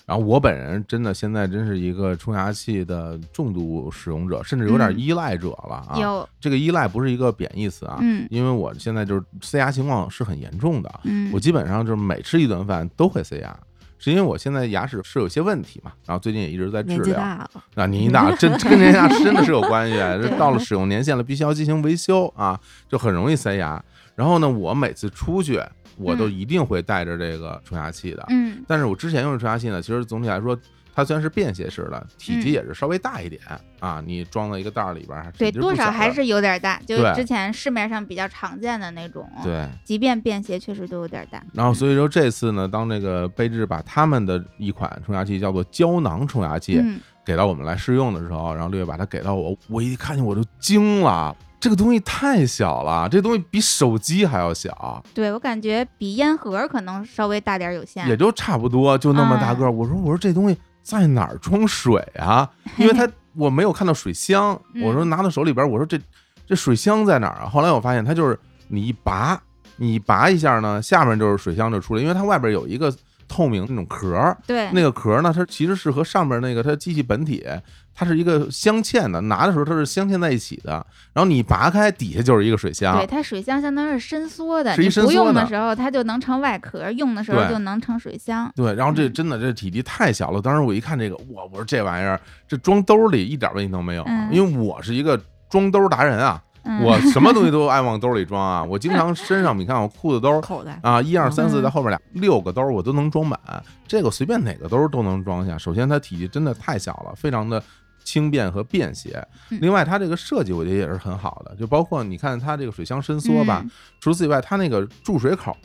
Speaker 2: 然后我本人真的现在真是一个冲牙器的重度使用者，甚至有点
Speaker 3: 嗯
Speaker 2: 依赖者了啊。
Speaker 3: 有，
Speaker 2: 这个依赖不是一个贬义词啊，
Speaker 3: 嗯
Speaker 2: 因为我现在就是塞牙情况是很严重的，
Speaker 3: 嗯
Speaker 2: 我，基本上就是每吃一顿饭都会塞牙。是因为我现在牙齿是有些问题嘛，然后最近也一直在治
Speaker 1: 年纪
Speaker 2: 疗。
Speaker 1: 大了，
Speaker 2: 啊，年纪大真跟年纪大真的是有关系，啊 这到了使用年限了，必须要进行维修啊，就很容易塞牙。然后呢，我每次出去，我都
Speaker 3: 嗯
Speaker 2: 一定会带着这个冲牙器的。
Speaker 3: 嗯
Speaker 2: 但是我之前用的冲牙器呢，其实总体来说，它虽然是便携式的，体积
Speaker 3: 嗯
Speaker 2: 也是稍微大一点啊，你装到一个袋儿里边儿，还是
Speaker 3: 对，
Speaker 2: 其实不
Speaker 3: 多少
Speaker 2: 小
Speaker 3: 还
Speaker 2: 的
Speaker 3: 是有点大，就
Speaker 2: 对
Speaker 3: 是之前市面上比较常见的那种。
Speaker 2: 对。
Speaker 3: 即便便携，确实都有点大。
Speaker 2: 然后所以说这次呢，当这个贝致把他们的一款冲牙器叫做胶囊冲牙器，
Speaker 3: 嗯，
Speaker 2: 给到我们来试用的时候，然后六月把它给到我，我一看见我就惊了，这个东西太小了，这东西比手机还要小，
Speaker 3: 对我感觉比烟盒可能稍微大点儿有限
Speaker 2: 也。就差不多就那么大
Speaker 3: 嗯
Speaker 2: 个儿。我说我说这东西在哪儿装水 啊？因为它我没有看到水箱，
Speaker 3: 嗯
Speaker 2: 我说拿到手里边，我说这这水箱在哪儿啊？后来我发现它就是你一拔，你一拔一下呢，下面就是水箱就出来，因为它外边有一个透明那种壳儿，
Speaker 3: 对，
Speaker 2: 那个壳呢，它其实是和上面那个它机器本体，它是一个镶嵌的，拿的时候它是镶嵌在一起的。然后你拔开，底下就是一个水箱
Speaker 3: 对，。它水箱相当于是伸缩的，
Speaker 2: 啊是一
Speaker 3: 你
Speaker 2: 伸
Speaker 3: 不
Speaker 2: 缩
Speaker 3: 用
Speaker 2: 的
Speaker 3: 的时候它就能成外壳，用的时候
Speaker 2: 对
Speaker 3: 就能成水箱。
Speaker 2: 对，然后
Speaker 3: 嗯
Speaker 2: 这真的这体积太小了，当时我一看这个，哇，我说这玩意儿这装兜里一点问题都没有啊，
Speaker 3: 嗯
Speaker 2: 因为我是一个装兜达人啊，
Speaker 3: 嗯，
Speaker 2: 我什么东西都爱往兜里装啊，我经常身上你看我裤子 兜
Speaker 1: 口袋
Speaker 2: 啊，一二三四
Speaker 3: 嗯
Speaker 2: 在后面俩六个兜我都能装满，这个随便哪个兜都能装下。首先它体积真的太小了，非常的轻便和便携。
Speaker 3: 嗯
Speaker 2: 另外它这个设计我觉得也是很好的，就包括你看它这个水箱伸缩吧，除此以外它那个注水口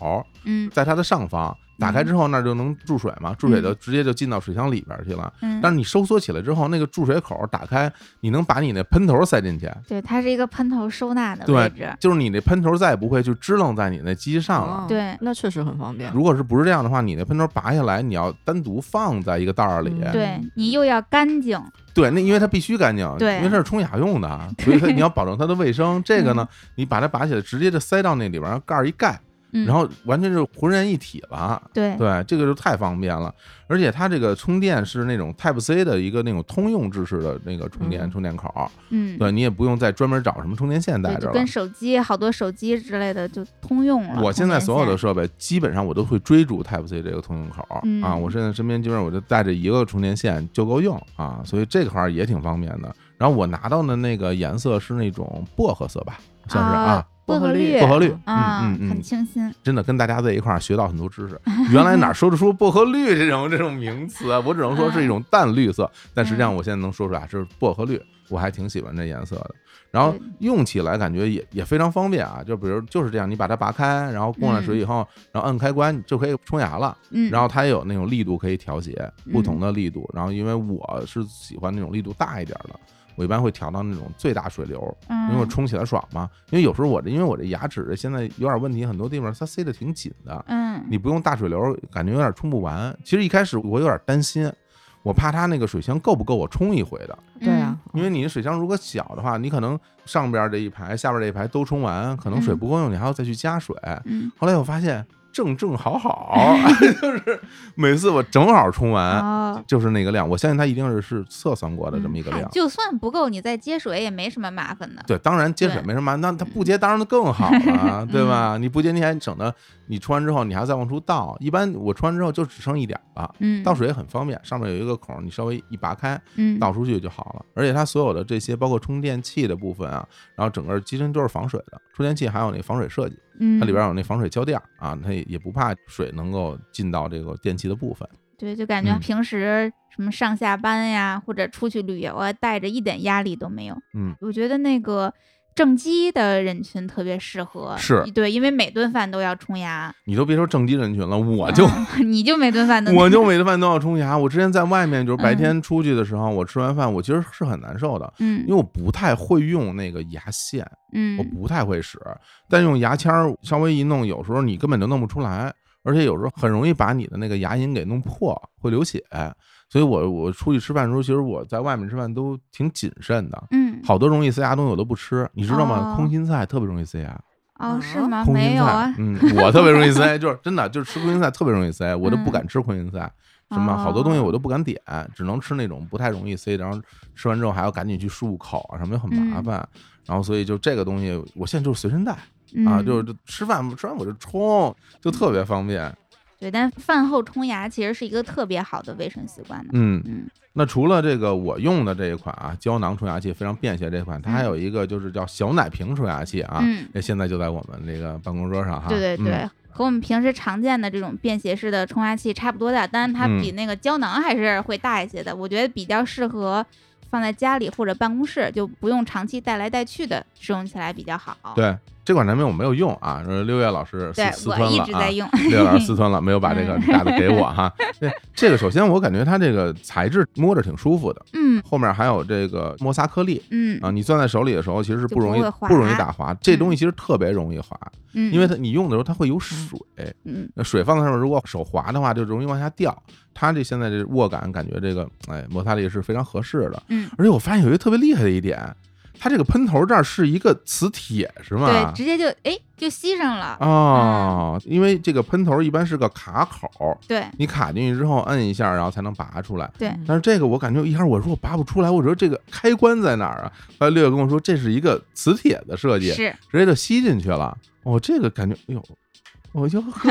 Speaker 3: 嗯，
Speaker 2: 在它的上方。打开之后，那儿就能注水嘛，注水就直接就进到水箱里边去了。
Speaker 3: 嗯嗯，
Speaker 2: 但是你收缩起来之后，那个注水口打开，你能把你那喷头塞进去，
Speaker 3: 对，它是一个喷头收纳的
Speaker 2: 对嗯
Speaker 3: 位置。
Speaker 2: 就是你那喷头再也不会就支棱在你那机器上了。
Speaker 1: 哦
Speaker 3: 对
Speaker 1: 那确实很方便。
Speaker 2: 啊如果是不是这样的话，你那喷头拔下来，你要单独放在一个袋儿里，
Speaker 1: 嗯
Speaker 3: 对你又要干净，
Speaker 2: 对，那因为它必须干净，
Speaker 3: 对
Speaker 2: 因为它是冲牙用的啊，所以它你要保证它的卫生。这个呢，你把它拔起来，直接就塞到那里边，然后盖儿一盖，
Speaker 3: 嗯，
Speaker 2: 然后完全是浑然一体了。
Speaker 3: 对
Speaker 2: 对，这个就太方便了，而且它这个充电是那种 Type C 的一个那种通用制式的那个充电、
Speaker 1: 嗯
Speaker 2: 充电口儿，
Speaker 3: 嗯，
Speaker 2: 对你也不用再专门找什么充电线带
Speaker 3: 对，
Speaker 2: 着
Speaker 3: 就
Speaker 2: 了
Speaker 3: 跟。手机好多手机之类的就通用了。
Speaker 2: 我现在所有的
Speaker 3: 充
Speaker 2: 设备基本上我都会追逐 Type C 这个通用口儿、
Speaker 3: 嗯
Speaker 2: 啊，我现在身边基本上我就带着一个充电线就够用啊，所以这块儿也挺方便的。然后我拿到的那个颜色是那种薄荷色吧，
Speaker 3: 电线
Speaker 2: 算是啊
Speaker 3: 啊，，薄荷
Speaker 1: 绿
Speaker 2: 薄荷绿，
Speaker 3: 啊，
Speaker 2: 嗯嗯
Speaker 3: 很
Speaker 2: 嗯，
Speaker 3: 清新。
Speaker 2: 真的跟大家在一块儿学到很多知识。原来哪说得出薄荷绿这种这种名词啊？我只能说是一种淡绿色，
Speaker 3: 嗯
Speaker 2: 但实际上我现在能说出来是薄荷绿，我还挺喜欢这颜色的。然后
Speaker 3: 对
Speaker 2: 用起来感觉也也非常方便啊，就比如就是这样，你把它拔开，然后过上水以后，然后按开关就可以冲牙了。
Speaker 3: 嗯，
Speaker 2: 然后它也有那种力度可以调节，不同的力度。然后因为我是喜欢那种力度大一点的，我一般会调到那种最大水流，因为我
Speaker 3: 嗯
Speaker 2: 冲起来爽嘛。因为有时候我这，因为我这牙齿现在有点问题，很多地方它塞得挺紧的，
Speaker 3: 嗯，
Speaker 2: 你不用大水流，感觉有点冲不完。其实一开始我有点担心，我怕它那个水箱够不够我冲一回的，
Speaker 3: 嗯
Speaker 1: 对啊，
Speaker 2: 嗯因为你的水箱如果小的话，你可能上边这一排、下边这一排都冲完，可能水
Speaker 3: 嗯
Speaker 2: 不够用，你还要再去加水。
Speaker 3: 嗯，
Speaker 2: 后来我发现正正好 好，就是每次我正好冲完。
Speaker 3: 哦，嗯
Speaker 2: 就是那个量，我相信它一定是是测算过的这么一个
Speaker 3: 嗨
Speaker 2: 量。
Speaker 3: 就算不够，你再接水也没什么麻烦的。
Speaker 2: 对，当然接水
Speaker 3: 对嗯
Speaker 2: 没什么麻烦，那他不接当然更好了， 对吧？你不接你还省得你冲完之后你还再往出倒。一般我冲完之后就只剩一点儿了，
Speaker 3: 嗯，
Speaker 2: 倒水也很方便，上面有一个孔，你稍微一拔开
Speaker 3: 嗯，
Speaker 2: 倒出去就好了。而且它所有的这些包括充电器的部分啊，然后整个机身都是防水的，充电器还有那防水设计，
Speaker 3: 嗯，
Speaker 2: 它里边有那防水胶垫儿啊，它也也不怕水能够进到这个电器的部分。
Speaker 3: 对，就感觉
Speaker 2: 嗯
Speaker 3: 平时什么上下班呀，或者出去旅游啊，带着一点压力都没有。
Speaker 2: 嗯，
Speaker 3: 我觉得那个正畸的人群特别适合，
Speaker 2: 是
Speaker 3: 对，因为每顿饭都要冲牙，
Speaker 2: 你都别说正畸人群了，我啊就
Speaker 3: 嗯 你就每顿 饭都
Speaker 2: 我就每顿饭都要冲牙。我之前在外面，就是白天出去的时候，我吃完饭，我其实是很难受的，
Speaker 3: 嗯
Speaker 2: 因为我不太会用那个牙线，我
Speaker 3: 嗯
Speaker 2: 不太会使，但用牙签儿稍微一弄，有时候你根本就弄不出来，而且有时候很容易把你的那个牙龈给弄破，会流血。所以我我出去吃饭的时候，其实我在外面吃饭都挺谨慎的。
Speaker 3: 嗯，
Speaker 2: 好多容易塞牙东西我都不吃，你知道吗？
Speaker 3: 哦
Speaker 2: 空心菜特别容易塞牙。
Speaker 3: 哦是吗？
Speaker 2: 空
Speaker 3: 没
Speaker 2: 心
Speaker 3: 有
Speaker 2: 菜
Speaker 3: 啊，，
Speaker 2: 嗯，我特别容易塞，就是真的，就是吃空心菜特别容易塞，我都不
Speaker 3: 嗯哦
Speaker 2: 敢吃空心菜，什么好多东西我
Speaker 3: 都
Speaker 2: 都不敢点，只能吃那种不太容易塞，然后吃完之后还要赶紧去漱口啊，什么就很麻
Speaker 3: 嗯
Speaker 2: 烦。然后所以就这个东西，我现在就是随身带
Speaker 3: 嗯
Speaker 2: 啊，就是吃饭吃完我就冲，就特别方便。
Speaker 3: 对，但饭后冲牙其实是一个特别好的卫生习惯的。
Speaker 2: 嗯，
Speaker 3: 嗯
Speaker 2: 那除了这个我用的这一款啊，胶囊冲牙器非常便携这款，它还有一个就是叫小奶瓶冲牙器啊，
Speaker 3: 嗯，
Speaker 2: 这现在就在我们这个办公桌上哈。
Speaker 3: 对对
Speaker 2: 嗯
Speaker 3: 对，和我们平时常见的这种便携式的冲牙器差不多大，但是它
Speaker 2: 嗯
Speaker 3: 比那个胶囊还是会大一些的。我觉得比较适合放在家里或者办公室，就不用长期带来带去的，使用起来比较好。
Speaker 2: 对，这款产品我没有用啊，呃六月老师私
Speaker 3: 对，
Speaker 2: 私吞
Speaker 3: 我一
Speaker 2: 了
Speaker 3: 直
Speaker 2: 啊
Speaker 3: 在。用。 嗯
Speaker 2: 六月老师私吞了，没有把这个大的给我 哈。对，这个首先我感觉它这个材质摸着挺舒服的，
Speaker 3: 嗯
Speaker 2: 后面还有这个摩擦颗粒
Speaker 3: 嗯
Speaker 2: 啊，你攥在手里的时候其实是
Speaker 3: 就
Speaker 2: 不容易
Speaker 3: 不会滑
Speaker 2: 不容易打滑，这东西其实特别容易滑，
Speaker 3: 嗯，
Speaker 2: 因为它你用的时候它会有水，
Speaker 3: 嗯
Speaker 2: 那水放在上面如果手滑的话就容易往下掉。它这现在这握感感觉这个哎摩擦力是非常合适的，
Speaker 3: 嗯，
Speaker 2: 而且我发现有一个特别厉害的一点，它这个喷头这儿是一个磁铁是吗？
Speaker 3: 对，直接就哎就吸上了。
Speaker 2: 哦，因为这个喷头一般是个卡口，
Speaker 3: 对
Speaker 2: 你卡进去之后摁一下，然后才能拔出来。
Speaker 3: 对，
Speaker 2: 但是这个我感觉一开始我说我拔不出来，我说这个开关在哪儿啊？后来六月跟我说这是一个磁铁的设计，
Speaker 3: 是
Speaker 2: 直接就吸进去了。哦，这个感觉，哎呦，我就喝，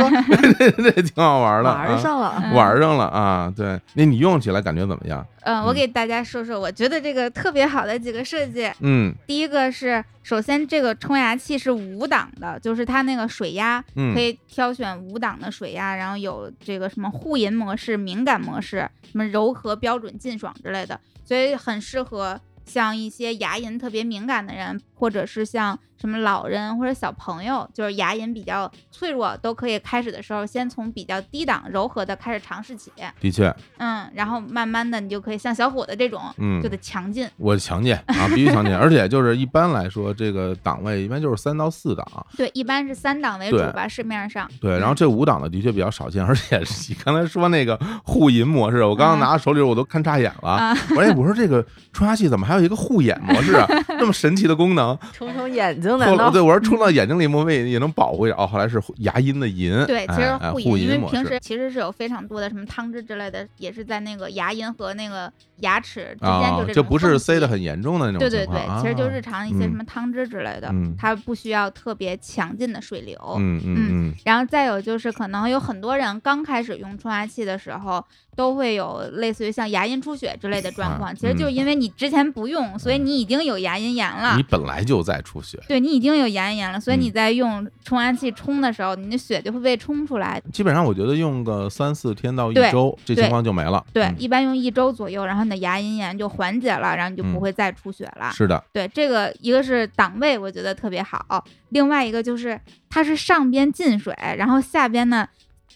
Speaker 2: 这这 这挺好玩的，
Speaker 1: 玩儿、上了，
Speaker 2: 啊、玩上了啊！对，那你用起来感觉怎么样？
Speaker 3: 嗯，
Speaker 2: 嗯
Speaker 3: 我给大家说说，我觉得这个特别好的几个设计。
Speaker 2: 嗯
Speaker 3: 第一个是，首先这个冲牙器是五档的，就是它那个水压可
Speaker 2: 嗯
Speaker 3: 以挑选五档的水压，然后有这个什么护龈模式、敏感模式、什么柔和、标准、劲爽之类的，所以很适合像一些牙龈特别敏感的人，或者是像什么老人或者小朋友，就是牙龈比较脆弱，都可以开始的时候先从比较低档柔和的开始尝试起，
Speaker 2: 的确，
Speaker 3: 嗯，然后慢慢的你就可以像小伙子这种，
Speaker 2: 嗯
Speaker 3: 就得强劲，
Speaker 2: 我强健啊，必须强健，而且就是一般来说，这个档位一般就是三到四档，
Speaker 3: 对，一般是三档为主
Speaker 2: 对
Speaker 3: 吧，市面上，
Speaker 2: 对，然后这五档的的确比较少见，而且是你刚才说那个护银模式，我刚刚拿到手里我都看差眼了
Speaker 3: 啊，
Speaker 2: 我说哎我说这个冲牙器怎么还有一个护眼模式 啊，这么神奇的功能，
Speaker 1: 冲冲眼睛难
Speaker 2: 我
Speaker 1: 道
Speaker 2: 对我说冲到眼睛里莫非也能保护一下？哦，后来是牙龈的龈，
Speaker 3: 对，其实
Speaker 2: 哎哎
Speaker 3: 护
Speaker 2: 护
Speaker 3: 龈，因为
Speaker 2: 模
Speaker 3: 平
Speaker 2: 式
Speaker 3: 时其实是有非常多的什么汤汁之类的，也是在那个牙龈和那个牙齿之间
Speaker 2: 啊
Speaker 3: 就这种缝隙、，
Speaker 2: 就不是塞的很严重的那种
Speaker 3: 对对
Speaker 2: 情况，
Speaker 3: 对，
Speaker 2: 啊
Speaker 3: 其实就日常一些什
Speaker 2: 嗯
Speaker 3: 么汤汁之类的，
Speaker 2: 嗯
Speaker 3: 它不需要特别强劲的水流。
Speaker 2: 嗯嗯嗯
Speaker 3: 然后再有就是，可能有很多人刚开始用冲牙器的时候，都会有类似于像牙龈出血之类的状况。
Speaker 2: 啊
Speaker 3: 其实就是
Speaker 2: 嗯
Speaker 3: 因为你之前不用，所以你已经有牙龈炎了。
Speaker 2: 你本来就在出血，
Speaker 3: 对你已经有牙龈炎了，所以
Speaker 2: 嗯
Speaker 3: 你在用冲牙器冲的时候，你的血就会被冲出来。
Speaker 2: 基本上我觉得用个三四天到一
Speaker 3: 对
Speaker 2: 周，这
Speaker 3: 对
Speaker 2: 情况就没了。
Speaker 3: 对，
Speaker 2: 嗯
Speaker 3: 一般用一周左右，然后你的牙龈炎就缓解了，然后你就
Speaker 2: 嗯
Speaker 3: 不会再出血了。
Speaker 2: 是的，
Speaker 3: 对，这个一个是档位，我觉得特别好，另外一个就是它是上边进水，然后下边呢。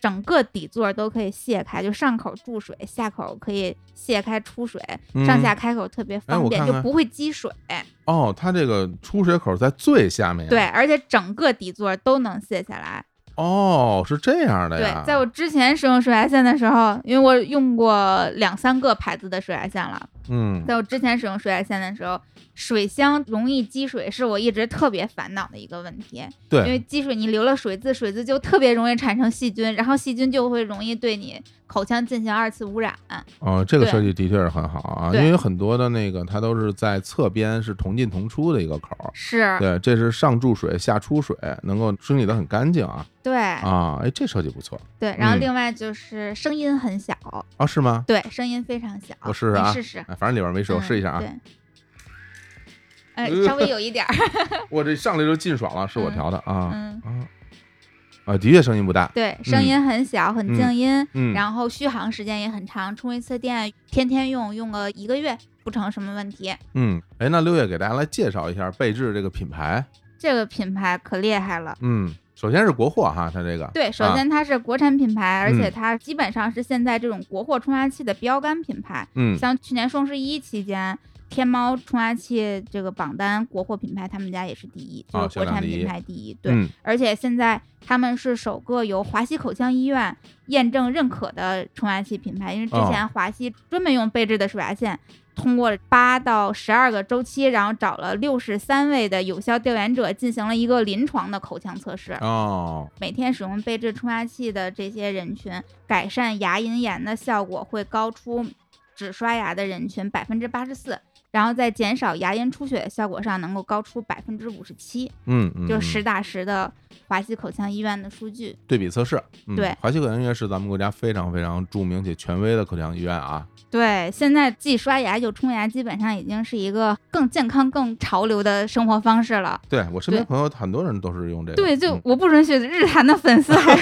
Speaker 3: 整个底座都可以卸开，就上口注水，下口可以卸开出水，
Speaker 2: 嗯
Speaker 3: 上下开口特别
Speaker 2: 哎
Speaker 3: 方
Speaker 2: 我
Speaker 3: 便，
Speaker 2: 看看
Speaker 3: 就不会积水。
Speaker 2: 哦，它这个出血口在最下面。
Speaker 3: 对，，而且整个底座都能卸下来。
Speaker 2: 哦，是这样的
Speaker 3: 对
Speaker 2: 哎呀。，
Speaker 3: 在我之前使用水牙线的时候，因为我用过两三个牌子的水牙线了，
Speaker 2: 嗯，
Speaker 3: 在我之前使用水牙线的时候，水箱容易积水是我一直特别烦恼的一个问题，因为
Speaker 2: 对，
Speaker 3: 积水你留了水渍，水渍就特别容易产生细菌，然后细菌就会容易对你口腔进行二次污染。
Speaker 2: 哦，这个
Speaker 3: 对
Speaker 2: 设计的确是很好啊，因
Speaker 3: 对
Speaker 2: 为很多的那个它都是在侧边是同进同出的一个口儿。
Speaker 3: 是
Speaker 2: 对，这是上注水下出水，能够清理的很干净啊
Speaker 3: 对
Speaker 2: 啊！哎，这设计不错
Speaker 3: 对，然后
Speaker 2: 嗯
Speaker 3: 另外就是声音很小，
Speaker 2: 啊，是吗？
Speaker 3: 对，声音非常小。
Speaker 2: 我试试啊
Speaker 3: 你试试，
Speaker 2: 哎，反正里边没事，我
Speaker 3: 嗯
Speaker 2: 试一下啊。
Speaker 3: 对，呃，稍微有一点 儿，
Speaker 2: 我这上来就进爽了，是我调的啊
Speaker 3: 嗯，
Speaker 2: 啊啊！的确声音不大，
Speaker 3: 对，声音很小，很静音。
Speaker 2: 嗯，
Speaker 3: 然后续航时间也很长，充一次电天天用，用个一个月不成什么问题。
Speaker 2: 嗯，哎，那六月给大家来介绍一下贝志这个品牌。
Speaker 3: 这个品牌可厉害了。
Speaker 2: 嗯，首先是国货哈，它这个
Speaker 3: 对，首
Speaker 2: 啊、
Speaker 3: 先它是国产品牌，而且
Speaker 2: 嗯
Speaker 3: 它基本上是现在这种国货冲牙器的标杆品牌。
Speaker 2: 嗯
Speaker 3: 像去年双十一期间，天猫冲牙器这个榜单国货品牌，他们家也是第一，
Speaker 2: 啊
Speaker 3: 就是
Speaker 2: 销
Speaker 3: 国
Speaker 2: 量
Speaker 3: 产
Speaker 2: 第一
Speaker 3: 品牌第一。对，
Speaker 2: 嗯
Speaker 3: 而且现在他们是首个由华西口腔医院验证认可的冲牙器品牌，因为之前华西专门用贝制的水牙线，通过八到十二个周期，然后找了六十三位的有效调研者进行了一个临床的口腔测试。
Speaker 2: 哦，
Speaker 3: 每天使用贝制冲牙器的这些人群，改善牙龈炎的效果会高出只刷牙的人群百分之八十四，然后在减少牙龈出血的效果上能够高出百分之五十七。
Speaker 2: 嗯嗯，
Speaker 3: 就
Speaker 2: 嗯
Speaker 3: 实打实的华西口腔医院的数据。
Speaker 2: 对比测试。嗯、
Speaker 3: 对
Speaker 2: 华西口腔医院是咱们国家非常非常著名且权威的口腔医院啊。
Speaker 3: 对，现在既刷牙又冲牙，基本上已经是一个更健康、更潮流的生活方式了。
Speaker 2: 对我身边
Speaker 3: 对
Speaker 2: 朋友很多人都是用这个。
Speaker 3: 对，就
Speaker 2: 嗯
Speaker 3: 我不允许日坛的粉 丝还，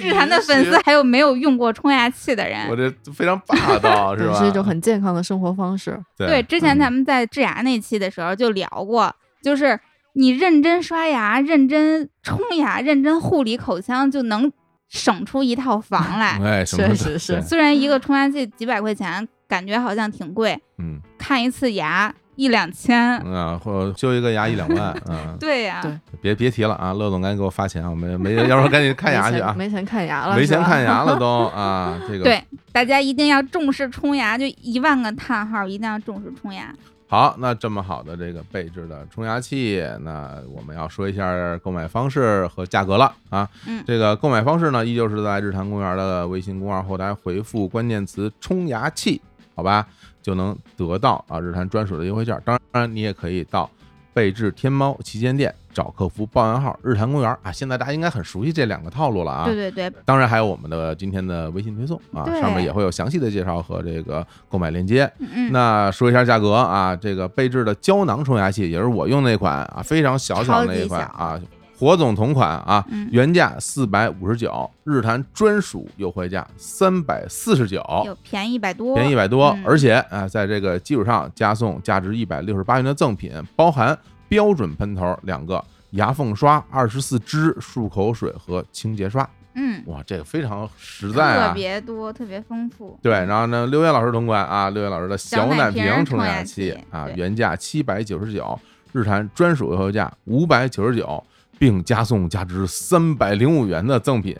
Speaker 3: 日坛的粉丝，还有没有用过冲牙器的人
Speaker 2: 我。这非常霸 道是吧？
Speaker 1: 是一种很健康的生活方式？
Speaker 2: 对
Speaker 3: 对，之前
Speaker 2: 嗯
Speaker 3: 咱们在治牙那期的时候就聊过，就是你认真刷牙、认真冲牙、认真护理口腔，就能省出一套 房来。
Speaker 2: 哎，什么都
Speaker 1: 确实是
Speaker 2: 对
Speaker 3: 虽然一个冲牙器几百块钱，感觉好像挺贵，
Speaker 2: 嗯
Speaker 3: 看一次牙一两千。
Speaker 2: 嗯啊，或者修一个牙一两万，嗯，
Speaker 3: 对呀、
Speaker 1: 对
Speaker 2: 别别提了啊，乐总赶紧给我发钱啊，我没没，要不然赶紧看牙去啊，
Speaker 1: 没钱没钱看牙了，
Speaker 2: 没钱看
Speaker 1: 牙。
Speaker 2: 牙 了都啊，这个
Speaker 3: 对，大家一定要重视冲牙，就一万个叹号，一定要重视冲牙。
Speaker 2: 好，那这么好的这个贝制的冲牙器，那我们要说一下购买方式和价格了啊。
Speaker 3: 嗯
Speaker 2: 这个购买方式呢，依旧是在日坛公园的微信公众号后台回复关键词“冲牙器”，好吧，就能得到啊日坛专属的优惠券。当然，你也可以到贝制天猫旗舰店找客服报暗号“日坛公园”啊。现在大家应该很熟悉这两个套路了啊。
Speaker 3: 对对对，
Speaker 2: 当然还有我们的今天的微信推送啊，
Speaker 3: 对
Speaker 2: 上面也会有详细的介绍和这个购买链接。
Speaker 3: 嗯，
Speaker 2: 那说一下价格啊，这个贝制的胶囊冲牙器也是我用那款啊，非常小巧那一款
Speaker 3: 超
Speaker 2: 啊，火总同款啊，
Speaker 3: 嗯
Speaker 2: 原价四百五十九，日坛专属优惠价三百四十九，
Speaker 3: 有便宜一百多，
Speaker 2: 便宜一百多呃
Speaker 3: 嗯，
Speaker 2: 而且啊，在这个基础上加送价值一百六十八元的赠品，包含标准喷头两个，牙缝刷、二十四支漱口水和清洁刷。
Speaker 3: 嗯，
Speaker 2: 哇，这个非常实在
Speaker 3: 特
Speaker 2: 啊！
Speaker 3: 别多，特别丰富。
Speaker 2: 对，然后呢，六月老师同款啊，六月老师的
Speaker 3: 小
Speaker 2: 奶
Speaker 3: 奶
Speaker 2: 瓶
Speaker 3: 瓶
Speaker 2: 儿冲
Speaker 3: 冲
Speaker 2: 牙
Speaker 3: 牙
Speaker 2: 器
Speaker 3: 器
Speaker 2: 啊，
Speaker 3: 对
Speaker 2: 原价七百九十九，日产专属优惠价五百九十九，并加送价值三百零五元的赠品，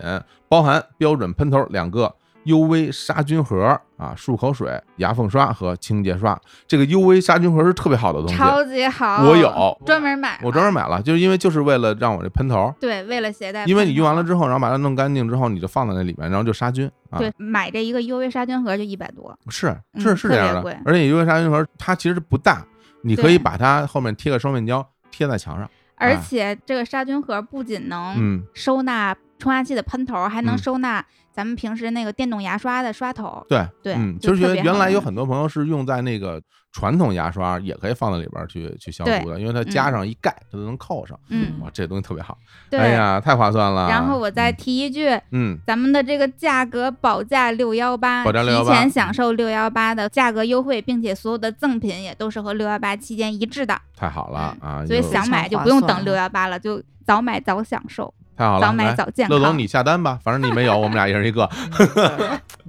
Speaker 2: 包含标准喷头两个。UV 杀菌盒啊，漱口水、牙缝刷和清洁刷。这个 UV 杀菌盒是特别好的东西，
Speaker 3: 超级好，
Speaker 2: 我有
Speaker 3: 专门买，
Speaker 2: 我专门买了，就是因为就是为了让我这喷头，
Speaker 3: 对，为了携带，
Speaker 2: 因为你用完了之后，然后把它弄干净之后，你就放在那里面，然后就啊杀菌啊。
Speaker 3: 对，买这一个 UV 杀菌盒就一百多，
Speaker 2: 是
Speaker 3: 嗯
Speaker 2: 是是这
Speaker 3: 特别
Speaker 2: 样的
Speaker 3: 贵，
Speaker 2: 而且 UV 杀菌盒它其实不大，你可
Speaker 3: 对
Speaker 2: 以把它后面贴个双面胶贴在墙上。
Speaker 3: 而
Speaker 2: 哎
Speaker 3: 且这个杀菌盒不仅能
Speaker 2: 嗯，
Speaker 3: 收纳冲牙器的喷头，还
Speaker 2: 嗯
Speaker 3: 能收纳咱们平时那个电动牙刷的刷头。
Speaker 2: 对
Speaker 3: 对
Speaker 2: 嗯，
Speaker 3: 就
Speaker 2: 就是
Speaker 3: 特
Speaker 2: 原
Speaker 3: 别
Speaker 2: 原
Speaker 3: 好
Speaker 2: 来有
Speaker 3: 用
Speaker 2: 很多朋友是用在那个传统牙刷，也可以放在里边儿去去消
Speaker 3: 对
Speaker 2: 毒的，因为它
Speaker 3: 嗯
Speaker 2: 加上一盖，它就能扣上。
Speaker 3: 嗯
Speaker 2: 哇，这东西特别好，
Speaker 3: 对。
Speaker 2: 哎呀，太划算了。
Speaker 3: 然后我再
Speaker 2: 嗯
Speaker 3: 提一句，
Speaker 2: 嗯，
Speaker 3: 咱们的这个价格保价六幺八，
Speaker 2: 保价618
Speaker 3: 提前享受六幺八的价格优惠，并且所有的赠品也都是和六幺八期间一致的，
Speaker 2: 太好了啊，
Speaker 3: 嗯所以
Speaker 2: 又
Speaker 3: 想买就不用
Speaker 1: 啊
Speaker 3: 等六幺八了，就早买早享受，
Speaker 2: 太好了，
Speaker 3: 早买
Speaker 2: 来
Speaker 3: 早健
Speaker 2: 乐总
Speaker 3: 康。
Speaker 2: 你下单吧，反正你没有，我们俩一人 一个，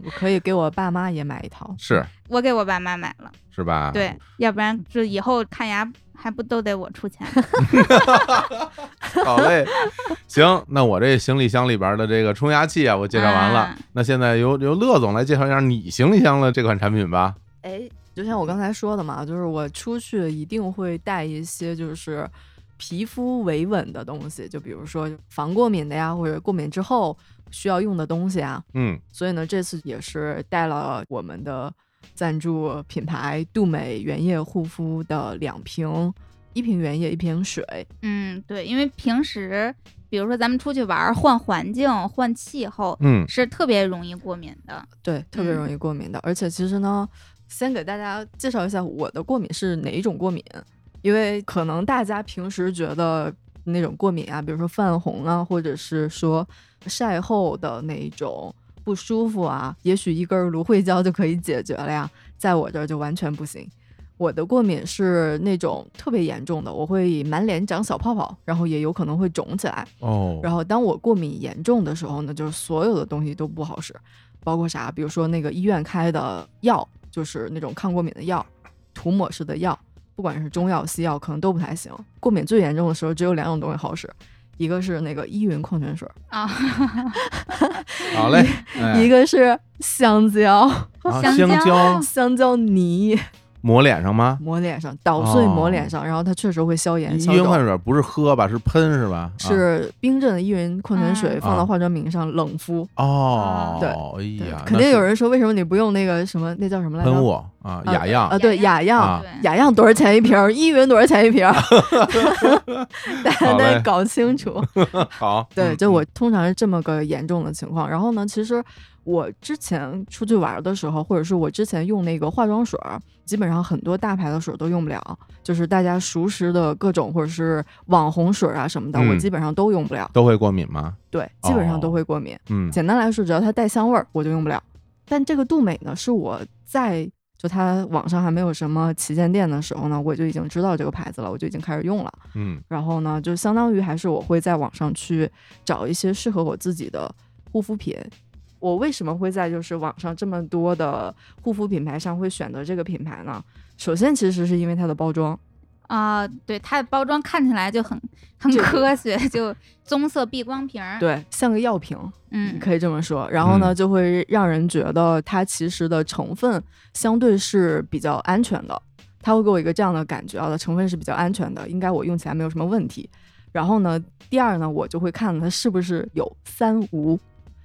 Speaker 1: 我可以给我爸妈也买一套。
Speaker 2: 是
Speaker 3: 我给我爸妈买了，
Speaker 2: 是吧？
Speaker 3: 对，要不然就以后看牙还不都得我出 钱？
Speaker 2: 好嘞，行，那我这行李箱里边的这个冲牙器啊，我介绍完了。
Speaker 3: 啊
Speaker 2: 那现在由由乐总来介绍一下你行李箱的这款产品吧。
Speaker 1: 哎，就像我刚才说的嘛，就是我出去一定会带一些就是皮肤维稳的东西，就比如说防过敏的呀，或者过敏之后需要用的东西啊。
Speaker 2: 嗯，
Speaker 1: 所以呢，这次也是带了我们的赞助品牌杜美原液护肤的两瓶，一瓶原液，一瓶水。
Speaker 3: 嗯，对，因为平时比如说咱们出去玩儿，换环境、换气候
Speaker 2: 嗯，
Speaker 3: 是特别容易过敏的。
Speaker 1: 对，特别
Speaker 3: 嗯
Speaker 1: 容易过敏的。而且其实呢，先给大家介绍一下我的过敏是哪一种过敏，因为可能大家平时觉得那种过敏啊，比如说泛红啊，或者是说晒后的那一种不舒服啊，也许一根芦荟胶就可以解决了呀，在我这儿就完全不行。我的过敏是那种特别严重的，我会满脸长小泡泡，然后也有可能会肿起来。
Speaker 2: 哦，
Speaker 1: 然后当我过敏严重的时候呢，就是所有的东西都不好使，包括啥，比如说那个医院开的药，就是那种抗过敏的药，涂抹式的药，不管是中药西药，可能都不太行。过敏最严重的时候，只有两种东西好使。一个是那个依云矿泉水，
Speaker 3: 啊，
Speaker 2: 好嘞，哎
Speaker 1: 一个是香蕉，
Speaker 2: 啊
Speaker 3: 香
Speaker 2: 香
Speaker 3: 蕉
Speaker 2: 蕉
Speaker 1: 香蕉泥
Speaker 2: 抹脸上吗？
Speaker 1: 抹脸上，捣碎
Speaker 2: 哦
Speaker 1: 抹脸上，然后它确实会消炎
Speaker 2: 依
Speaker 1: 消
Speaker 2: 云
Speaker 1: 肿
Speaker 2: 矿。泉水不是喝吧，是喷是吧？啊
Speaker 1: 是冰镇的依云矿泉水
Speaker 3: 嗯
Speaker 1: 放到
Speaker 2: 啊
Speaker 1: 化妆品上冷敷，
Speaker 2: 哦，
Speaker 1: 嗯对
Speaker 2: 哎呀，
Speaker 1: 肯
Speaker 2: 那
Speaker 1: 定有
Speaker 2: 是
Speaker 1: 人说为什么你不用那个什么那叫什么来着？
Speaker 2: 喷我啊，
Speaker 1: 啊
Speaker 2: 雅漾
Speaker 1: 啊，对，雅漾，
Speaker 2: 啊
Speaker 3: 对
Speaker 1: 雅漾多少钱一瓶儿？依云多少钱 一瓶儿？大家
Speaker 2: 好嘞
Speaker 1: 得搞清楚。
Speaker 2: 好，
Speaker 1: 对，
Speaker 2: 嗯
Speaker 1: 就我通常是这么个严重的情况。然后呢，其实我之前出去玩的时候，或者是我之前用那个化妆水儿，基本上很多大牌的水儿都用不了，就是大家熟识的各种或者是网红水儿啊什么的，我
Speaker 2: 嗯
Speaker 1: 基本上都用不了。
Speaker 2: 都会过敏吗？
Speaker 1: 对，基本上
Speaker 2: 哦
Speaker 1: 都会过敏。
Speaker 2: 嗯，
Speaker 1: 简单来说，只要它带香味儿，我就用不了。但这个杜美呢，是我在就它网上还没有什么旗舰店的时候呢，我就已经知道这个牌子了，我就已经开始用了。
Speaker 2: 嗯
Speaker 1: 然后呢，就相当于还是我会在网上去找一些适合我自己的护肤品。我为什么会在就是网上这么多的护肤品牌上会选择这个品牌呢？首先，其实是因为它的包装，
Speaker 3: 啊、对，它的包装看起来就很很
Speaker 1: 就
Speaker 3: 科学， 就棕色避光瓶儿。，
Speaker 1: 对，像个药瓶，
Speaker 3: 嗯，
Speaker 1: 可以这么说。然后呢，
Speaker 2: 嗯
Speaker 1: 就会让人觉得它其实的成分相对是比较安全的，它会给我一个这样的感觉啊，它成分是比较安全的，应该我用起来没有什么问题。然后呢，第二呢，我就会看它是不是有三无，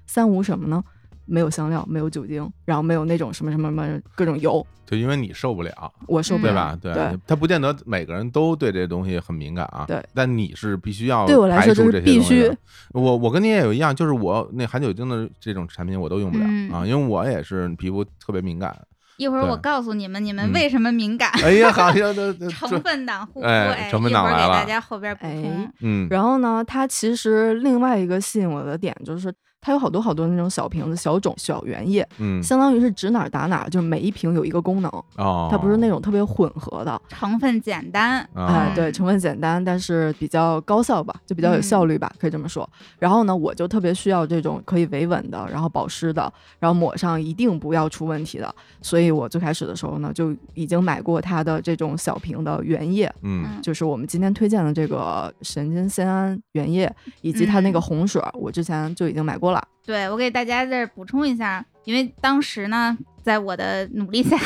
Speaker 1: 三无什么呢？没有香料，没有酒精，然后没有那种什么什么什么各种油，
Speaker 2: 就因为你受不了，
Speaker 1: 我受不
Speaker 2: 对
Speaker 1: 了。
Speaker 2: 吧？对
Speaker 1: 对，
Speaker 2: 他不见得每个人都对这东西很敏感啊。
Speaker 1: 对，
Speaker 2: 但你是必须要
Speaker 1: 对我来
Speaker 2: 排
Speaker 1: 说
Speaker 2: 除
Speaker 1: 就是
Speaker 2: 这些
Speaker 1: 必
Speaker 2: 东西
Speaker 1: 须
Speaker 2: 的。我我跟你也有一样，就是我那含酒精的这种产品我都用不了、
Speaker 3: 嗯
Speaker 2: 啊，因为我也是皮肤特别敏感。
Speaker 3: 一会儿我
Speaker 2: 对
Speaker 3: 告诉你们，你们
Speaker 2: 嗯
Speaker 3: 为什么敏感？
Speaker 2: 哎呀，好像 这这
Speaker 3: 成分党护肤，
Speaker 2: 哎
Speaker 3: 哎，
Speaker 2: 成分党
Speaker 3: 一会儿
Speaker 2: 来
Speaker 3: 给
Speaker 2: 了
Speaker 3: 大家后边补充。
Speaker 1: 哎
Speaker 2: 嗯
Speaker 1: 然后呢，它其实另外一个吸引我的点就是它有好多好多那种小瓶子、小种、小圆叶，
Speaker 2: 嗯，
Speaker 1: 相当于是指哪儿打哪儿，就是每一瓶有一个功能，
Speaker 2: 哦，
Speaker 1: 它不是那种特别混合的。
Speaker 3: 成分简单，
Speaker 2: 啊
Speaker 1: 哎，对，成分简单，但是比较高效吧，就比较有效率
Speaker 2: 嗯
Speaker 1: 吧，可以这么说。然后呢，我就特别需要这种可以维稳的，然后保湿的，然后抹上一定不要出问题的。所以我最开始的时候呢，就已经买过它的这种小瓶的原液，
Speaker 2: 嗯
Speaker 1: 就是我们今天推荐的这个神经酰胺原液，以及它那个
Speaker 3: 嗯
Speaker 1: 红水儿，我之前就已经买过了。
Speaker 3: 对我给大家这儿补充一下，因为当时呢，在我的努力下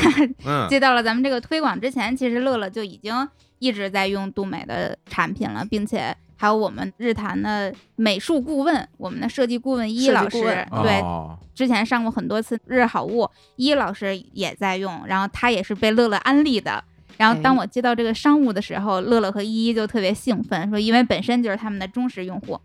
Speaker 2: 嗯
Speaker 3: 接到了咱们这个推广之前，其实乐乐就已经一直在用杜美的产品了，并且还有我们日坛的美术顾问，我们的设计顾问一
Speaker 1: 设计
Speaker 3: 老
Speaker 1: 顾
Speaker 3: 师
Speaker 1: 问，
Speaker 3: 对，
Speaker 2: 哦
Speaker 3: 之前上过很多次日好物，一老师也在用，然后他也是被乐乐安利的。然后当
Speaker 1: 哎
Speaker 3: 我接到这个商务的时候，乐乐和依依就特别兴奋，说因为本身就是他们的忠实用户。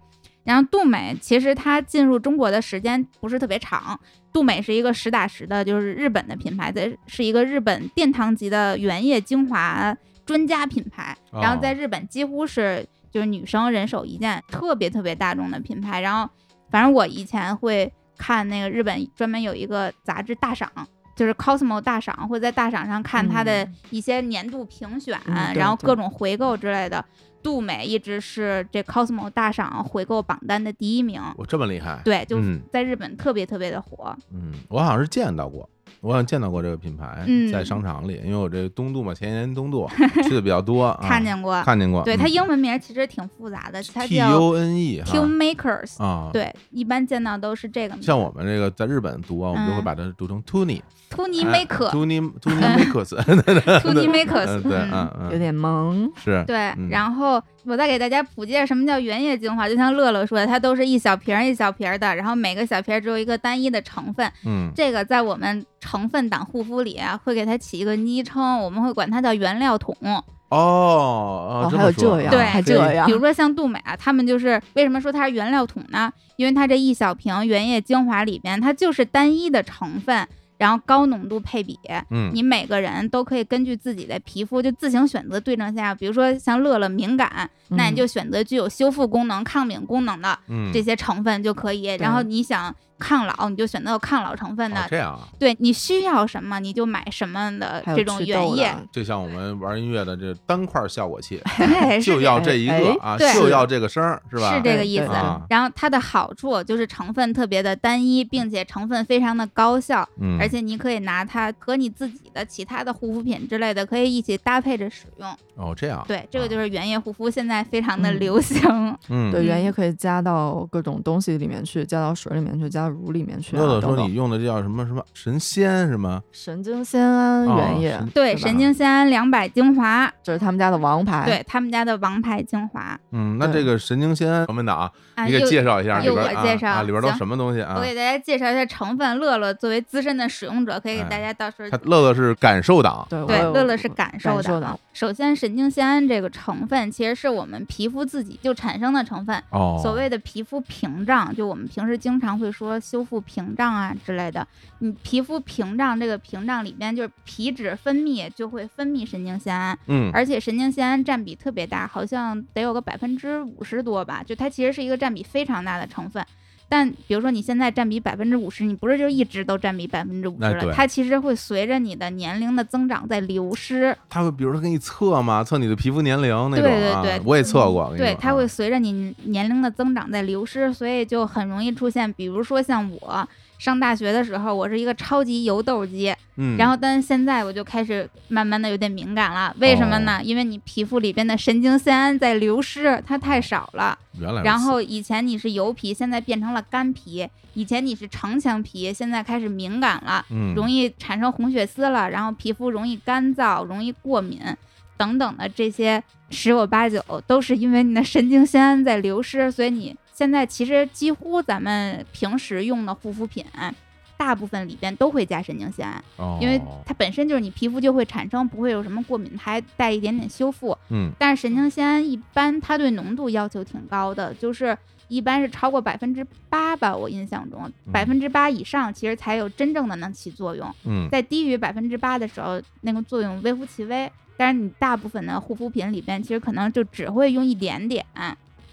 Speaker 3: 然后杜美其实它进入中国的时间不是特别长，杜美是一个实打实的，就是日本的品牌，在是一个日本殿堂级的原液精华专家品牌，
Speaker 2: 哦
Speaker 3: 然后在日本几乎是就是女生人手一件，特别特别大众的品牌。然后反正我以前会看那个日本专门有一个杂志大赏，就是 Cosmo 大赏，会在大赏上看它的
Speaker 1: 嗯
Speaker 3: 一些年度评选，
Speaker 1: 嗯对
Speaker 3: 然后
Speaker 1: 对
Speaker 3: 各种回购之类的。杜美一直是这 Cosmo 大赏回购榜单的第一名，
Speaker 2: 我这么厉害，
Speaker 3: 对，就
Speaker 2: 嗯
Speaker 3: 在日本特别特别的火。
Speaker 2: 嗯，我好像是见到过，我好像见到过这个品牌
Speaker 3: 嗯
Speaker 2: 在商场里，因为我这东渡嘛，前年东渡去的比较多，啊
Speaker 3: 看见过，
Speaker 2: 看见过，
Speaker 3: 对它
Speaker 2: 嗯
Speaker 3: 英文名其实挺复杂的，它
Speaker 2: T
Speaker 3: 叫
Speaker 2: U N E
Speaker 3: Q Makers，
Speaker 2: 啊，，
Speaker 3: 对，一般见到都是这个名字。
Speaker 2: 像我们这个在日本读啊，我
Speaker 3: 嗯
Speaker 2: 们就会把它读成 Tuni 哎
Speaker 3: 图尼 Maker，
Speaker 2: Tuni Tuni Makers，
Speaker 3: t u n i Makers，
Speaker 2: 嗯 对，
Speaker 3: 嗯
Speaker 2: 嗯
Speaker 1: 有
Speaker 2: 嗯，
Speaker 1: 点萌，
Speaker 2: 是，
Speaker 3: 对，
Speaker 2: 嗯
Speaker 3: 然后我再给大家普及一下什么叫原液精华，就像乐乐说的，它都是一小瓶儿一小瓶儿的，然后每个小瓶儿只有一个单一的成分，
Speaker 2: 嗯
Speaker 3: 这个在我们成分党护肤里啊，会给它起一个昵称，我们会管它叫原料桶。
Speaker 2: 哦，
Speaker 1: 哦
Speaker 2: 哦，
Speaker 1: 还有
Speaker 2: 么说
Speaker 1: 这样
Speaker 2: 啊
Speaker 3: 对
Speaker 1: 哦还
Speaker 2: 可以
Speaker 1: 这样
Speaker 3: 比如说像杜美啊，他们就是为什么说它是原料桶呢？因为它这一小瓶原液精华里边，它就是单一的成分，然后高浓度配比，
Speaker 2: 嗯，
Speaker 3: 你每个人都可以根据自己的皮肤就自行选择对症下药。比如说像乐乐敏感，那你
Speaker 1: 嗯
Speaker 3: 就选择具有修复功能、抗敏功能的
Speaker 2: 嗯
Speaker 3: 这些成分就可以。然后你想抗老，你就选择有抗老成分
Speaker 2: 哦
Speaker 3: 的。
Speaker 2: 这样啊。
Speaker 3: 对你需要什么，你就买什么的
Speaker 1: 还有
Speaker 3: 这种
Speaker 1: 祛
Speaker 3: 原
Speaker 1: 痘
Speaker 3: 液。
Speaker 1: 的，
Speaker 2: 就像我们玩音乐的这单块效果 器，
Speaker 3: 对，是
Speaker 2: 就要这一个
Speaker 1: 哎
Speaker 2: 啊，
Speaker 3: 对
Speaker 2: 就要这个声儿，是吧？
Speaker 3: 是这个意
Speaker 1: 对
Speaker 3: 思
Speaker 1: 对
Speaker 2: 啊。
Speaker 3: 然后它的好处就是成分特别的单一，并且成分非常的高效，
Speaker 2: 嗯，
Speaker 3: 而且你可以拿它和你自己的其他的护肤品之类的，可以一起搭配着使用。
Speaker 2: 哦，这样，
Speaker 3: 对，这
Speaker 2: 啊
Speaker 3: 个就是原液护肤现在非常的
Speaker 1: 嗯
Speaker 3: 流行。
Speaker 2: 嗯，
Speaker 1: 对，原
Speaker 3: 嗯
Speaker 1: 液可以加到各种东西里面去，加到水里面去，加到乳里面去、啊。
Speaker 2: 乐乐
Speaker 1: 等
Speaker 2: 说
Speaker 1: 等
Speaker 2: 你用的这叫什么什么神仙是吗？
Speaker 1: 神经酰胺原液，
Speaker 2: 哦
Speaker 3: 对，
Speaker 1: 是吧
Speaker 3: 神经酰胺两百精华，
Speaker 1: 这是他们家的王牌。
Speaker 3: 对他们家的王牌精华
Speaker 2: 嗯，那这
Speaker 1: 对
Speaker 2: 个神经酰胺成分的啊，
Speaker 3: 啊，
Speaker 2: 你给
Speaker 3: 又
Speaker 2: 介绍一下里
Speaker 3: 又
Speaker 2: 边
Speaker 3: 我
Speaker 2: 啊
Speaker 3: 介绍
Speaker 2: 啊，里边都
Speaker 3: 行
Speaker 2: 什么东西啊
Speaker 3: 我？给大家介绍一下成分。乐乐作为资深的使用者，可以给
Speaker 2: 哎
Speaker 3: 大家到时候
Speaker 2: 他乐乐是感受党，
Speaker 1: 对
Speaker 3: 对
Speaker 1: 我有
Speaker 3: 乐乐是感受
Speaker 1: 哦感
Speaker 3: 的。啊
Speaker 1: 受的。
Speaker 3: 首先，神经酰胺这个成分其实是我们皮肤自己就产生的成分。
Speaker 2: 哦，
Speaker 3: 所谓的皮肤屏障，就我们平时经常会说修复屏障啊之类的。你皮肤屏障这个屏障里边，就是皮脂分泌就会分泌神经酰胺，
Speaker 2: 嗯，
Speaker 3: 而且神经酰胺占比特别大，好像得有个百分之五十多吧，就它其实是一个占比非常大的成分。但比如说你现在占比百分之五十，你不是就一直都占比百分之五十
Speaker 2: 那对
Speaker 3: 了？它其实会随着你的年龄的增长在流失。
Speaker 2: 他会比如说给你测嘛，测你的皮肤年龄那
Speaker 3: 对
Speaker 2: 种
Speaker 3: 对
Speaker 2: 啊
Speaker 3: 对，，
Speaker 2: 我也测过，我跟你
Speaker 3: 对，
Speaker 2: 说
Speaker 3: 它
Speaker 2: 啊
Speaker 3: 会随着你年龄的增长在流失，所以就很容易出现，比如说像我上大学的时候，我是一个超级油痘肌，
Speaker 2: 嗯，
Speaker 3: 然后但是现在我就开始慢慢的有点敏感了，为什么
Speaker 2: 哦
Speaker 3: 呢？因为你皮肤里边的神经酰胺在流失，它太少了。
Speaker 2: 嗯原来如
Speaker 3: 然
Speaker 2: 此
Speaker 3: 后以前你是油皮，现在变成了干皮；以前你是城墙皮，现在开始敏感了。
Speaker 2: 嗯
Speaker 3: 容易产生红血丝了，然后皮肤容易干燥、容易过敏等等的这些，十有八九都是因为你的神经酰胺在流失，所以你现在其实几乎咱们平时用的护肤品，大部分里边都会加神经酰胺，
Speaker 2: 哦
Speaker 3: 因为它本身就是你皮肤就会产生，不会有什么过敏，它还带一点点修复。
Speaker 2: 嗯
Speaker 3: 但是神经酰胺一般它对浓度要求挺高的，就是一般是超过百分之八吧，我印象中
Speaker 2: 嗯
Speaker 3: 百分之八以上其实才有真正的能起作用，
Speaker 2: 嗯
Speaker 3: 在低于百分之八的时候，那个作用微乎其微。但是你大部分的护肤品里边，其实可能就只会用一点点，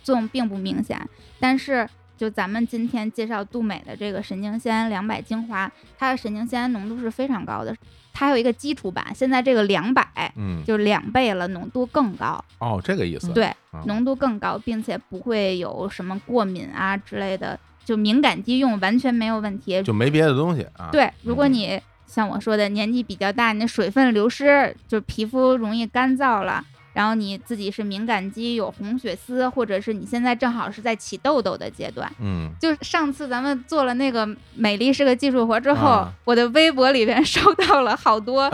Speaker 3: 作用并不明显。但是就咱们今天介绍杜美的这个神经酰胺两百精华，它的神经酰胺浓度是非常高的。它还有一个基础版，现在这个两百
Speaker 2: 嗯，
Speaker 3: 就是两倍了，浓度更高。
Speaker 2: 哦，这个意思，
Speaker 3: 对，
Speaker 2: 啊，
Speaker 3: 浓度更高，并且不会有什么过敏啊之类的，就敏感肌用完全没有问题。
Speaker 2: 就没别的东西啊，，
Speaker 3: 对，如果
Speaker 2: 嗯
Speaker 3: 你像我说的年纪比较大，你的水分流失，就皮肤容易干燥了。然后你自己是敏感肌，有红血丝，或者是你现在正好是在起痘痘的阶段。
Speaker 2: 嗯，
Speaker 3: 就是上次咱们做了那个美丽是个技术活之后，
Speaker 2: 啊
Speaker 3: 我的微博里边 收到了 好多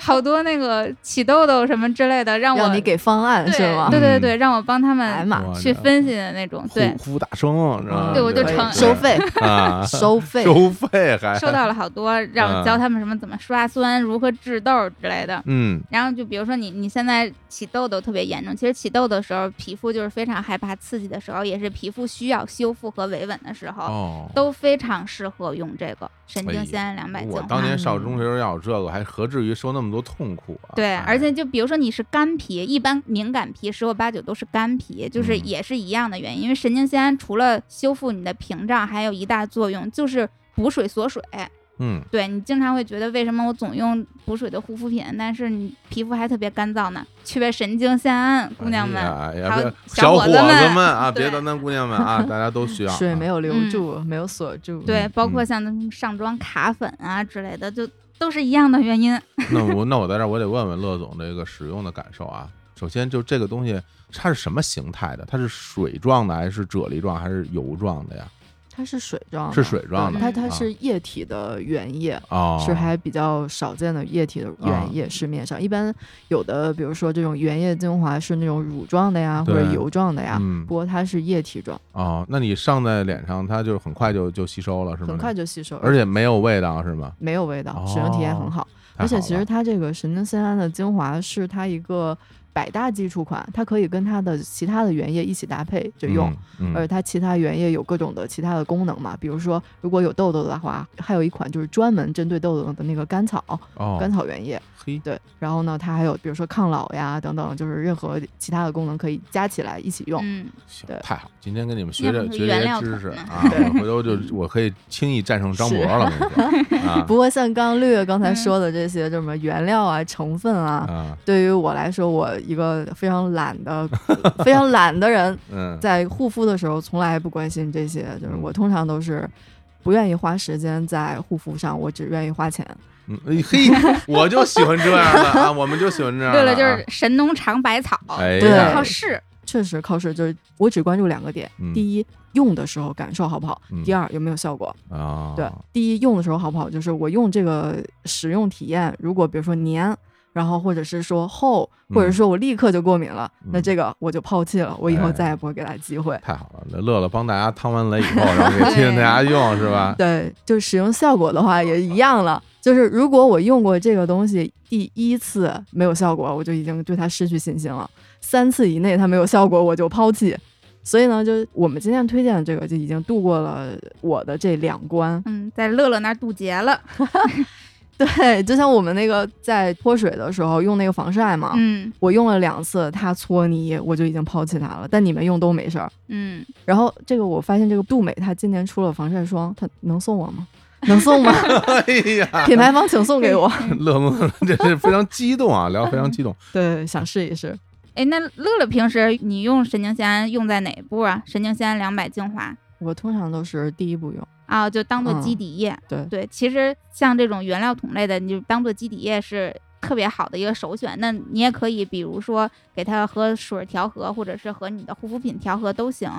Speaker 3: 好多那个起痘痘什么之类的，让我
Speaker 1: 让你给方案
Speaker 3: 对
Speaker 1: 是吗？
Speaker 3: 对
Speaker 2: 嗯
Speaker 3: 对对，让我帮他
Speaker 1: 哎呀
Speaker 3: 们
Speaker 1: 妈，
Speaker 2: 哇
Speaker 3: 去
Speaker 2: 这
Speaker 3: 分析的那种。
Speaker 2: 护
Speaker 3: 对，
Speaker 2: 护大生是吧？
Speaker 1: 对
Speaker 3: 我就 成
Speaker 1: 嗯收费，
Speaker 2: 啊，
Speaker 1: 收费，
Speaker 2: 收费还
Speaker 3: 收到了好多，让我教他们什么怎么刷酸、如何治痘之类的。
Speaker 2: 嗯，
Speaker 3: 然后就比如说你你现在起痘痘特别严重，其实起痘痘的时候，皮肤就是非常害怕刺激的时候，也是皮肤需要修复和维稳的时候，
Speaker 2: 哦，
Speaker 3: 都非常适合用这个神
Speaker 2: 哎呀
Speaker 3: 经酰胺两百精
Speaker 2: 我
Speaker 3: 华。
Speaker 2: 当年上中学时候要有这个，还何至于受那么多痛苦啊？
Speaker 3: 对，
Speaker 2: 哎
Speaker 3: 而且就比如说你是干皮，一般敏感皮十有八九都是干皮，就是
Speaker 2: 嗯
Speaker 3: 也是一样的原因，因为神经酰胺除了修复你的屏障，还有一大作用就是补水锁水。
Speaker 2: 嗯，
Speaker 3: 对你经常会觉得为什么我总用补水的护肤品，但是你皮肤还特别干燥呢？缺神经酰胺，姑娘们，
Speaker 2: 哎呀，
Speaker 3: 还
Speaker 2: 哎
Speaker 3: 有
Speaker 2: 呀
Speaker 3: 小
Speaker 2: 小
Speaker 3: 伙
Speaker 2: 伙
Speaker 3: 子们
Speaker 2: 们啊，别
Speaker 3: 对
Speaker 2: 单单姑娘们 啊，大家都需要啊。
Speaker 1: 水没有留
Speaker 3: 嗯
Speaker 1: 住，没有锁住，
Speaker 3: 对，包括
Speaker 2: 嗯
Speaker 3: 像上妆卡粉啊之类的，就都是一样的原因。
Speaker 2: 那我那我在这儿我得问问乐总这个使用的感受啊。首先，就这个东西它是什么形态的？它是水状的，还是啫喱状，还是油状的呀？
Speaker 1: 它是水状的，
Speaker 2: 是水状
Speaker 3: 的
Speaker 1: 对它它
Speaker 2: 啊
Speaker 1: 是液体的原液，
Speaker 2: 哦，啊
Speaker 1: 是还比较少见的液体的原液，市面上一般有的，比如说这种原液精华是那种乳状的呀，或
Speaker 2: 对
Speaker 1: 者油状的呀，
Speaker 2: 嗯
Speaker 1: 啊不过它是液体状，
Speaker 2: 哦，那你上在脸上，它就很快就就吸收了，是吗？
Speaker 1: 很快，就吸收，
Speaker 2: 而且没有味道，是吗？
Speaker 1: 没有味道，使用体验很好。
Speaker 2: 太
Speaker 1: 而且
Speaker 2: 好
Speaker 1: 其
Speaker 2: 了
Speaker 1: 实它这个神经酰胺的精华是它一个百搭基础款，它可以跟它的其他的原液一起搭配着用。，
Speaker 2: 嗯嗯
Speaker 1: 而且它其他原液有各种的其他的功能嘛，比如说如果有痘痘的话，还有一款就是专门针对痘痘的那个甘草，
Speaker 2: 哦，
Speaker 1: 甘草原液，
Speaker 2: 嘿，
Speaker 1: 对。然后呢，它还有比如说抗老呀等等，就是任何其他的功能可以加起来一起用。
Speaker 3: 嗯，
Speaker 2: 行
Speaker 1: 对，
Speaker 2: 太好，今天跟你们学
Speaker 3: 要
Speaker 2: 这
Speaker 3: 不是
Speaker 2: 学这
Speaker 3: 原
Speaker 2: 些
Speaker 3: 料
Speaker 2: 知
Speaker 3: 桶
Speaker 2: 识
Speaker 3: 呢
Speaker 2: 啊，
Speaker 1: 对
Speaker 2: 我 回头就我可以轻易战胜张博了，我跟你说啊
Speaker 1: 不过像刚略刚才
Speaker 3: 嗯
Speaker 1: 说的这些什么原料啊、成分啊，
Speaker 2: 啊，
Speaker 1: 对于我来说，我一个非常懒的、非常懒的人，
Speaker 2: 嗯，
Speaker 1: 在护肤的时候从来不关心这些，就是
Speaker 2: 嗯
Speaker 1: 我通常都是不愿意花时间在护肤上，我只愿意花钱。
Speaker 2: 嗯哎嘿，我就喜欢这样的啊，我们就喜欢这样的
Speaker 3: 对
Speaker 2: 啊。
Speaker 3: 了，就是神农尝百草，
Speaker 2: 哎
Speaker 1: 对
Speaker 2: 呀
Speaker 3: 靠试。
Speaker 1: 确实靠试，就是我只关注两个点：
Speaker 2: 嗯
Speaker 1: 第一，用的时候感受好不好；
Speaker 2: 嗯
Speaker 1: 第二，有没有效果。
Speaker 2: 啊，
Speaker 1: 对，第一用的时候好不好，就是我用这个使用体验，如果比如说黏。然后，或者是说厚，或者
Speaker 2: 嗯
Speaker 1: 说我立刻就过敏了，那
Speaker 2: 嗯
Speaker 1: 这个我就抛弃了，我以后
Speaker 2: 哎
Speaker 1: 再也不会给他机会。
Speaker 2: 太好了，乐乐帮大家趟完雷以后，然后给替大家用是吧？
Speaker 1: 对，就使用效果的话也一样了。就是如果我用过这个东西第一次没有效果，我就已经对它失去信心了；三次以内它没有效果，我就抛弃。所以呢，就是我们今天推荐的这个就已经度过了我的这两关。
Speaker 3: 嗯，在乐乐那儿渡劫了。
Speaker 1: 对，就像我们那个在脱水的时候用那个防晒
Speaker 2: 啊
Speaker 1: 嘛，
Speaker 3: 嗯
Speaker 1: 我用了两次，它搓泥，我就已经抛弃它了。但你们用都没事儿。
Speaker 3: 嗯，
Speaker 1: 然后这个我发现这个杜美她今年出了防晒霜，它能送我吗？能送吗？
Speaker 2: 哎呀，
Speaker 1: 品牌方请送给我。
Speaker 2: 乐乐 这是非常激动啊，聊得非常激动。
Speaker 1: 对，想试一试。
Speaker 3: 哎，那乐乐平时你用神经酰胺用在哪一步啊？神经酰胺两百精华
Speaker 1: 我通常都是第一步用，
Speaker 3: 啊，就当做
Speaker 1: 嗯
Speaker 3: 基底液。
Speaker 1: 对
Speaker 3: 对，其实像这种原料桶类的，你就当做基底液是特别好的一个首选。那你也可以，比如说给它和水调和，或者是和你的护肤品调和都行。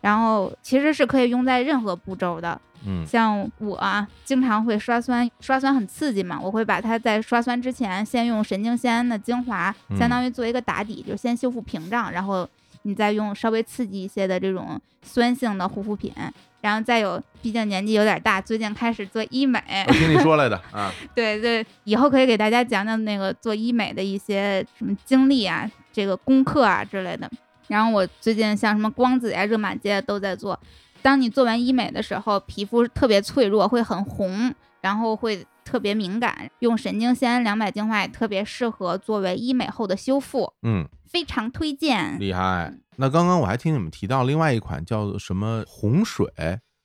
Speaker 3: 然后其实是可以用在任何步骤的，
Speaker 2: 嗯
Speaker 3: 像我啊，经常会刷酸，刷酸很刺激嘛，我会把它在刷酸之前，先用神经酰胺的精华，
Speaker 2: 嗯
Speaker 3: 相当于做一个打底，就先修复屏障，然后你再用稍微刺激一些的这种酸性的护肤品，然后再有，毕竟年纪有点大，最近开始做医美，
Speaker 2: 我听你说来的啊，
Speaker 3: 对对，以后可以给大家讲讲那个做医美的一些什么经历啊，这个功课啊之类的。然后我最近像什么光子呀、热玛吉啊都在做，当你做完医美的时候，皮肤特别脆弱，会很红，然后会特别敏感。用神经酰胺两百精华也特别适合作为医美后的修复，
Speaker 2: 嗯，
Speaker 3: 非常推荐。
Speaker 2: 厉害。那刚刚我还听你们提到另外一款叫什么红水，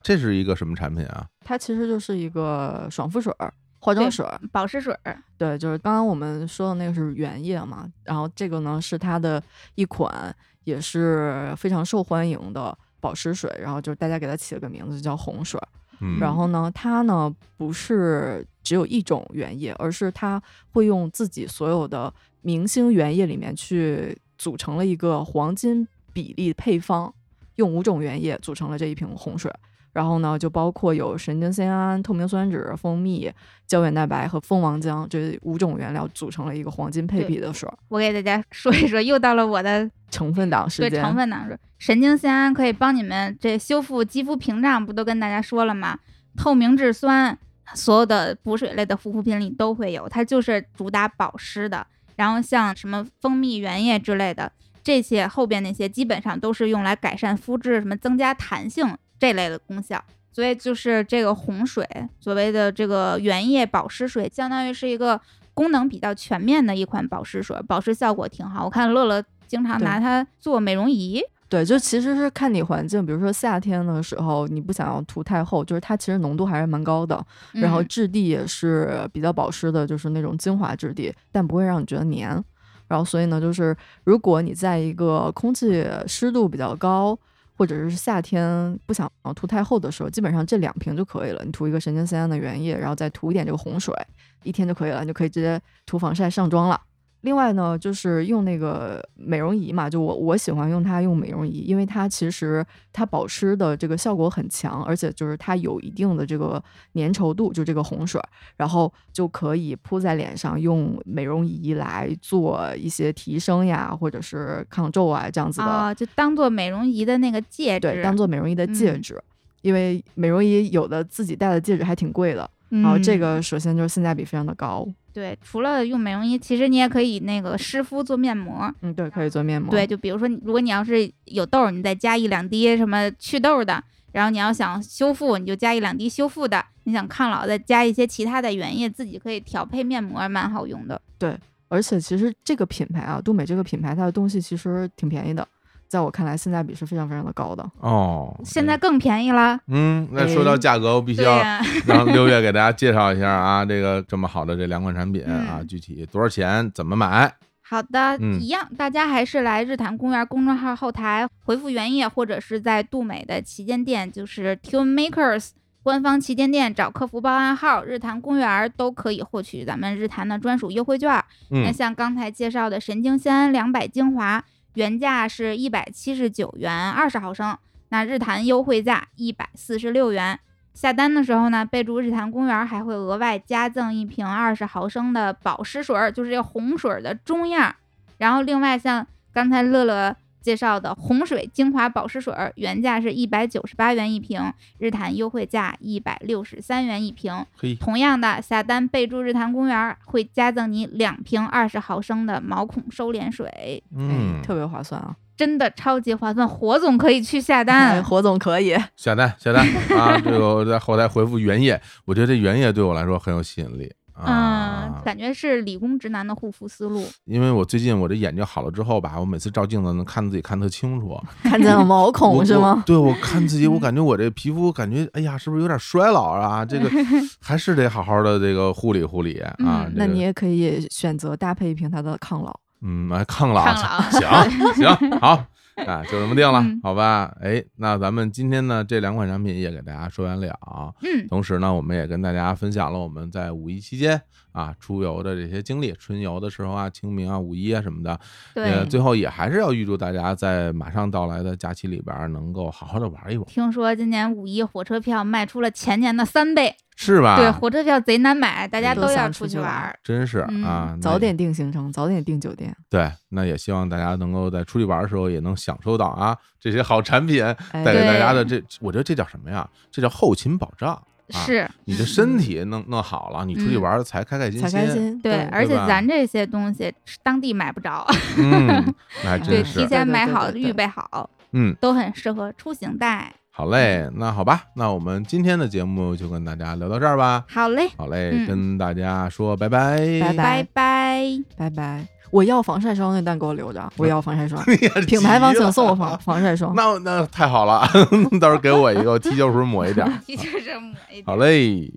Speaker 2: 这是一个什么产品啊？
Speaker 1: 它其实就是一个爽肤水儿、化妆
Speaker 3: 对
Speaker 1: 水儿。
Speaker 3: 保湿水儿，
Speaker 1: 对，就是刚刚我们说的那个是原液嘛，然后这个呢是它的一款也是非常受欢迎的保湿水，然后就是大家给它起了个名字叫红水儿。
Speaker 2: 嗯，
Speaker 1: 然后呢，它呢不是只有一种原液，而是它会用自己所有的明星原液里面去组成了一个黄金比例配方，用五种原液组成了这一瓶红水。然后呢，就包括有神经酰胺、透明酸酯、蜂蜜、胶原蛋白和蜂王浆这五种原料组成了一个黄金配
Speaker 3: 对
Speaker 1: 比的水儿，
Speaker 3: 我给大家说一说，又到了我的
Speaker 1: 成分党时
Speaker 3: 对
Speaker 1: 间。
Speaker 3: 成分当中，神经酰胺可以帮你们这修复肌肤屏障，不都跟大家说了吗？透明质酸，所有的补水类的护肤品里都会有，它就是主打保湿的。然后像什么蜂蜜原液之类的，这些后边那些基本上都是用来改善肤质、什么增加弹性这类的功效。所以就是这个红水，所谓的这个原液保湿水，相当于是一个功能比较全面的一款保湿水，保湿效果挺好。我看乐乐经常
Speaker 1: 对
Speaker 3: 拿它做美容仪，
Speaker 1: 对，就其实是看你环境，比如说夏天的时候，你不想要涂太厚，就是它其实浓度还是蛮高的。然后
Speaker 3: 嗯
Speaker 1: 质地也是比较保湿的，就是那种精华质地，但不会让你觉得黏。然后所以呢，就是如果你在一个空气湿度比较高，或者是夏天不想涂太厚的时候，基本上这两瓶就可以了。你涂一个神经酰胺的原液，然后再涂一点这个红水，一天就可以了，你就可以直接涂防晒上妆了。另外呢，就是用那个美容仪嘛，就我我喜欢用它用美容仪，因为它其实它保湿的这个效果很强，而且就是它有一定的这个粘稠度，就这个红水儿，然后就可以铺在脸上，用美容仪来做一些提升呀，或者是抗皱啊这样子的，
Speaker 3: 啊、就当做美容仪的那个戒指，
Speaker 1: 对，当做美容仪的戒
Speaker 3: 嗯
Speaker 1: 指，因为美容仪有的自己戴的戒指还挺贵的，然后这
Speaker 3: 嗯
Speaker 1: 个首先就是性价比非常的高，
Speaker 3: 对。除了用美容仪，其实你也可以那个湿敷做面膜，
Speaker 1: 嗯，对，可以做面膜，
Speaker 3: 对，就比如说你，如果你要是有痘儿，你再加一两滴什么祛痘儿的；然后你要想修复，你就加一两滴修复的；你想抗老，再加一些其他的原液，自己可以调配面膜，蛮好用的。
Speaker 1: 而且其实这个品牌啊，杜美这个品牌，它的东西其实挺便宜的，在我看来性价比是非常非常的高的。
Speaker 2: 哦，
Speaker 3: 现在更便宜啦，
Speaker 2: 嗯，那说到
Speaker 1: 哎
Speaker 2: 价格，我必须
Speaker 3: 对
Speaker 2: 要
Speaker 3: 呀、
Speaker 2: 让六月给大家介绍一下啊，这个这么好的这两款产品啊，
Speaker 3: 嗯
Speaker 2: 具体多少钱，怎么买？
Speaker 3: 好的，
Speaker 2: 嗯
Speaker 3: 一样，大家还是来日坛公园公众号后台回复“原液”，或者是在杜美的旗舰店，就是 Tune Makers 官方旗舰店找客服报暗号“日坛公园”，都可以获取咱们日坛的专属优惠券儿。那
Speaker 2: 嗯
Speaker 3: 像刚才介绍的神经酰胺两百精华，原价是一百七十九元二十毫升，那日坛优惠价一百四十六元。下单的时候呢，备注“日坛公园”，还会额外加赠一瓶二十毫升的保湿水儿，就是这红水儿的中样儿。然后另外像刚才乐乐介绍的红水精华保湿水儿，原价是一百九十八元一瓶，日坛优惠价一百六十三元一瓶。
Speaker 2: 嘿，
Speaker 1: 哎
Speaker 3: 同样的，下单备注“日坛公园”会加赠你两瓶二十毫升的毛孔收敛水，
Speaker 2: 嗯
Speaker 1: 哎，特别划算啊！
Speaker 3: 真的超级划算。火总可以去下单
Speaker 1: 哎，，火总可 以，
Speaker 2: 下单下单啊，这个我在后台回复原液，我觉得这原液对我来说很有吸引力
Speaker 3: 嗯
Speaker 2: 啊，，
Speaker 3: 感觉是理工直男的护肤思路。
Speaker 2: 因为我最近我这眼睛好了之后吧，我每次照镜子能看自己看特清楚，
Speaker 1: 看见了毛
Speaker 2: 我
Speaker 1: 孔是
Speaker 2: 我
Speaker 1: 吗？
Speaker 2: 对，我看自己，我
Speaker 3: 嗯
Speaker 2: 感觉我这皮肤感觉，哎呀，是不是有点衰老啊？ 这个还是得好好的这个护理护理啊。
Speaker 3: 嗯
Speaker 2: 这
Speaker 1: 那
Speaker 2: 个
Speaker 1: 你也可以选择搭配一瓶它的抗老。
Speaker 2: 嗯，哎抗老
Speaker 3: 抗 老
Speaker 2: 行行好。啊，就这么定了，
Speaker 3: 嗯
Speaker 2: 好吧？哎，那咱们今天呢，这两款产品也给大家说完了。
Speaker 3: 嗯，
Speaker 2: 同时呢，我们也跟大家分享了我们在五一期间啊出游的这些经历，春游的时候啊、清明啊、五一啊什么的。呃，
Speaker 3: 对。
Speaker 2: 最后也还是要预祝大家在马上到来的假期里边儿能够好好的玩一玩，
Speaker 3: 听说今年五一火车票卖出了前年的三倍，
Speaker 2: 是吧？
Speaker 3: 对，火车票贼难买，大家
Speaker 2: 都
Speaker 3: 都
Speaker 1: 想
Speaker 3: 要
Speaker 1: 出
Speaker 3: 出
Speaker 1: 去
Speaker 3: 去
Speaker 1: 玩
Speaker 3: 玩
Speaker 1: 儿
Speaker 3: 儿。
Speaker 2: 真是
Speaker 3: 嗯
Speaker 2: 啊，那
Speaker 1: 早点定行程，早点订酒店，
Speaker 2: 对，那也希望大家能够在出去玩的时候也能享受到啊这些好产品
Speaker 1: 哎
Speaker 2: 带给大
Speaker 3: 对
Speaker 2: 家的这，我觉得这叫什么呀？这叫后勤保障。啊
Speaker 3: 是，
Speaker 2: 你的身体弄弄好了，你出去
Speaker 3: 嗯
Speaker 2: 玩儿才开开心
Speaker 1: 嗯才开。心。
Speaker 3: 对，而且
Speaker 2: 吧
Speaker 3: 咱这些东西是当地买不着，
Speaker 2: 嗯，那还
Speaker 1: 对
Speaker 2: 真
Speaker 3: 提
Speaker 2: 是，
Speaker 3: 前买
Speaker 1: 对对
Speaker 3: 好、
Speaker 1: 对对对
Speaker 3: 预备好，
Speaker 2: 嗯，
Speaker 3: 都很适合出行带。
Speaker 2: 好嘞，
Speaker 1: 嗯
Speaker 2: 那好吧，那我们今天的节目就跟大家聊到这儿吧。
Speaker 3: 好嘞，
Speaker 2: 好嘞，
Speaker 3: 嗯
Speaker 2: 跟大家说拜拜。，
Speaker 1: 拜
Speaker 3: 拜拜。
Speaker 1: 拜拜。我要防晒霜，那蛋给我留着。我要防晒霜
Speaker 2: 也急
Speaker 1: 品牌方请
Speaker 2: 了
Speaker 1: 送我防防晒霜。
Speaker 2: 那那太好了， 到时候给我一个，我踢球时候抹一点儿。
Speaker 3: 就是抹一点
Speaker 2: 好嘞。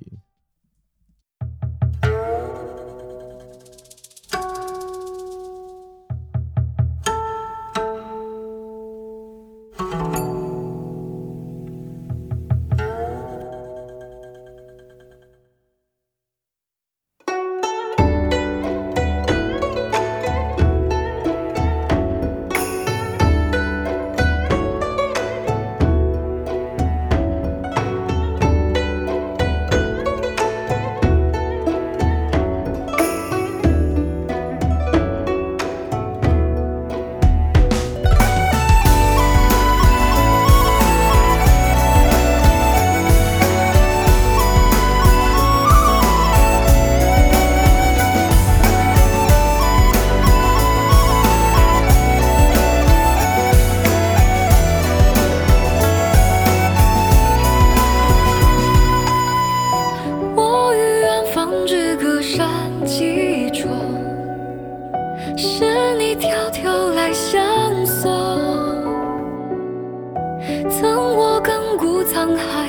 Speaker 4: 我与远方这个山记中，是你迢迢来相送，赠我亘古沧海